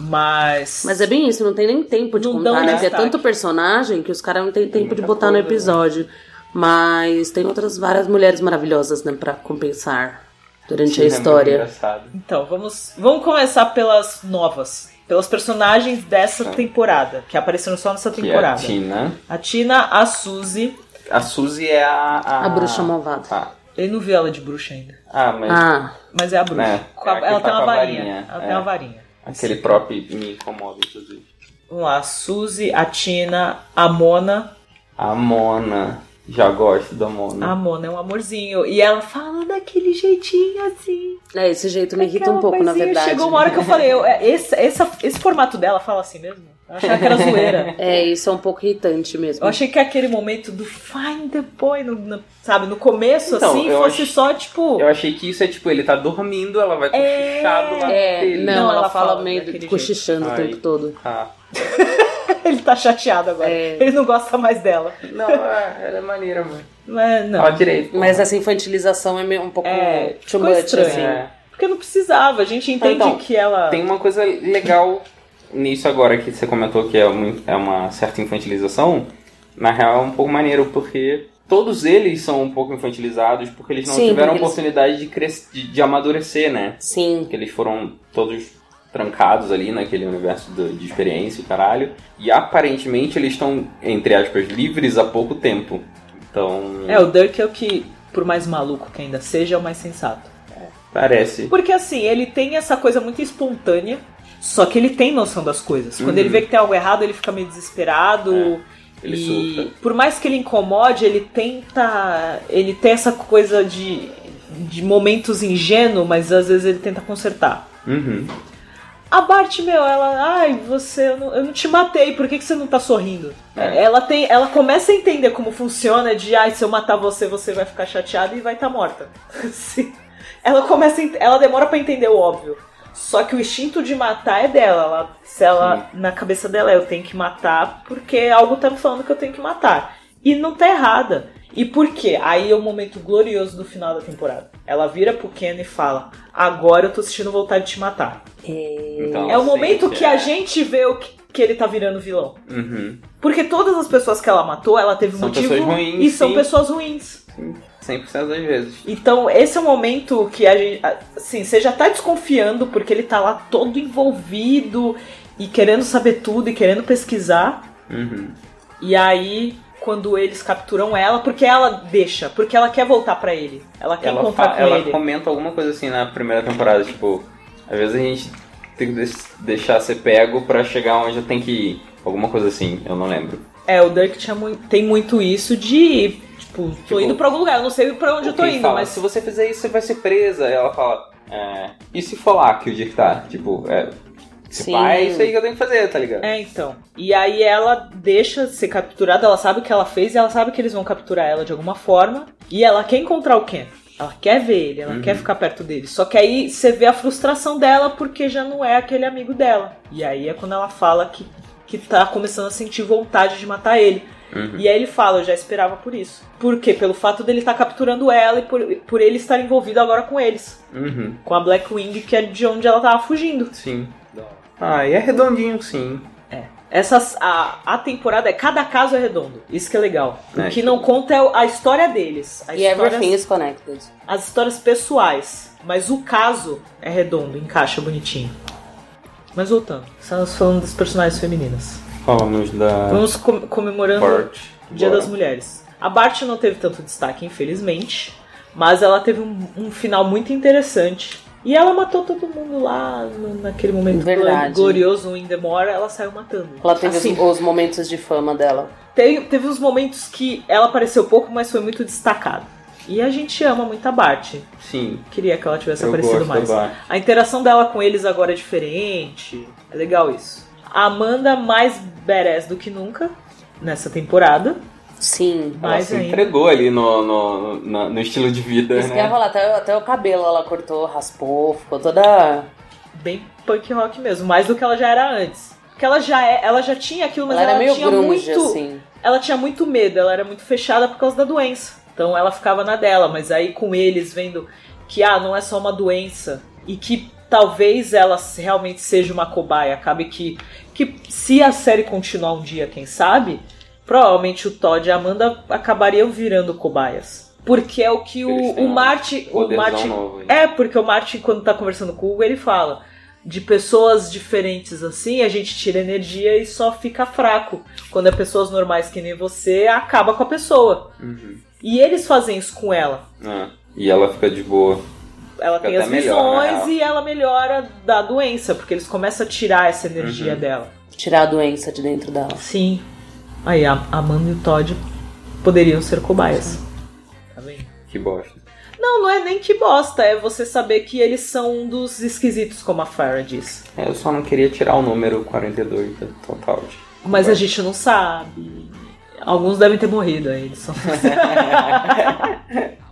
Speaker 2: Mas.
Speaker 1: Mas é bem isso, não tem nem tempo de
Speaker 2: Não dão
Speaker 1: contar, né? Porque é
Speaker 2: destaque.
Speaker 1: tanto personagem que os caras não têm tempo de
Speaker 3: muita
Speaker 1: botar no
Speaker 3: coisa, né?
Speaker 1: episódio. Mas tem outras várias mulheres maravilhosas, né, pra compensar durante
Speaker 3: Sim,
Speaker 1: a
Speaker 3: é muito
Speaker 1: história.
Speaker 3: engraçado.
Speaker 2: Então, vamos, vamos começar pelas novas. Pelas personagens dessa
Speaker 3: Tá.
Speaker 2: temporada, que apareceram só nessa
Speaker 3: Que é a
Speaker 2: temporada.
Speaker 3: Tina.
Speaker 2: a Tina, a Suzy.
Speaker 3: A Suzy é a. A,
Speaker 1: A bruxa malvada.
Speaker 3: Ah,
Speaker 2: Ele não viu ela de bruxa ainda.
Speaker 3: ah mas
Speaker 1: Ah,
Speaker 2: Mas é a bruxa.
Speaker 3: É,
Speaker 2: Com a-
Speaker 3: é a que
Speaker 2: ela
Speaker 3: tá
Speaker 2: tem uma
Speaker 3: com a
Speaker 2: varinha.
Speaker 3: varinha,
Speaker 2: Ela
Speaker 3: é.
Speaker 2: tem uma varinha.
Speaker 3: aquele prop me incomoda, inclusive.
Speaker 2: Vamos lá, a Suzy, a Tina, a Mona.
Speaker 3: A Mona. Já gosto da Mona.
Speaker 2: A Mona é um amorzinho. E ela fala daquele jeitinho assim.
Speaker 1: é, esse jeito me irrita
Speaker 2: Aquela
Speaker 1: um pouco, na
Speaker 2: coisinha.
Speaker 1: verdade.
Speaker 2: Chegou uma hora que eu falei, eu- é, esse, essa- esse formato dela fala assim mesmo? Eu achava que era zoeira.
Speaker 1: É, isso é um pouco irritante mesmo.
Speaker 2: Eu achei que aquele momento do find the boy, no- no- sabe, no começo,
Speaker 3: Então,
Speaker 2: assim,
Speaker 3: eu
Speaker 2: fosse
Speaker 3: achei-
Speaker 2: só, tipo...
Speaker 3: Eu achei que isso é tipo, ele tá dormindo, ela vai cochichar do lado
Speaker 1: É,
Speaker 3: dele.
Speaker 1: não,
Speaker 2: Não,
Speaker 1: ela,
Speaker 2: ela
Speaker 1: fala,
Speaker 2: fala
Speaker 1: meio
Speaker 2: daquele
Speaker 1: cochichando o
Speaker 3: jeito.
Speaker 1: tempo
Speaker 3: Ai.
Speaker 1: todo.
Speaker 3: Ah.
Speaker 2: Ele tá chateado agora.
Speaker 1: É.
Speaker 2: Ele não gosta mais dela.
Speaker 3: Não, é, ela é maneira, mano.
Speaker 2: Mas, assim, não.
Speaker 3: Fala direito.
Speaker 1: Mas essa infantilização é meio um pouco
Speaker 2: É,
Speaker 1: too
Speaker 2: ficou
Speaker 1: much,
Speaker 2: estranho.
Speaker 1: assim.
Speaker 3: É.
Speaker 2: Porque não precisava. A gente entende
Speaker 3: Então,
Speaker 2: que ela...
Speaker 3: Tem uma coisa legal nisso agora que você comentou que é, muito- é uma certa infantilização. Na real, é um pouco maneiro, porque todos eles são um pouco infantilizados porque eles não
Speaker 1: Sim,
Speaker 3: tiveram
Speaker 1: porque eles-
Speaker 3: oportunidade de, cres... de, de amadurecer, né?
Speaker 1: Sim.
Speaker 3: que eles foram todos trancados ali naquele universo do- de experiência e caralho. E aparentemente eles estão, entre aspas, livres há pouco tempo. Então,
Speaker 2: É, o Dirk é o que, por mais maluco que ainda seja, é o mais sensato.
Speaker 3: parece.
Speaker 2: Porque assim, ele tem essa coisa muito espontânea, só que ele tem noção das coisas. Quando
Speaker 3: Uhum. É.
Speaker 2: ele vê que tem algo errado, ele fica meio desesperado.
Speaker 3: Ele
Speaker 2: e
Speaker 3: surta.
Speaker 2: por mais que ele incomode, ele tenta. Ele tem essa coisa de, de momentos ingênuo, mas às vezes ele tenta consertar.
Speaker 3: Uhum.
Speaker 2: A Bart, meu, ela. Ai, você. Eu não, eu não te matei, por que, que você não tá sorrindo?
Speaker 3: É.
Speaker 2: Ela tem. Ela começa a entender como funciona de ai, se eu matar você, você vai ficar chateada e vai estar tá morta. Sim. ela começa. a ent- Ela demora pra entender o óbvio. Só que o instinto de matar é dela. Ela, se ela. Na cabeça dela é eu tenho que matar, porque algo tá me falando que eu tenho que matar. E não tá errada. E por quê? Aí é o momento glorioso do final da temporada. Ela vira pro Ken e fala: Agora eu tô sentindo vontade de te matar.
Speaker 3: Então,
Speaker 2: É o
Speaker 3: sim,
Speaker 2: momento que a
Speaker 3: é.
Speaker 2: gente vê o que, que ele tá virando vilão.
Speaker 3: Uhum.
Speaker 2: Porque todas as pessoas que ela matou, ela teve
Speaker 3: São
Speaker 2: motivo
Speaker 3: pessoas ruins,
Speaker 2: e são
Speaker 3: sim.
Speaker 2: pessoas ruins.
Speaker 3: 100% das vezes.
Speaker 2: Então, esse é o momento que a gente. Assim, você já tá desconfiando porque ele tá lá todo envolvido e querendo saber tudo e querendo pesquisar.
Speaker 3: Uhum.
Speaker 2: E aí, quando eles capturam ela, porque ela deixa, porque ela quer voltar pra ele. Ela quer
Speaker 3: Ela,
Speaker 2: encontrar
Speaker 3: fa-
Speaker 2: com
Speaker 3: ela
Speaker 2: ele.
Speaker 3: comenta alguma coisa assim na primeira temporada, tipo, às vezes a gente tem que des- deixar ser pego pra chegar onde eu tenho que ir. Alguma coisa assim, eu não lembro.
Speaker 2: É, o Dirk tinha mui- tem muito isso de. Tipo, tô
Speaker 3: Tipo,
Speaker 2: indo pra algum lugar, eu não sei pra onde eu tô
Speaker 3: Quem
Speaker 2: indo,
Speaker 3: fala,
Speaker 2: mas.
Speaker 3: se você fizer isso, você vai ser presa. Ela fala, é, e se for lá que o Dirk tá? Tipo, é, se
Speaker 1: Sim.
Speaker 3: pá, é isso aí que eu tenho que fazer, tá ligado?
Speaker 2: É, então. E aí ela deixa ser capturada, ela sabe o que ela fez e ela sabe que eles vão capturar ela de alguma forma. E ela quer encontrar o Ken. Ela quer ver ele, ela quer ficar perto dele. Só que aí você vê a frustração dela porque já não é aquele amigo dela. E aí é quando ela fala que, que tá começando a sentir vontade de matar ele. E aí ele fala, eu já esperava por isso. Por quê? Pelo fato dele estar capturando ela e por, por ele estar envolvido agora com eles.
Speaker 3: Uhum,
Speaker 2: Com a Blackwing, que é de onde ela tava fugindo.
Speaker 3: sim. Ah, e é redondinho, sim.
Speaker 2: Essas, a, a temporada é cada caso é redondo. Isso que é legal. O
Speaker 3: É,
Speaker 2: que não conta é a história deles. A
Speaker 1: E
Speaker 2: histórias-
Speaker 1: everything is connected.
Speaker 2: as histórias pessoais. Mas o caso é redondo, encaixa bonitinho. Mas voltando, estamos falando das personagens femininas.
Speaker 3: Falamos da
Speaker 2: Vamos com- comemorando
Speaker 3: É. Bart.
Speaker 2: o Dia das Mulheres. A Bart não teve tanto destaque, infelizmente. Mas ela teve um, um final muito interessante. E ela matou todo mundo lá no- naquele momento glo-
Speaker 1: Verdade.
Speaker 2: glorioso em Demora. Ela saiu matando.
Speaker 1: Ela teve
Speaker 2: Assim,
Speaker 1: os, os momentos de fama dela.
Speaker 2: Teve, teve uns momentos que ela apareceu pouco, mas foi muito destacado. E a gente ama muito a Bart.
Speaker 3: Sim,
Speaker 2: Queria que ela tivesse
Speaker 3: eu
Speaker 2: aparecido
Speaker 3: gosto
Speaker 2: mais.
Speaker 3: da Bart.
Speaker 2: A interação dela com eles agora é diferente. É legal isso. A Amanda mais badass do que nunca nessa temporada.
Speaker 1: Sim.
Speaker 3: Ela
Speaker 2: Mais
Speaker 3: se
Speaker 2: ainda. é
Speaker 3: entregou ali no, no, na- no estilo de vida,
Speaker 1: Isso que
Speaker 3: né?
Speaker 1: eu ia falar, até, até o cabelo ela cortou, raspou, ficou toda.
Speaker 2: Bem punk rock mesmo, mais do que ela já era antes. Porque ela já é, ela já tinha aquilo, mas
Speaker 1: ela
Speaker 2: ela,
Speaker 1: era meio
Speaker 2: tinha
Speaker 1: grunge,
Speaker 2: muito,
Speaker 1: assim.
Speaker 2: ela tinha muito medo, ela era muito fechada por causa da doença. Então ela ficava na dela, mas aí com eles vendo que ah, não é só uma doença e que talvez ela realmente seja uma cobaia, acabe que que se a série continuar um dia, quem sabe, provavelmente o Todd e a Amanda acabariam virando cobaias. Porque é o que o,
Speaker 3: Eles têm
Speaker 2: o
Speaker 3: um
Speaker 2: Marty, o
Speaker 3: Poderzão
Speaker 2: Marty
Speaker 3: novo aí.
Speaker 2: é, porque o Martin, quando tá conversando com o Hugo, ele fala de pessoas diferentes assim, a gente tira energia e só fica fraco. Quando é pessoas normais que nem você, acaba com a pessoa.
Speaker 3: Uhum.
Speaker 2: E eles fazem isso com ela.
Speaker 3: Ah, e ela fica de boa.
Speaker 2: Ela
Speaker 3: Fica
Speaker 2: tem as
Speaker 3: até melhor, né? na
Speaker 2: visões
Speaker 3: real.
Speaker 2: e ela melhora da doença, porque eles começam a tirar essa energia
Speaker 3: Uhum.
Speaker 2: dela.
Speaker 1: Tirar a doença de dentro dela.
Speaker 2: Sim. Aí a a Amanda e o Todd poderiam ser cobaias. Tá vendo?
Speaker 3: Que bosta.
Speaker 2: Não, não é nem que bosta, é você saber que eles são um dos esquisitos, como a Farah diz.
Speaker 3: É, eu só não queria tirar o número 42 da total. tipo. de-
Speaker 2: Mas a gente não sabe. Alguns devem ter morrido aí, eles só.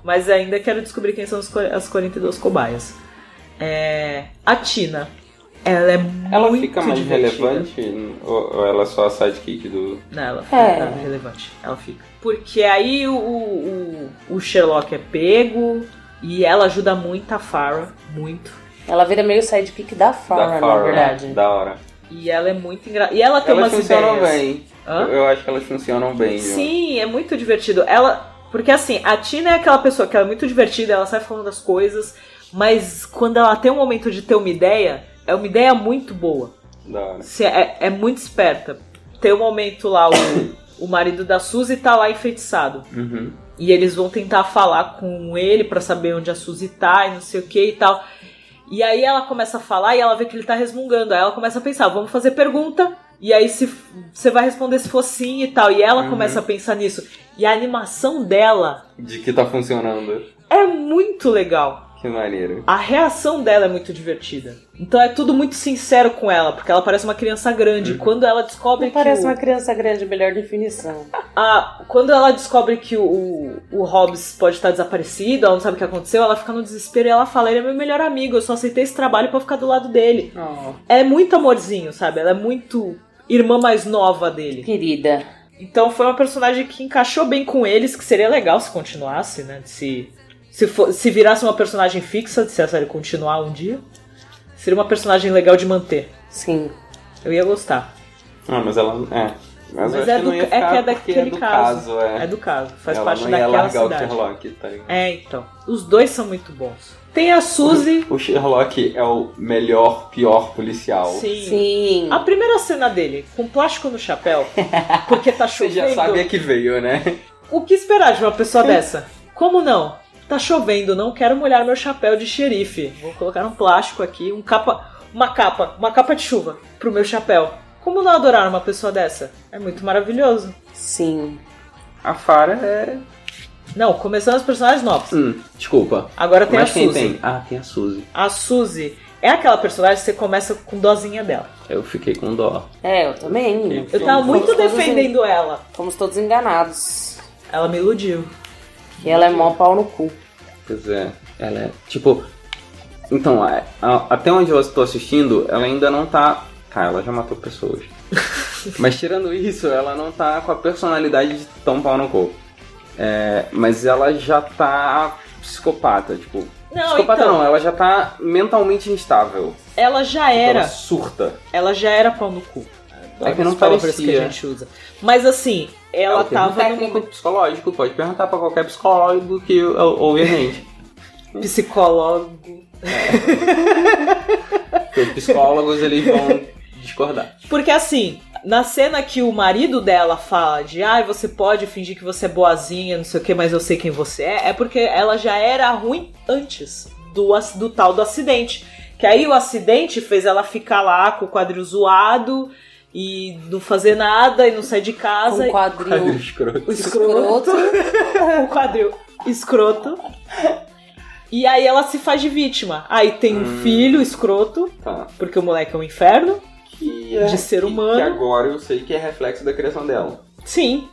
Speaker 2: Mas ainda quero descobrir quem são os co- as 42 cobaias. É, a Tina. Ela é
Speaker 3: Ela
Speaker 2: muito
Speaker 3: fica mais
Speaker 2: divertida.
Speaker 3: relevante ou, ou ela é só a sidekick do.
Speaker 2: Não, ela fica
Speaker 1: É.
Speaker 2: ela é relevante. Ela fica. Porque aí o, o, o Sherlock é pego e ela ajuda muito a Farah. Muito.
Speaker 1: Ela vira meio sidekick da Farrah,
Speaker 3: da Farrah, né?
Speaker 1: na verdade.
Speaker 3: Da hora.
Speaker 2: E ela é muito engraçada. E ela tem
Speaker 3: elas
Speaker 2: umas
Speaker 3: funcionam
Speaker 2: ideias.
Speaker 3: bem.
Speaker 2: Hã?
Speaker 3: Eu, eu acho que elas funcionam bem.
Speaker 2: Sim, é muito divertido. Ela. Porque assim, a Tina é aquela pessoa que ela é muito divertida, ela sai falando as coisas, mas quando ela tem um momento de ter uma ideia, é uma ideia muito boa.
Speaker 3: viu? Da hora.
Speaker 2: Assim, é, é muito esperta. Tem um momento lá, o, o marido da Suzy tá lá enfeitiçado.
Speaker 3: Uhum.
Speaker 2: E eles vão tentar falar com ele pra saber onde a Suzy tá e não sei o que e tal. E aí ela começa a falar e ela vê que ele tá resmungando. Aí ela começa a pensar, vamos fazer pergunta. E aí se f- você vai responder se for sim e tal. E ela
Speaker 3: Uhum.
Speaker 2: começa a pensar nisso. E a animação dela
Speaker 3: De que tá funcionando.
Speaker 2: é muito legal.
Speaker 3: Que maneiro.
Speaker 2: A reação dela é muito divertida. Então é tudo muito sincero com ela, porque ela parece uma criança grande. Quando ela descobre
Speaker 1: Não
Speaker 2: que
Speaker 1: parece
Speaker 2: o-
Speaker 1: uma criança grande, melhor definição.
Speaker 2: a- quando ela descobre que o, o, o Hobbs pode estar desaparecido, ela não sabe o que aconteceu, ela fica no desespero e ela fala: Ele é meu melhor amigo, eu só aceitei esse trabalho pra ficar do lado dele. É muito amorzinho, sabe? Ela é muito irmã mais nova dele.
Speaker 1: Querida.
Speaker 2: Então foi uma personagem que encaixou bem com eles, que seria legal se continuasse, né? Se, se, fo- se virasse uma personagem fixa, se a série continuar um dia, seria uma personagem legal de manter.
Speaker 1: Sim.
Speaker 2: Eu ia gostar.
Speaker 3: Ah, mas ela. É. Mas, eu
Speaker 2: Mas
Speaker 3: acho
Speaker 2: é
Speaker 3: que
Speaker 2: do,
Speaker 3: não ia
Speaker 2: é que
Speaker 3: ficar
Speaker 2: é
Speaker 3: porque
Speaker 2: daquele
Speaker 3: é do
Speaker 2: caso.
Speaker 3: caso, é.
Speaker 2: É do caso. Faz
Speaker 3: Ela
Speaker 2: parte
Speaker 3: não ia
Speaker 2: daquela
Speaker 3: largar o
Speaker 2: cidade.
Speaker 3: Sherlock, tá ligado?
Speaker 2: É, então. Os dois são muito bons. Tem a Suzy.
Speaker 3: O Sherlock é o melhor, pior policial.
Speaker 2: Sim.
Speaker 1: Sim.
Speaker 2: A primeira cena dele, com plástico no chapéu, porque tá
Speaker 3: Você
Speaker 2: chovendo.
Speaker 3: já sabe a que veio, né?
Speaker 2: O que esperar de uma pessoa dessa? Como não? Tá chovendo, não quero molhar meu chapéu de xerife. Vou colocar um plástico aqui, um capa, uma capa, uma capa de chuva pro meu chapéu. Como não adorar uma pessoa dessa? É muito maravilhoso.
Speaker 1: Sim.
Speaker 3: A Fara é.
Speaker 2: Não, começando os personagens novos.
Speaker 3: Hum, desculpa.
Speaker 2: Agora tem
Speaker 3: Mas
Speaker 2: a
Speaker 3: quem
Speaker 2: Suzy.
Speaker 3: tem? Ah, tem a Suzy.
Speaker 2: A Suzy é aquela personagem que você começa com dozinha dela.
Speaker 3: Eu fiquei com dó.
Speaker 1: É, eu também.
Speaker 3: Eu
Speaker 2: Eu tava
Speaker 1: Fomos
Speaker 2: muito
Speaker 1: todos en-
Speaker 2: defendendo ela.
Speaker 1: Fomos todos enganados.
Speaker 2: Ela me iludiu.
Speaker 1: E ela é mó pau no cu.
Speaker 3: Pois é. Ela é. Tipo. Então, a- a- até onde eu estou assistindo, ela ainda não tá. Tá, ela já matou pessoas. mas tirando isso, ela não tá com a personalidade de tão pau no corpo. É, mas ela já tá psicopata, tipo.
Speaker 2: Não,
Speaker 3: psicopata
Speaker 2: então,
Speaker 3: não, ela já tá mentalmente instável.
Speaker 2: ela já
Speaker 3: Então
Speaker 2: era.
Speaker 3: Ela surta.
Speaker 2: Ela já era pau no cu.
Speaker 3: É que não
Speaker 2: As palavras que
Speaker 3: parecia.
Speaker 2: a gente usa. Mas assim, ela
Speaker 3: é o termo
Speaker 2: tava num
Speaker 3: técnico psicológico, pode perguntar pra qualquer psicólogo que ou- ouve a gente.
Speaker 2: psicólogo.
Speaker 3: Porque os psicólogos eles vão discordar.
Speaker 2: Porque assim, na cena que o marido dela fala de ai, você pode fingir que você é boazinha, não sei o que, mas eu sei quem você é, é porque ela já era ruim antes do, ac- do tal do acidente. Que aí o acidente fez ela ficar lá com o quadril zoado e não fazer nada e não sair de casa.
Speaker 1: Com um quadril
Speaker 3: Cadê o escroto?
Speaker 1: escroto.
Speaker 2: um quadril escroto. E aí ela se faz de vítima. Aí tem um
Speaker 3: Hum.
Speaker 2: filho escroto,
Speaker 3: Tá.
Speaker 2: porque o moleque é um inferno.
Speaker 3: Que
Speaker 2: De ser humano.
Speaker 3: Que agora eu sei que é reflexo da criação dela.
Speaker 2: Sim.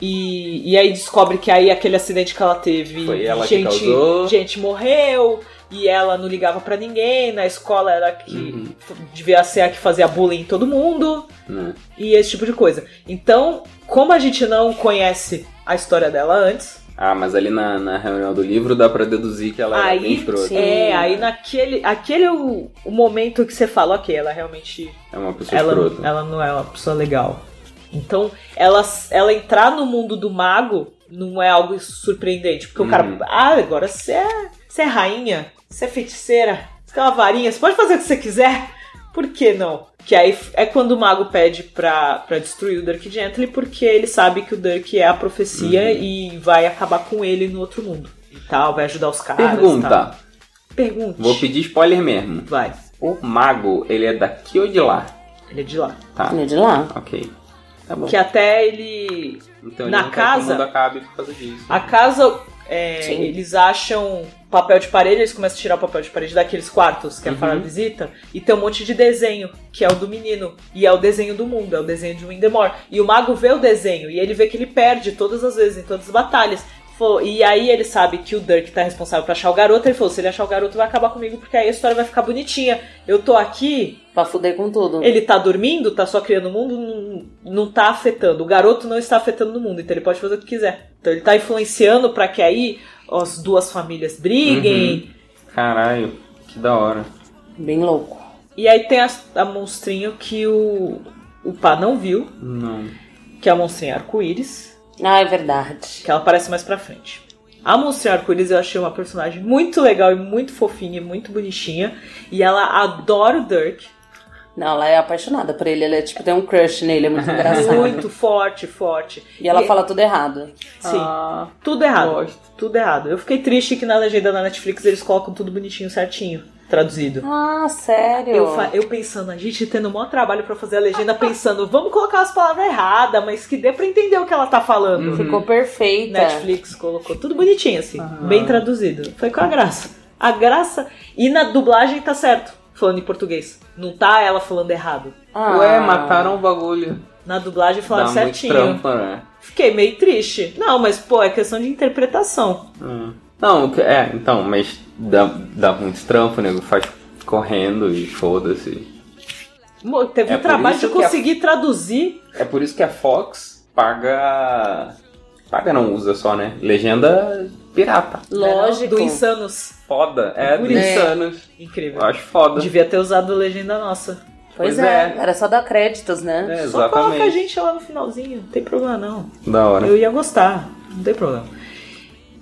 Speaker 2: E, e aí descobre que aí aquele acidente que ela teve,
Speaker 3: Foi ela que
Speaker 2: gente,
Speaker 3: causou.
Speaker 2: gente morreu e ela não ligava pra ninguém, na escola era a que
Speaker 3: Uhum.
Speaker 2: f- devia ser a que fazia bullying em todo mundo
Speaker 3: Né?
Speaker 2: e esse tipo de coisa. Então, como a gente não conhece a história dela antes,
Speaker 3: Ah, mas ali na, na reunião do livro dá pra deduzir que ela é bem
Speaker 2: aí
Speaker 3: escrota.
Speaker 1: sim.
Speaker 2: é, aí naquele, aquele é o, o momento que você fala, ok, ela realmente
Speaker 3: É uma pessoa
Speaker 2: ela,
Speaker 3: escrota.
Speaker 2: ela não é uma pessoa legal. Então, ela, ela entrar no mundo do mago não é algo surpreendente. Porque
Speaker 3: Uhum.
Speaker 2: o cara. Ah, agora você é, você é rainha, você é feiticeira, você tem uma varinha, você pode fazer o que você quiser. Por que não? Que aí f- é quando o mago pede pra, pra destruir o Dirk Gently, porque ele sabe que o Dirk é a profecia
Speaker 3: Uhum.
Speaker 2: e vai acabar com ele no outro mundo. E tal, vai ajudar os
Speaker 3: Ah,
Speaker 2: caras. e tal.
Speaker 3: Pergunta.
Speaker 2: Pergunte.
Speaker 3: Vou pedir spoiler mesmo.
Speaker 2: Vai.
Speaker 3: O mago, ele é daqui ou de lá?
Speaker 2: Ele é de lá.
Speaker 3: Tá,
Speaker 1: Ele é de lá.
Speaker 3: ok. Tá bom.
Speaker 2: Que até ele
Speaker 3: Então
Speaker 2: na
Speaker 3: ele não quer que o
Speaker 2: casa-
Speaker 3: mundo acabe por causa disso.
Speaker 2: A casa, é,
Speaker 1: Sim.
Speaker 2: eles acham papel de parede, eles começam a tirar o papel de parede daqueles quartos que a Farah visita, e tem um monte de desenho, que é o do menino, e é o desenho do mundo, é o desenho de Windemore. E o mago vê o desenho, e ele vê que ele perde todas as vezes, em todas as batalhas. Falou- E aí ele sabe que o Dirk tá responsável pra achar o garoto, ele falou, se ele achar o garoto vai acabar comigo, porque aí a história vai ficar bonitinha. Eu tô aqui,
Speaker 1: Pra fuder com tudo.
Speaker 2: ele tá dormindo, tá só criando o mundo, não, não tá afetando. O garoto não está afetando o mundo, então ele pode fazer o que quiser. Então ele tá influenciando pra que aí as duas famílias
Speaker 3: Uhum.
Speaker 2: briguem.
Speaker 3: Caralho, que da hora.
Speaker 1: Bem louco.
Speaker 2: E aí tem a, a monstrinho que o, o pá não viu,
Speaker 3: Não.
Speaker 2: que é a monstrinha arco-íris,
Speaker 1: Ah, é verdade.
Speaker 2: que ela aparece mais pra frente. A monstrinha arco-íris eu achei uma personagem muito legal e muito fofinha e muito bonitinha. E ela adora o Dirk.
Speaker 1: Não, ela é apaixonada por ele. Ela é tipo, tem um crush nele, é muito engraçado.
Speaker 2: Muito forte, forte.
Speaker 1: E ela fala tudo errado.
Speaker 2: Sim.
Speaker 3: Ah,
Speaker 2: Tudo errado.
Speaker 3: Gosto.
Speaker 2: Tudo errado. Eu fiquei triste que na legenda da Netflix eles colocam tudo bonitinho, certinho, traduzido.
Speaker 1: Ah, sério?
Speaker 2: Eu, fa- eu pensando, a gente tendo o maior trabalho pra fazer a legenda, pensando, vamos colocar as palavras erradas, mas que dê pra entender o que ela tá falando.
Speaker 3: Uhum.
Speaker 1: Ficou perfeita.
Speaker 2: Netflix colocou tudo bonitinho, assim,
Speaker 3: Ah.
Speaker 2: bem traduzido. Foi com a graça. A graça. E na dublagem tá certo, falando em português. Não tá ela falando errado.
Speaker 1: Ah.
Speaker 3: Ué, mataram o bagulho.
Speaker 2: Na dublagem falaram
Speaker 3: Dá muito
Speaker 2: certinho.
Speaker 3: trampa, né?
Speaker 2: Fiquei meio triste. Não, mas pô, é questão de interpretação.
Speaker 3: Hum. Não, o que- é, então, mas dá, dá muito trampo, nego. Faz correndo e foda-se.
Speaker 2: Mo- Teve
Speaker 3: É
Speaker 2: um
Speaker 3: por
Speaker 2: trabalho
Speaker 3: isso
Speaker 2: de
Speaker 3: que a-
Speaker 2: conseguir traduzir
Speaker 3: É por isso que a Fox paga. Paga não usa só, né? Legenda pirata.
Speaker 1: Lógico.
Speaker 2: Do Insanos.
Speaker 3: Foda. É,
Speaker 2: Por
Speaker 3: por
Speaker 1: isso.
Speaker 3: insanos.
Speaker 2: Incrível.
Speaker 3: Eu acho foda.
Speaker 2: Devia ter usado legenda nossa.
Speaker 1: Pois
Speaker 3: Pois
Speaker 1: é.
Speaker 3: é.
Speaker 1: era só dar créditos, né?
Speaker 3: É,
Speaker 2: Só coloca a
Speaker 3: exatamente.
Speaker 2: gente lá no finalzinho, não tem problema não.
Speaker 3: Da hora.
Speaker 2: Eu ia gostar, não tem problema.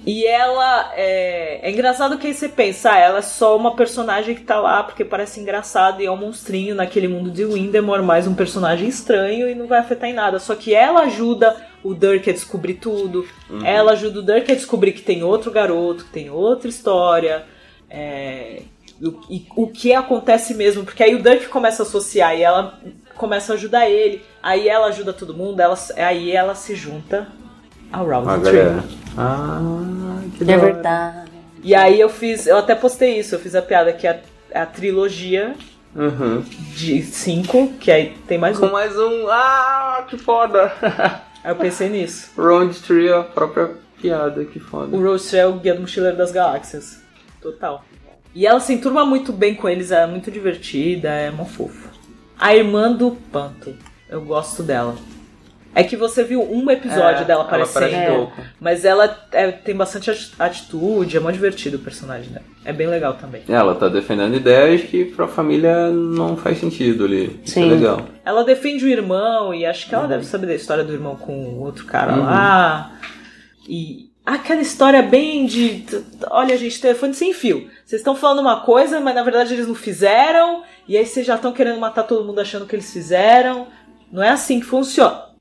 Speaker 2: E ela é. É engraçado que aí você pensa, ah, ela é só uma personagem que tá lá porque parece engraçada e é um monstrinho naquele mundo de Windemore, mais um personagem estranho e não vai afetar em nada. Só que ela ajuda o Dirk a descobrir tudo,
Speaker 3: Uhum.
Speaker 2: ela ajuda o Dirk a descobrir que tem outro garoto, que tem outra história. é, o- e o que acontece mesmo, porque aí o Dirk começa a associar e ela começa a ajudar ele, aí ela ajuda todo mundo, ela, aí ela se junta ao
Speaker 3: Ah,
Speaker 2: Round Tree.
Speaker 3: galera. Ah, que da
Speaker 1: É
Speaker 3: hora.
Speaker 1: verdade.
Speaker 2: E aí eu fiz, eu até postei isso, eu fiz a piada que é a, a trilogia
Speaker 3: Uhum.
Speaker 2: de cinco, que aí tem mais
Speaker 3: Com
Speaker 2: um.
Speaker 3: mais um. Ah, que foda.
Speaker 2: Aí eu pensei nisso.
Speaker 3: Round Tree, a própria piada, que foda.
Speaker 2: O Roaster é o guia do mochileiro das galáxias. Total. E ela se enturma muito bem com eles, ela é muito divertida, é uma fofa. A irmã do Panto, eu gosto dela. É que você viu um episódio
Speaker 3: É,
Speaker 2: dela
Speaker 3: ela
Speaker 2: aparecendo.
Speaker 3: parece pouco.
Speaker 2: Mas ela é, tem bastante ati- atitude, é muito divertido o personagem dela. É bem legal também.
Speaker 3: Ela tá defendendo ideias que pra família não faz sentido ali. Isso é
Speaker 1: Sim.
Speaker 3: legal.
Speaker 2: Ela defende o irmão e acho que
Speaker 3: Uhum.
Speaker 2: ela deve saber da história do irmão com o outro cara lá. E aquela história bem de. t- t- Olha, gente, telefone sem fio. Vocês estão falando uma coisa, mas na verdade eles não fizeram. E aí vocês já estão querendo matar todo mundo achando que eles fizeram. Não é assim que funciona.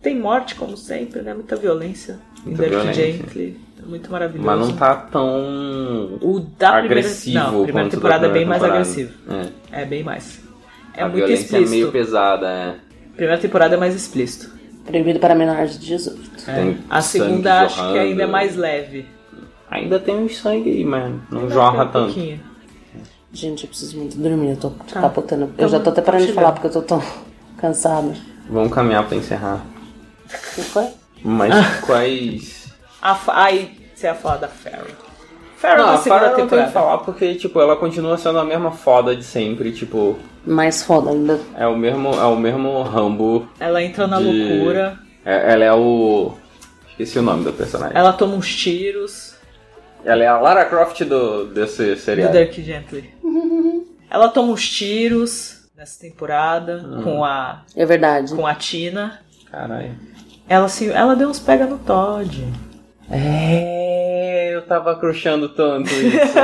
Speaker 2: Tem morte, como sempre, né? Muita violência. Em
Speaker 3: Muita
Speaker 2: Dirk
Speaker 3: violência.
Speaker 2: Gently. É muito maravilhoso.
Speaker 3: Mas não tá tão
Speaker 2: O da
Speaker 3: agressivo.
Speaker 2: primeira, não, a primeira
Speaker 3: quanto da
Speaker 2: temporada é bem
Speaker 3: primeira
Speaker 2: mais
Speaker 3: temporada.
Speaker 2: agressivo.
Speaker 3: É.
Speaker 2: É bem mais. É
Speaker 3: a
Speaker 2: muito
Speaker 3: violência
Speaker 2: explícito.
Speaker 3: é meio pesada, é.
Speaker 2: Primeira temporada é mais explícito.
Speaker 1: Proibido para menores de 18.
Speaker 2: É.
Speaker 3: Tem
Speaker 2: A
Speaker 3: sangue
Speaker 2: segunda acho que
Speaker 3: jorrando.
Speaker 2: ainda é mais leve.
Speaker 3: Ainda tem uns sangue aí, mas não jorra
Speaker 2: um
Speaker 3: tanto.
Speaker 2: pouquinho.
Speaker 1: Gente, eu preciso muito dormir, eu tô tô
Speaker 2: Tá.
Speaker 1: capotando. Eu
Speaker 2: Então,
Speaker 1: já tô até parando de
Speaker 2: chega.
Speaker 1: falar porque eu tô tão cansada.
Speaker 3: Vamos caminhar pra encerrar.
Speaker 1: O foi?
Speaker 3: Mas quais.
Speaker 2: A Fa- Ai, você ia falar da Farrah. Farrah
Speaker 3: Não,
Speaker 2: na
Speaker 3: a
Speaker 2: segunda
Speaker 3: Farah não tem o
Speaker 2: temporada.
Speaker 3: que falar porque, tipo, ela continua sendo a mesma foda de sempre. Tipo,
Speaker 1: Mais foda ainda.
Speaker 3: é o mesmo, é o mesmo Rambo.
Speaker 2: Ela entra na
Speaker 3: de-
Speaker 2: loucura,
Speaker 3: É- ela é o. Esqueci o nome do personagem.
Speaker 2: ela toma uns tiros
Speaker 3: Ela é a Lara Croft do, desse
Speaker 2: do
Speaker 3: seriado.
Speaker 2: Dirk Gently. ela toma uns tiros nessa temporada
Speaker 3: Hum.
Speaker 2: com a
Speaker 1: É verdade.
Speaker 2: com a Tina.
Speaker 3: Caralho.
Speaker 2: Ela se ela deu uns pega no Todd.
Speaker 3: É, eu tava crushando tanto isso.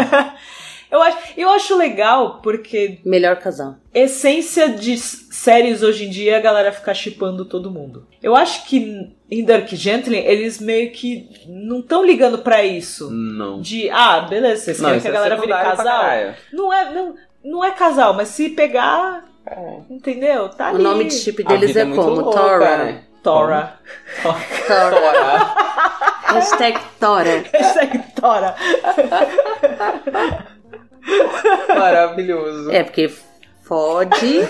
Speaker 2: Eu acho, eu acho legal porque
Speaker 1: Melhor casal.
Speaker 2: essência de s- séries hoje em dia é a galera ficar chipando todo mundo. Eu acho que em Dark Gently eles meio que não estão ligando pra isso.
Speaker 3: não.
Speaker 2: De, ah, beleza, vocês querem
Speaker 3: isso
Speaker 2: que a
Speaker 3: é
Speaker 2: galera vire
Speaker 3: secundário pra
Speaker 2: casal?
Speaker 3: caralho.
Speaker 2: Não é, não, não é casal, mas se pegar,
Speaker 3: É.
Speaker 2: entendeu? Tá
Speaker 1: O
Speaker 2: ali.
Speaker 1: nome de chip
Speaker 3: A
Speaker 1: deles
Speaker 3: vida
Speaker 1: é,
Speaker 3: é muito
Speaker 1: como?
Speaker 3: louca,
Speaker 1: Tora.
Speaker 3: né?
Speaker 2: Tora.
Speaker 1: Tora.
Speaker 3: Tora.
Speaker 1: Hashtag Tora.
Speaker 2: Hashtag Tora.
Speaker 3: Maravilhoso.
Speaker 1: É porque fode.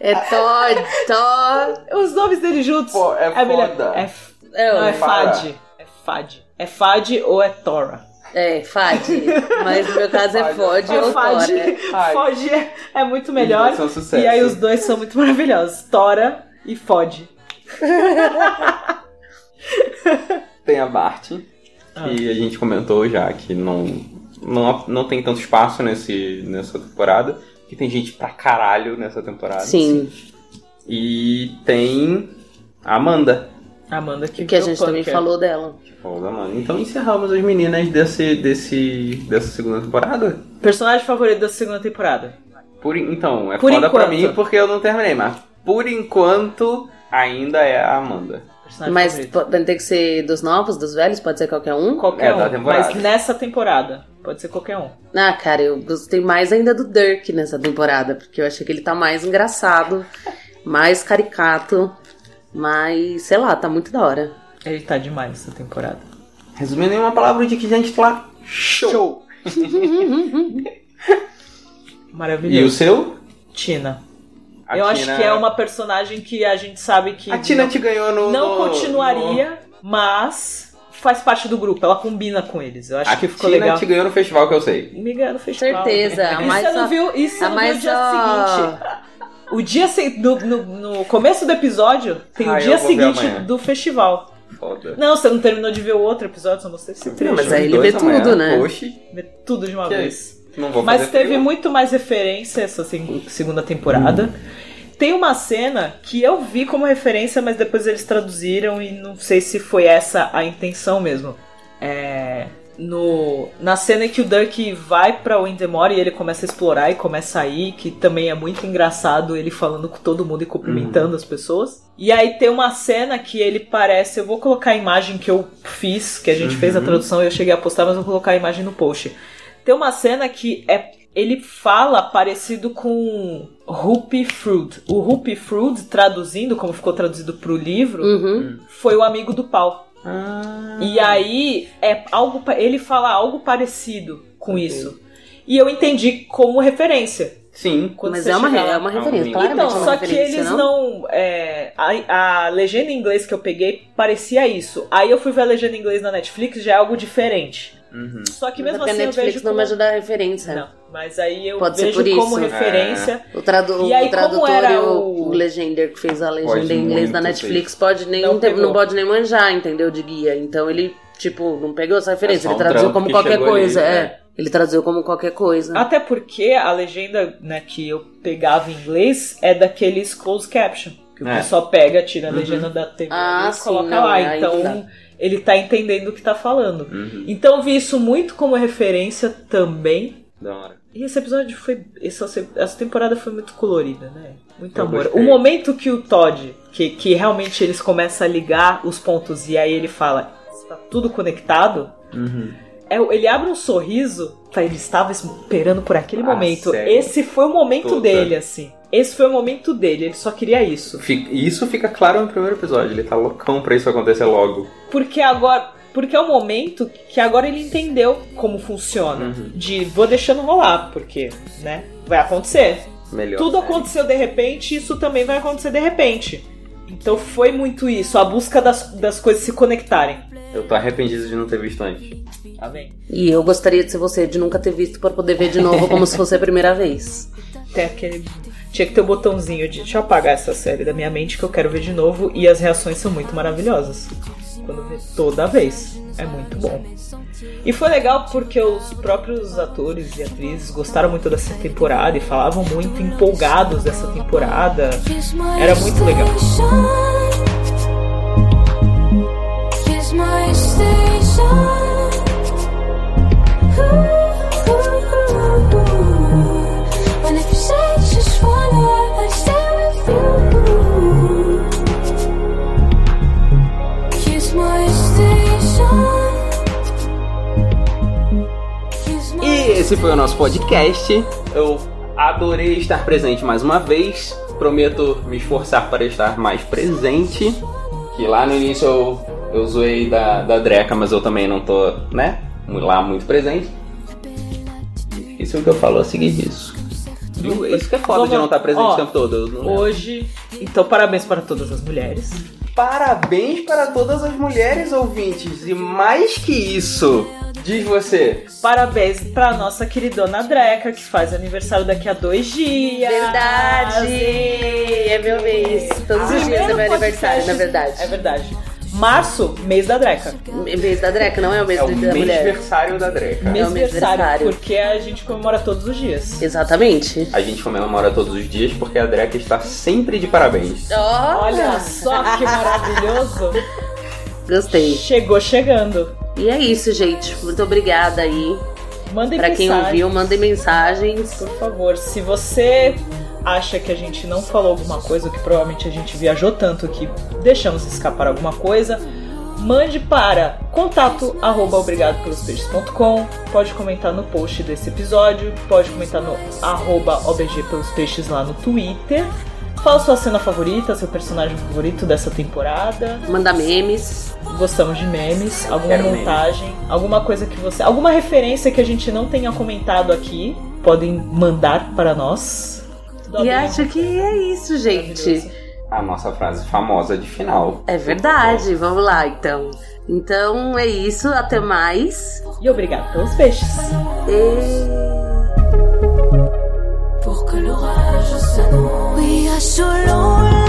Speaker 1: é Todd. Todd.
Speaker 2: Os nomes deles juntos.
Speaker 3: Pô, é
Speaker 2: melhor.
Speaker 3: foda.
Speaker 2: É, f-
Speaker 1: É,
Speaker 2: não, é
Speaker 3: Para.
Speaker 2: Fad. É Fad. É Fad ou é Tora?
Speaker 1: É, fade. Mas no meu caso é fode
Speaker 2: É
Speaker 1: ou né?
Speaker 2: Fad.
Speaker 1: Tora.
Speaker 3: Ai.
Speaker 2: Fod é- é muito melhor.
Speaker 3: Os dois são sucesso.
Speaker 2: E aí os dois são muito maravilhosos. Tora e Fod.
Speaker 3: Tem a Bart,
Speaker 2: Ah.
Speaker 3: que a gente comentou já, que não, não, não tem tanto espaço nesse, nessa temporada. Que tem gente pra caralho nessa temporada.
Speaker 1: Sim,
Speaker 3: E tem a Amanda.
Speaker 2: Amanda que,
Speaker 1: que é. a
Speaker 2: virou
Speaker 1: gente também
Speaker 2: punker.
Speaker 1: falou dela.
Speaker 3: que falou da Amanda. Então encerramos as meninas desse, desse, dessa segunda temporada.
Speaker 2: Personagem favorito da segunda temporada.
Speaker 3: Por, en- então, é
Speaker 2: Por
Speaker 3: foda pra
Speaker 2: enquanto.
Speaker 3: mim porque eu não terminei, mas por enquanto ainda é a Amanda.
Speaker 2: Personagem
Speaker 1: Mas
Speaker 2: favorito.
Speaker 1: pode- tem que ser dos novos, dos velhos, pode ser qualquer um.
Speaker 2: Qualquer
Speaker 3: É, da
Speaker 2: um.
Speaker 3: temporada.
Speaker 2: Mas nessa temporada. Pode ser qualquer um.
Speaker 1: Ah, cara, eu gostei mais ainda do Dirk nessa temporada, porque eu achei que ele tá mais engraçado, mais caricato, mais, sei lá, tá muito da hora.
Speaker 2: Ele tá demais nessa temporada.
Speaker 3: Resumindo em uma palavra de que a gente tá show. E o
Speaker 2: Maravilhoso.
Speaker 3: seu?
Speaker 2: Tina.
Speaker 3: A
Speaker 2: Eu
Speaker 3: Tina-
Speaker 2: acho que é uma personagem que a gente sabe que
Speaker 3: A Tina
Speaker 2: não,
Speaker 3: te ganhou no.
Speaker 2: não
Speaker 3: no- no-
Speaker 2: continuaria, mas faz parte do grupo. Ela combina com eles. Eu acho
Speaker 3: A
Speaker 2: que ficou
Speaker 3: Tina
Speaker 2: legal.
Speaker 3: te ganhou no festival que eu sei.
Speaker 2: Me ganhou no festival.
Speaker 1: Certeza, a
Speaker 2: E
Speaker 1: mais
Speaker 2: você não
Speaker 1: a-
Speaker 2: viu, e você
Speaker 1: a
Speaker 2: não viu
Speaker 1: mais
Speaker 2: o dia
Speaker 1: a-
Speaker 2: seguinte. O dia se... no, no- no começo do episódio tem
Speaker 3: Ah,
Speaker 2: o
Speaker 3: eu
Speaker 2: dia
Speaker 3: vou ver
Speaker 2: seguinte
Speaker 3: amanhã.
Speaker 2: do festival.
Speaker 3: Foda.
Speaker 2: Não, você não terminou de ver o outro episódio, só mostrei esse trecho.
Speaker 1: mas aí ele vê tudo, né?
Speaker 3: Oxi.
Speaker 2: Vê tudo de uma
Speaker 3: é- Que
Speaker 2: vez.
Speaker 3: Não vou
Speaker 2: Mas
Speaker 3: fazer
Speaker 2: teve
Speaker 3: frio.
Speaker 2: muito mais referência essa seg- segunda temporada. Tem uma cena que eu vi como referência, mas depois eles traduziram e não sei se foi essa a intenção mesmo. É, no, na cena em que o Dirk vai pra Windemore e ele começa a explorar e começa a ir, que também é muito engraçado ele falando com todo mundo e
Speaker 3: Uhum.
Speaker 2: cumprimentando as pessoas. E aí tem uma cena que ele parece. Eu vou colocar a imagem que eu fiz, que a gente
Speaker 3: Uhum.
Speaker 2: fez a tradução e eu cheguei a postar, mas eu vou colocar a imagem no post. Tem uma cena que é ele fala parecido com Rupi Fruit. O Rupi Fruit, traduzindo, como ficou traduzido pro livro,
Speaker 1: Uhum.
Speaker 2: foi o amigo do pau.
Speaker 3: Ah.
Speaker 2: E aí é algo pa- ele fala algo parecido com isso. E eu entendi como referência.
Speaker 3: Sim.
Speaker 2: Quando
Speaker 1: Mas
Speaker 2: você
Speaker 1: é uma,
Speaker 2: chegar
Speaker 1: re-
Speaker 2: lá.
Speaker 1: é uma referência,
Speaker 3: Então,
Speaker 1: claramente.
Speaker 2: Então,
Speaker 1: é uma
Speaker 2: só que
Speaker 1: referência,
Speaker 2: eles não. é, a, a legenda em inglês que eu peguei parecia isso. Aí eu fui ver a legenda em inglês na Netflix, já é algo diferente.
Speaker 3: Uhum.
Speaker 2: Só que
Speaker 1: Mas
Speaker 2: mesmo
Speaker 1: é
Speaker 2: assim
Speaker 1: a Netflix
Speaker 2: eu vejo.
Speaker 1: não
Speaker 2: como-
Speaker 1: me ajuda a referência.
Speaker 2: Não, mas aí eu
Speaker 1: Pode ser
Speaker 2: vejo
Speaker 1: por
Speaker 2: como
Speaker 1: isso.
Speaker 2: referência.
Speaker 1: O, tradu
Speaker 2: E aí,
Speaker 1: o tradutor
Speaker 2: como era
Speaker 1: e o,
Speaker 2: o-
Speaker 1: o legender que fez a legenda
Speaker 3: Pode
Speaker 1: em inglês
Speaker 3: muito
Speaker 1: da Netflix pode nem,
Speaker 2: Não
Speaker 1: não, tem-
Speaker 2: pegou.
Speaker 1: não pode nem manjar, entendeu? De guia. Então ele, tipo, não pegou essa referência.
Speaker 3: É só
Speaker 1: ele
Speaker 3: um
Speaker 1: traduziu
Speaker 3: trampo
Speaker 1: como
Speaker 3: que
Speaker 1: qualquer
Speaker 3: chegou ali,
Speaker 1: coisa. é.
Speaker 3: né?
Speaker 1: Ele traduziu como qualquer coisa.
Speaker 3: É.
Speaker 2: Até porque a legenda né, que eu pegava em inglês é daqueles closed caption. Que o
Speaker 3: É.
Speaker 2: pessoal pega, tira a legenda da TV
Speaker 1: Ah,
Speaker 2: e
Speaker 1: sim,
Speaker 2: coloca
Speaker 1: não,
Speaker 2: lá.
Speaker 1: é, aí
Speaker 2: Então
Speaker 1: não dá.
Speaker 2: ele tá entendendo o que tá falando.
Speaker 3: Uhum.
Speaker 2: Então eu vi isso muito como referência também.
Speaker 3: Da hora.
Speaker 2: E esse episódio foi. Essa, se- essa temporada foi muito colorida, né? Muito
Speaker 3: Eu
Speaker 2: amor. O
Speaker 3: gostei.
Speaker 2: momento que o Todd, que, que realmente eles começam a ligar os pontos e aí ele fala, está tudo conectado. É, ele abre um sorriso. tá, Ele estava esperando por aquele
Speaker 3: Ah,
Speaker 2: momento.
Speaker 3: sério?
Speaker 2: Esse foi o momento
Speaker 3: Puta.
Speaker 2: dele, assim. Esse foi o momento dele. Ele só queria isso.
Speaker 3: Fica- isso fica claro no primeiro episódio. Ele tá loucão pra isso acontecer logo.
Speaker 2: Porque agora. Porque é o momento que agora ele entendeu como funciona.
Speaker 3: Uhum.
Speaker 2: De vou deixando rolar, porque, né? Vai acontecer.
Speaker 3: Melhor.
Speaker 2: Tudo aconteceu de repente, isso também vai acontecer de repente. Então foi muito isso, a busca das, das coisas se conectarem.
Speaker 3: Eu tô arrependido de não ter visto antes.
Speaker 2: Tá bem?
Speaker 1: E eu gostaria de ser você, de nunca ter visto, pra poder ver de novo como se fosse a primeira vez.
Speaker 2: Tem aquele. Tinha que ter o botãozinho de deixa eu apagar essa série da minha mente que eu quero ver de novo. E as reações são muito maravilhosas. Quando vê toda vez. É muito bom. E foi legal porque os próprios atores e atrizes gostaram muito dessa temporada e falavam muito empolgados dessa temporada. Era muito legal.
Speaker 7: Kiss my station. Ooh, ooh, ooh. And if you say just one word, I stay with you. Kiss my station. Kiss my
Speaker 3: E esse foi o nosso podcast. Eu adorei estar presente mais uma vez. Prometo me esforçar para estar mais presente. Que lá no início eu, eu zoei da, da Dreca, mas eu também não tô, né? Lá muito presente. Isso é o que eu falo a seguir disso. Viu? Isso que é foda de não estar presente
Speaker 2: Ó,
Speaker 3: o tempo todo. eu não lembro.
Speaker 2: Hoje. Então, parabéns para todas as mulheres.
Speaker 3: Parabéns para todas as mulheres ouvintes. E mais que isso, diz você.
Speaker 2: Parabéns pra nossa queridona Dreca, que faz aniversário daqui a dois dias.
Speaker 1: É meu mês. Todos os dias
Speaker 2: Primeiro
Speaker 1: é meu aniversário,
Speaker 2: podcast-
Speaker 1: na verdade. É
Speaker 2: É verdade. Março, mês da Dreca.
Speaker 1: Mês da Dreca, não é o mês
Speaker 3: É o
Speaker 1: da mulher.
Speaker 3: mêsversário da Dreca.
Speaker 2: Mês
Speaker 1: o mês
Speaker 2: aniversário,
Speaker 1: aniversário.
Speaker 2: porque a gente comemora todos os dias.
Speaker 1: Exatamente.
Speaker 3: A gente comemora todos os dias porque a Dreca está sempre de parabéns.
Speaker 2: Olha só que maravilhoso.
Speaker 1: Gostei.
Speaker 2: Chegou chegando.
Speaker 1: E é isso, gente. Muito obrigada aí.
Speaker 2: Mandem
Speaker 1: Pra quem
Speaker 2: mensagem,
Speaker 1: ouviu, mandem mensagens.
Speaker 2: Por favor, se você acha que a gente não falou alguma coisa, ou que provavelmente a gente viajou tanto que deixamos escapar alguma coisa, mande para contato arroba obrigado pelos peixes.com, pode comentar no post desse episódio, pode comentar no arroba obg pelos peixes lá no Twitter. Fala sua cena favorita, seu personagem favorito dessa temporada.
Speaker 1: Manda memes.
Speaker 2: Gostamos de memes, alguma
Speaker 3: quero meme.
Speaker 2: montagem, alguma coisa que você. Alguma referência que a gente não tenha comentado aqui, podem mandar para nós.
Speaker 1: E acho que é isso, gente.
Speaker 2: Maravilhoso.
Speaker 3: A nossa frase famosa de final.
Speaker 1: É verdade. Vamos lá, então. Então é isso. Até mais.
Speaker 2: E obrigado pelos peixes.
Speaker 1: E...
Speaker 7: pour que l'orage se noue. We are so lonely.